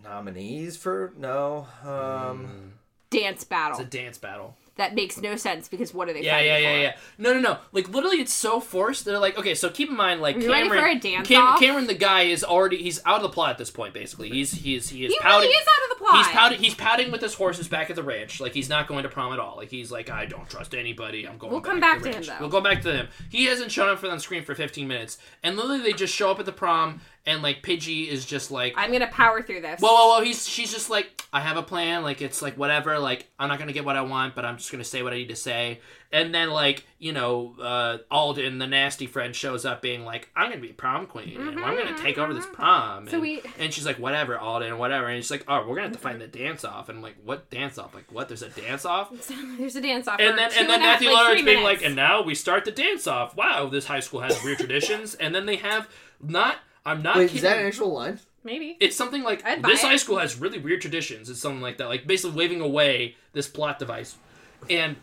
Speaker 2: Nominees for no. Um,
Speaker 1: Dance battle.
Speaker 3: It's a dance battle.
Speaker 1: That makes no sense because what are they
Speaker 3: Yeah,
Speaker 1: fighting
Speaker 3: yeah,
Speaker 1: for?
Speaker 3: yeah, yeah. No, no, no. Like literally, it's so forced. They're like, okay, so keep in mind, like
Speaker 1: you ready
Speaker 3: Cameron,
Speaker 1: for a dance
Speaker 3: Cam-
Speaker 1: off?
Speaker 3: Cameron, the guy is already he's out of the plot at this point. Basically, he's he's he is
Speaker 1: He
Speaker 3: pouting.
Speaker 1: really is out of the plot.
Speaker 3: He's pouting. He's pouting with his horses back at the ranch. Like he's not going to prom at all. Like he's like, I don't trust anybody. I'm going.
Speaker 1: We'll
Speaker 3: back
Speaker 1: come
Speaker 3: to,
Speaker 1: back
Speaker 3: the
Speaker 1: to him,
Speaker 3: ranch."
Speaker 1: though.
Speaker 3: We'll go back to him. He hasn't shown up for on screen for 15 minutes, and literally they just show up at the prom, and like Pidgey is just like,
Speaker 1: I'm gonna power through this.
Speaker 3: whoa, whoa, whoa. He's she's just like, I have a plan. Like it's like whatever. Like I'm not gonna get what I want, but I'm just gonna say what I need to say. And then like you know, uh, Alden, the nasty friend, shows up being like, I'm gonna be prom queen. and I'm gonna take over this prom.
Speaker 1: So
Speaker 3: and,
Speaker 1: we-
Speaker 3: and she's like, whatever, Alden, whatever. And she's like, oh, we're gonna have to find the dance off. And I'm like, what dance off? Like what? There's a dance off.
Speaker 1: There's a dance off.
Speaker 3: And then and then Matthew Lawrence being like, and now we start the dance off. Wow, this high school has weird traditions. And then they have not. I'm not
Speaker 2: wait,
Speaker 3: kidding
Speaker 2: is that an actual line?
Speaker 1: maybe.
Speaker 3: it's something like
Speaker 1: I'd buy
Speaker 3: this
Speaker 1: it.
Speaker 3: high school has really weird traditions. It's something like that, like basically waving away this plot device, and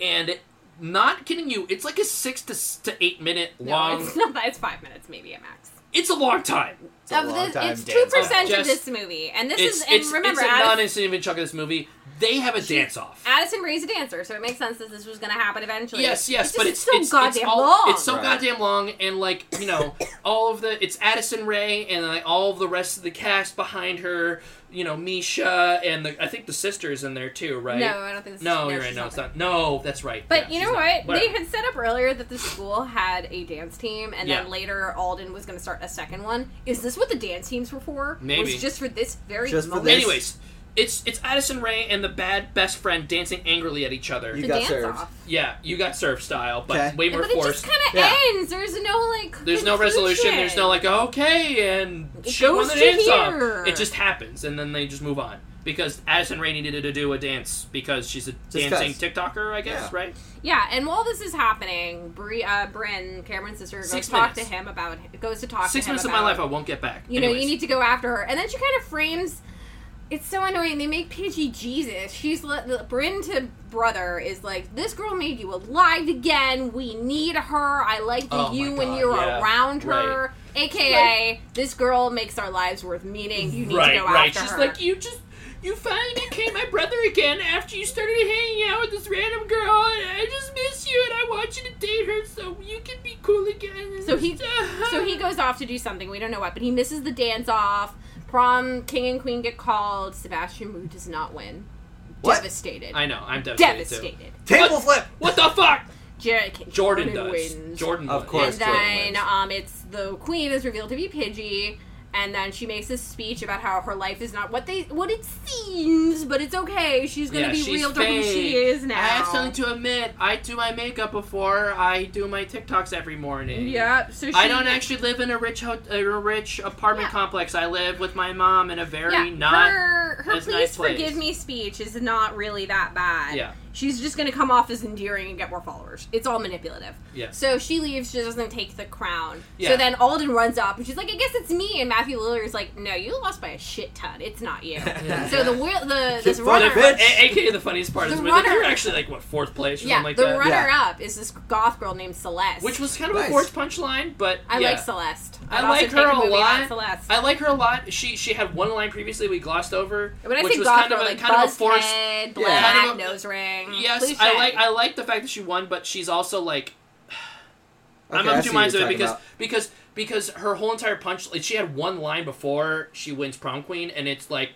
Speaker 3: and not kidding you, it's like a six to, s- to eight minute
Speaker 1: No,
Speaker 3: long.
Speaker 1: it's
Speaker 3: it's,
Speaker 1: not that. It's five minutes, maybe at max.
Speaker 3: a long time.
Speaker 2: It's a long
Speaker 1: this,
Speaker 2: time
Speaker 1: it's
Speaker 2: dance
Speaker 1: two percent
Speaker 3: off.
Speaker 1: of this movie, and this
Speaker 3: It's
Speaker 1: is and
Speaker 3: it's,
Speaker 1: remember
Speaker 3: it's a
Speaker 1: Addison,
Speaker 3: non insignificant chunk of this movie. They have a dance off.
Speaker 1: Addison Rae's a dancer, so it makes sense that this was going to happen eventually.
Speaker 3: Yes, yes,
Speaker 1: just-
Speaker 3: but it's
Speaker 1: so
Speaker 3: it's,
Speaker 1: goddamn
Speaker 3: it's all,
Speaker 1: long.
Speaker 3: It's so
Speaker 2: Right.
Speaker 3: goddamn long, and like you know, all of the it's Addison Ray and like all of the rest of the cast behind her. You know, Misha and the, I think the sisters in there too, right?
Speaker 1: No, I don't think this
Speaker 3: No,
Speaker 1: is,
Speaker 3: you're
Speaker 1: she's
Speaker 3: right. No, it's
Speaker 1: there.
Speaker 3: not. No, that's right.
Speaker 1: But
Speaker 3: Yeah,
Speaker 1: you
Speaker 3: she's
Speaker 1: know
Speaker 3: not.
Speaker 1: what? They
Speaker 3: Whatever.
Speaker 1: had said up earlier that the school had a dance team, and
Speaker 3: Yeah.
Speaker 1: then later Alden was going to start a second one. Is this what the dance teams were for?
Speaker 3: Maybe.
Speaker 1: was just for this very
Speaker 2: Just for
Speaker 1: moment.
Speaker 2: this.
Speaker 3: Anyways, it's it's Addison Ray and the bad best friend dancing angrily at each other.
Speaker 2: You
Speaker 1: the
Speaker 2: got
Speaker 1: dance
Speaker 2: served.
Speaker 1: off.
Speaker 3: yeah, you got served style, but
Speaker 2: Okay.
Speaker 3: way more
Speaker 1: But it just
Speaker 3: forced.
Speaker 1: kind of
Speaker 2: Yeah.
Speaker 1: ends. There's no like.
Speaker 3: There's no resolution. There's no
Speaker 1: conclusion.
Speaker 3: like okay, and
Speaker 1: It
Speaker 3: she won
Speaker 1: goes
Speaker 3: the
Speaker 1: to
Speaker 3: dance off.
Speaker 1: here.
Speaker 3: It just happens, and then they just move on because Addison Rae needed to do a dance because she's a
Speaker 2: Just
Speaker 3: dancing
Speaker 2: 'cause.
Speaker 3: TikToker, I guess,
Speaker 2: Yeah.
Speaker 3: right?
Speaker 1: Yeah, and while this is happening, Bri- uh, Bryn, Cameron's sister, goes
Speaker 3: Six
Speaker 1: to talk to
Speaker 3: minutes.
Speaker 1: him about. Goes to talk
Speaker 3: Six
Speaker 1: to him
Speaker 3: minutes of
Speaker 1: about,
Speaker 3: my life I won't get back.
Speaker 1: you know,
Speaker 3: Anyways.
Speaker 1: you need to go after her. And then she kind of frames. It's so annoying. They make Pidgey Jesus. She's li- the- Bryn to brother is like, this girl made you alive again. We need her. I liked
Speaker 3: Oh my
Speaker 1: you
Speaker 3: God,
Speaker 1: when you were
Speaker 3: yeah.
Speaker 1: around her. AKA, this girl makes our lives worth meaning. You need
Speaker 3: right,
Speaker 1: to go
Speaker 3: right.
Speaker 1: after
Speaker 3: She's
Speaker 1: her.
Speaker 3: like, you just, you finally became my brother again after you started hanging out with this random girl, and I just miss you, and I want you to date her so you can be cool again. uh,
Speaker 1: So he- so he goes off to do something. We don't know what, but he misses the dance off. Prom king and queen get called. Sebastian Wu does not win.
Speaker 2: What?
Speaker 1: Devastated.
Speaker 3: I know, I'm devastated. Too.
Speaker 1: Devastated.
Speaker 2: Table flip.
Speaker 3: What the fuck?
Speaker 1: Jer-
Speaker 3: Jordan, does.
Speaker 1: wins.
Speaker 3: Jordan,
Speaker 2: Of
Speaker 3: wins.
Speaker 2: course.
Speaker 1: and
Speaker 2: Jordan
Speaker 1: then
Speaker 2: wins.
Speaker 1: um, it's the queen is revealed to be Pidgey, and then she makes this speech about how her life is not what they what it seems, but it's okay. She's gonna
Speaker 3: Yeah,
Speaker 1: be
Speaker 3: she's
Speaker 1: real to who
Speaker 3: fake.
Speaker 1: she is now.
Speaker 3: I have something to admit. I do my makeup before I do my TikToks every morning.
Speaker 1: Yep. So she,
Speaker 3: I don't actually live in a rich ho- a rich apartment
Speaker 1: Yeah.
Speaker 3: complex. I live with my mom in a very
Speaker 1: Yeah,
Speaker 3: not
Speaker 1: her her
Speaker 3: as
Speaker 1: please
Speaker 3: nice place.
Speaker 1: forgive me speech is not really that bad.
Speaker 3: yeah
Speaker 1: She's just gonna come off as endearing and get more followers. It's all manipulative.
Speaker 3: yeah.
Speaker 1: So she leaves. She doesn't take the crown.
Speaker 3: Yeah.
Speaker 1: So then Alden runs up and she's like, "I guess it's me." And Matthew Lillard's like, "No, you lost by a shit ton. It's not you." so the wi- the this
Speaker 2: Keep
Speaker 3: Well,
Speaker 1: runner,
Speaker 2: running,
Speaker 3: the,
Speaker 2: bitch.
Speaker 3: a- AKA the funniest part is
Speaker 1: The
Speaker 3: when they
Speaker 1: runner-
Speaker 3: were actually like what fourth place or
Speaker 1: yeah,
Speaker 3: something like
Speaker 1: the
Speaker 3: that,
Speaker 1: runner up is this goth girl named Celeste,
Speaker 3: which was kind of
Speaker 2: Nice.
Speaker 3: a forced punchline. But
Speaker 1: I
Speaker 3: yeah.
Speaker 1: like Celeste.
Speaker 3: I
Speaker 1: I'd also
Speaker 3: like
Speaker 1: take
Speaker 3: her a
Speaker 1: movie about
Speaker 3: lot.
Speaker 1: Celeste.
Speaker 3: I like her a lot. She she had one line previously we glossed over,
Speaker 1: when I
Speaker 3: which
Speaker 1: say
Speaker 3: was
Speaker 1: goth
Speaker 3: kind
Speaker 1: girl,
Speaker 3: of a
Speaker 1: like
Speaker 3: kind of a
Speaker 1: buzzed
Speaker 3: forced.
Speaker 1: head,
Speaker 2: Yeah.
Speaker 1: black
Speaker 3: Kind of a-
Speaker 1: nose ring.
Speaker 3: Yes,
Speaker 1: cliche.
Speaker 3: I like I like the fact that she won, but she's also like I'm
Speaker 2: Okay, I
Speaker 3: of
Speaker 2: see
Speaker 3: two
Speaker 2: what
Speaker 3: minds of
Speaker 2: you're
Speaker 3: it
Speaker 2: talking
Speaker 3: because
Speaker 2: about.
Speaker 3: because because her whole entire punch like she had one line before she wins prom queen and it's like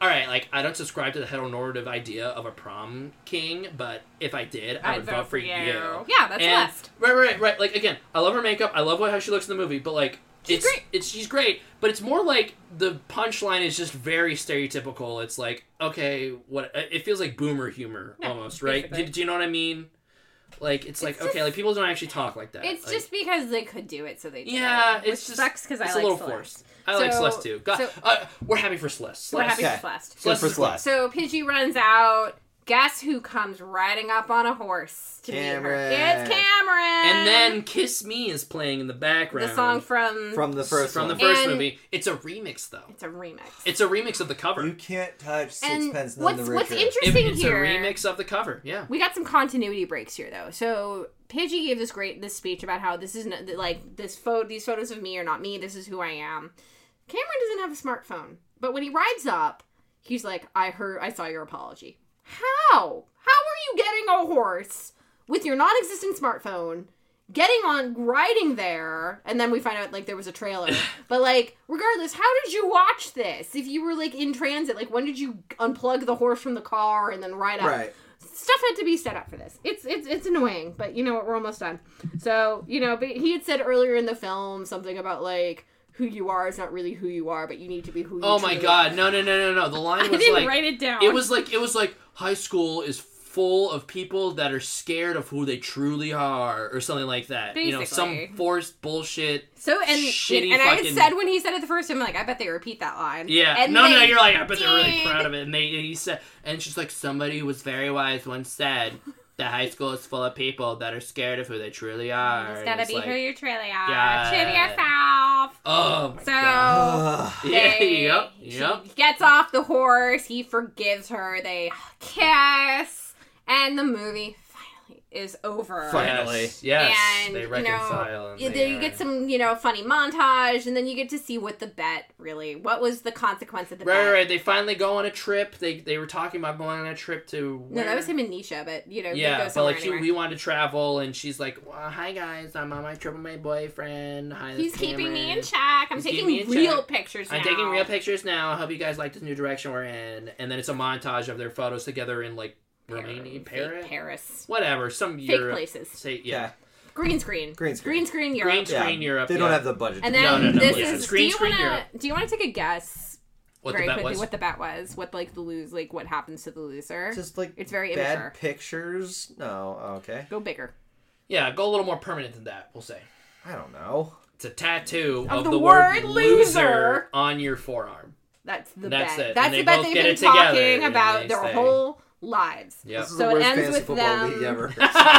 Speaker 3: all right like I don't subscribe to the heteronormative idea of a prom king but if I did I
Speaker 1: I'd
Speaker 3: would vote, for you.
Speaker 1: Yeah, that's
Speaker 3: And-
Speaker 1: Celeste.
Speaker 3: Right, right, right. Like again, I love her makeup. I love what- how she looks in the movie, but like
Speaker 1: She's
Speaker 3: it's
Speaker 1: great.
Speaker 3: it's she's great, but it's more like the punchline is just very stereotypical. It's like okay, what it feels like boomer humor
Speaker 1: Yeah,
Speaker 3: almost, right?
Speaker 1: basically.
Speaker 3: Do, do you know what I mean? Like it's, like
Speaker 1: It's
Speaker 3: okay,
Speaker 1: just-
Speaker 3: like people don't actually talk like that.
Speaker 1: It's
Speaker 3: Like,
Speaker 1: just because they could do it, so they did
Speaker 3: Yeah,
Speaker 1: it,
Speaker 3: it's
Speaker 1: which
Speaker 3: just-
Speaker 1: sucks because I
Speaker 3: it's
Speaker 1: like
Speaker 3: a little
Speaker 1: Celeste.
Speaker 3: forced. I like
Speaker 1: So-
Speaker 3: Celeste too. God,
Speaker 1: so-
Speaker 3: uh, we're happy for Celeste.
Speaker 1: We're
Speaker 3: Celeste.
Speaker 1: happy
Speaker 2: Okay.
Speaker 1: for Celeste.
Speaker 2: Good for Celeste.
Speaker 3: Celeste.
Speaker 1: So Pidgey runs out. guess who comes riding up on a horse to
Speaker 2: Cameron.
Speaker 1: meet her? It's Cameron.
Speaker 3: And then Kiss Me is playing in the background.
Speaker 1: the song from,
Speaker 2: from the first
Speaker 3: from the
Speaker 2: one.
Speaker 3: first
Speaker 1: And-
Speaker 3: movie. It's a remix though.
Speaker 1: it's a remix.
Speaker 3: It's a remix of the cover.
Speaker 4: You can't touch
Speaker 1: and
Speaker 4: Sixpence None
Speaker 1: what's
Speaker 4: the Richer.
Speaker 1: what's
Speaker 3: It-
Speaker 1: interesting
Speaker 3: it's
Speaker 1: here?
Speaker 3: a remix of the cover. Yeah.
Speaker 1: We got some continuity breaks here, though. So Pidgey gave this great this speech about how this is not, that, like this photo, these photos of me are not me. This is who I am. Cameron doesn't have a smartphone, but when he rides up, he's like, "I heard, I saw your apology." How? How are you getting a horse with your non-existent smartphone? Getting on, riding there, and then we find out like there was a trailer. But like, regardless, how did you watch this? If you were like in transit, like when did you unplug the horse from the car and then ride up?
Speaker 2: Right.
Speaker 1: stuff had to be set up for this. It's it's it's annoying, but you know what? We're almost done. So you know, but he had said earlier in the film something about like who you are is not really who you are, but you need to be who. you
Speaker 3: Oh my
Speaker 1: truly
Speaker 3: god. No, no, no, no, no. The line
Speaker 1: Are. I
Speaker 3: was
Speaker 1: didn't
Speaker 3: like
Speaker 1: write it down.
Speaker 3: it was like it was like high school is full of people that are scared of who they truly are or something like that. You know, some
Speaker 1: Basically.
Speaker 3: forced bullshit.
Speaker 1: so and
Speaker 3: shitty
Speaker 1: and I had
Speaker 3: fucking-
Speaker 1: said when he said it the first time, like I bet they repeat that line.
Speaker 3: Yeah.
Speaker 1: And
Speaker 3: no, no,
Speaker 1: they
Speaker 3: you're like I bet they're really
Speaker 1: did.
Speaker 3: proud of it. And they and he said and she's like somebody who was very wise once said that high school is full of people that are scared of who they truly are.
Speaker 1: You just
Speaker 3: And
Speaker 1: gotta
Speaker 3: it's
Speaker 1: be
Speaker 3: like,
Speaker 1: who you truly are.
Speaker 3: Yeah.
Speaker 1: Shit yourself.
Speaker 3: Oh my
Speaker 1: So.
Speaker 3: god.
Speaker 2: Ugh.
Speaker 3: Yeah,
Speaker 1: they-
Speaker 3: yep,
Speaker 1: she
Speaker 3: yep.
Speaker 1: gets off the horse. He forgives her. They kiss, and the movie finally is over.
Speaker 2: Finally.
Speaker 3: Yes, yes.
Speaker 1: And,
Speaker 3: they
Speaker 1: you know,
Speaker 3: reconcile. and
Speaker 1: Yeah,
Speaker 3: they
Speaker 1: then you
Speaker 3: are-
Speaker 1: get some, you know, funny montage, and then you get to see what the bet really, what was the consequence of the
Speaker 3: Right,
Speaker 1: bet.
Speaker 3: right, right. They finally go on a trip. They they were talking about going on a trip to.
Speaker 1: No, that
Speaker 3: where?
Speaker 1: was him and Nisha, but you know, they go
Speaker 3: Yeah, but
Speaker 1: somewhere
Speaker 3: like she,
Speaker 1: anyway.
Speaker 3: we wanted to travel, and she's like, well, "Hi guys, I'm on my trip with my boyfriend. Hi, this
Speaker 1: he's
Speaker 3: is
Speaker 1: keeping me in
Speaker 3: Cameron.
Speaker 1: check. I'm
Speaker 3: He's keeping
Speaker 1: taking
Speaker 3: me in
Speaker 1: real
Speaker 3: check.
Speaker 1: pictures.
Speaker 3: I'm
Speaker 1: now.
Speaker 3: taking real pictures now. I hope you guys like this new direction we're in." And then it's a montage of their photos together in like Romania,
Speaker 1: Fake
Speaker 3: Paris,
Speaker 1: Paris,
Speaker 3: whatever, some
Speaker 1: fake
Speaker 3: Europe.
Speaker 1: places,
Speaker 3: Say yeah,
Speaker 2: Yeah.
Speaker 1: green screen,
Speaker 2: Green screen.
Speaker 1: green screen, Europe.
Speaker 3: green screen
Speaker 2: Yeah.
Speaker 3: Europe.
Speaker 2: They don't
Speaker 3: yeah.
Speaker 2: have the budget.
Speaker 1: and
Speaker 2: to
Speaker 1: then
Speaker 3: No, no, no,
Speaker 1: this
Speaker 3: yeah.
Speaker 1: is.
Speaker 3: Green
Speaker 1: do you
Speaker 3: screen
Speaker 1: wanna?
Speaker 3: Europe.
Speaker 1: Do you want to take a guess
Speaker 3: what
Speaker 1: very
Speaker 3: the bet
Speaker 1: quickly
Speaker 3: was.
Speaker 1: what the bet was? What like the lose, like what happens to the loser?
Speaker 2: Just like
Speaker 1: It's very
Speaker 2: bad
Speaker 1: immature.
Speaker 2: pictures. No, okay.
Speaker 1: go bigger
Speaker 3: yeah, go a little more permanent than that. We'll say
Speaker 2: I don't know.
Speaker 3: it's a tattoo
Speaker 1: Of
Speaker 3: of,
Speaker 1: the word
Speaker 3: word
Speaker 1: loser.
Speaker 3: on your forearm.
Speaker 1: That's the
Speaker 3: That's
Speaker 1: bet.
Speaker 3: it.
Speaker 1: That's
Speaker 3: And
Speaker 1: the
Speaker 3: they
Speaker 1: bet
Speaker 3: both
Speaker 1: they've
Speaker 3: get
Speaker 1: been
Speaker 3: it together,
Speaker 1: talking
Speaker 3: and
Speaker 1: about
Speaker 3: they
Speaker 1: their
Speaker 3: say-
Speaker 1: whole lives.
Speaker 3: Yep.
Speaker 2: This is
Speaker 1: So
Speaker 2: the
Speaker 1: it
Speaker 2: worst
Speaker 1: ends
Speaker 2: fantasy
Speaker 1: with
Speaker 2: football
Speaker 1: them-
Speaker 2: league ever.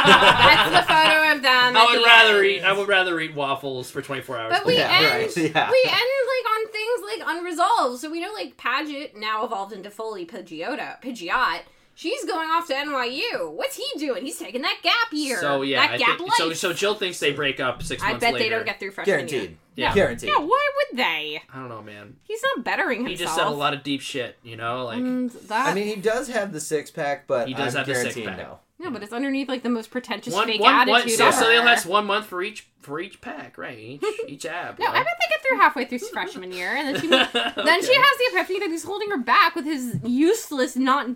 Speaker 1: That's the photo of them.
Speaker 3: I
Speaker 1: at
Speaker 3: would
Speaker 1: the
Speaker 3: rather
Speaker 1: end.
Speaker 3: eat. I would rather eat waffles for 24 hours.
Speaker 1: But we
Speaker 2: Yeah,
Speaker 1: end.
Speaker 2: right, yeah.
Speaker 1: We end like on things like unresolved. So we know like Paget now evolved into fully Pidgeotto, Pidgeot. She's going off to NYU. What's he doing? He's taking that gap year.
Speaker 3: So yeah,
Speaker 1: that
Speaker 3: I
Speaker 1: gap
Speaker 3: think,
Speaker 1: life.
Speaker 3: so so Jill thinks they break up six
Speaker 1: I
Speaker 3: months
Speaker 1: bet
Speaker 3: later.
Speaker 1: they don't get through freshman
Speaker 2: Guaranteed.
Speaker 3: Yeah.
Speaker 2: Guaranteed.
Speaker 1: year. Yeah, why would they?
Speaker 3: I don't know, man.
Speaker 1: He's not bettering
Speaker 3: He
Speaker 1: himself.
Speaker 3: just said a lot of deep shit. You know, like
Speaker 1: And that,
Speaker 2: I mean, he does have the six pack, but
Speaker 3: He does
Speaker 2: I'm
Speaker 3: have the
Speaker 2: guaranteeing
Speaker 3: six-pack.
Speaker 2: no.
Speaker 1: no, but it's underneath like the most pretentious
Speaker 3: one,
Speaker 1: fake
Speaker 3: one,
Speaker 1: attitude
Speaker 3: one so,
Speaker 1: ever.
Speaker 3: so they last one month for each for each pack, right? Each each ab.
Speaker 1: No, I bet they get through halfway through freshman year, and then she then she has the epiphany that he's holding her back with his useless, not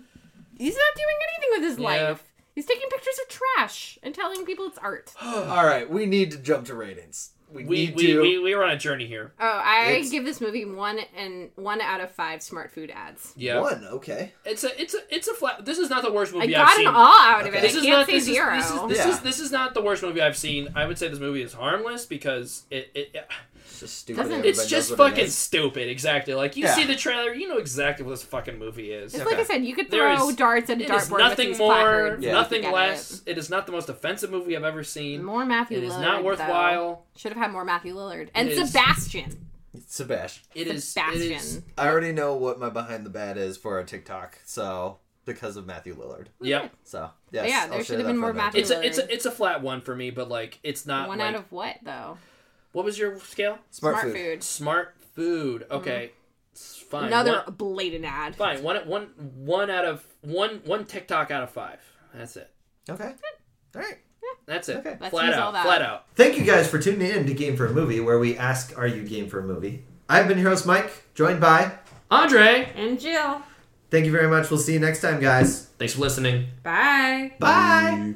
Speaker 1: he's not doing anything with his
Speaker 3: Yeah.
Speaker 1: life. He's taking pictures of trash and telling people it's art. Oh,
Speaker 2: All right, we need to jump to ratings. We,
Speaker 3: we
Speaker 2: need
Speaker 3: we,
Speaker 2: to.
Speaker 3: we we were on a journey here.
Speaker 1: I
Speaker 2: It's-
Speaker 1: give this movie one and one out of five smart food ads.
Speaker 3: Yeah,
Speaker 2: One, okay.
Speaker 3: it's a it's a it's a flat. This is not the worst
Speaker 1: I
Speaker 3: movie have
Speaker 1: got
Speaker 3: seen.
Speaker 1: an awe out of it.
Speaker 2: Okay.
Speaker 1: I
Speaker 3: This is
Speaker 1: can't
Speaker 3: not
Speaker 1: say
Speaker 3: this is,
Speaker 1: zero.
Speaker 3: This, is, this,
Speaker 2: Yeah.
Speaker 3: is, this is not the worst movie I've seen. I would say this movie is harmless because it, it, it
Speaker 2: It's just stupid.
Speaker 1: Doesn't-
Speaker 2: Everybody
Speaker 3: it's
Speaker 2: knows
Speaker 3: just
Speaker 2: what it
Speaker 3: fucking
Speaker 2: is.
Speaker 3: stupid. Exactly. Like you
Speaker 2: Yeah.
Speaker 3: see the trailer, you know exactly what this fucking movie is.
Speaker 1: it's
Speaker 2: Okay.
Speaker 1: like I said, you could
Speaker 3: There
Speaker 1: throw
Speaker 3: is-
Speaker 1: darts at a
Speaker 3: It is
Speaker 1: dartboard. with
Speaker 3: nothing
Speaker 1: these
Speaker 3: more,
Speaker 1: placards.
Speaker 2: Yeah.
Speaker 3: nothing
Speaker 1: You get
Speaker 3: less. it is not the most offensive movie I've ever
Speaker 1: it.
Speaker 3: seen.
Speaker 1: More Matthew.
Speaker 3: It is
Speaker 1: Lillard,
Speaker 3: not worthwhile.
Speaker 1: Should have had more Matthew Lillard and
Speaker 3: is-
Speaker 1: Sebastian.
Speaker 2: Sebastian.
Speaker 3: It is. It is.
Speaker 1: Sebastian.
Speaker 2: I already know what my behind the bat is for a TikTok, so because of Matthew Lillard.
Speaker 3: Yep.
Speaker 2: So yes,
Speaker 1: Yeah,
Speaker 2: I'll
Speaker 1: there
Speaker 2: share
Speaker 1: should have
Speaker 2: that
Speaker 1: been
Speaker 2: for
Speaker 1: more
Speaker 2: another
Speaker 1: Matthew
Speaker 2: time.
Speaker 3: It's a it's a it's a flat one for me, but like it's not
Speaker 1: One
Speaker 3: like
Speaker 1: out of what though?
Speaker 3: what was your scale?
Speaker 2: Smart, food.
Speaker 3: Smart food. Okay, it's fine.
Speaker 1: Mm-hmm. Another
Speaker 3: one,
Speaker 1: blatant ad.
Speaker 3: fine. One one one out of one one TikTok out of five. That's it.
Speaker 2: Okay. All right.
Speaker 3: That's it.
Speaker 2: Okay.
Speaker 1: Let's
Speaker 3: Flat
Speaker 1: use
Speaker 3: out.
Speaker 1: all that.
Speaker 3: Flat out.
Speaker 4: Thank you guys for tuning in to Game for a Movie, where we ask, Are you game for a movie? I've been your host, Mike, joined by.
Speaker 3: Andre,
Speaker 1: And Jill.
Speaker 4: Thank you very much. We'll see you next time, guys.
Speaker 3: thanks for listening.
Speaker 1: Bye.
Speaker 4: Bye.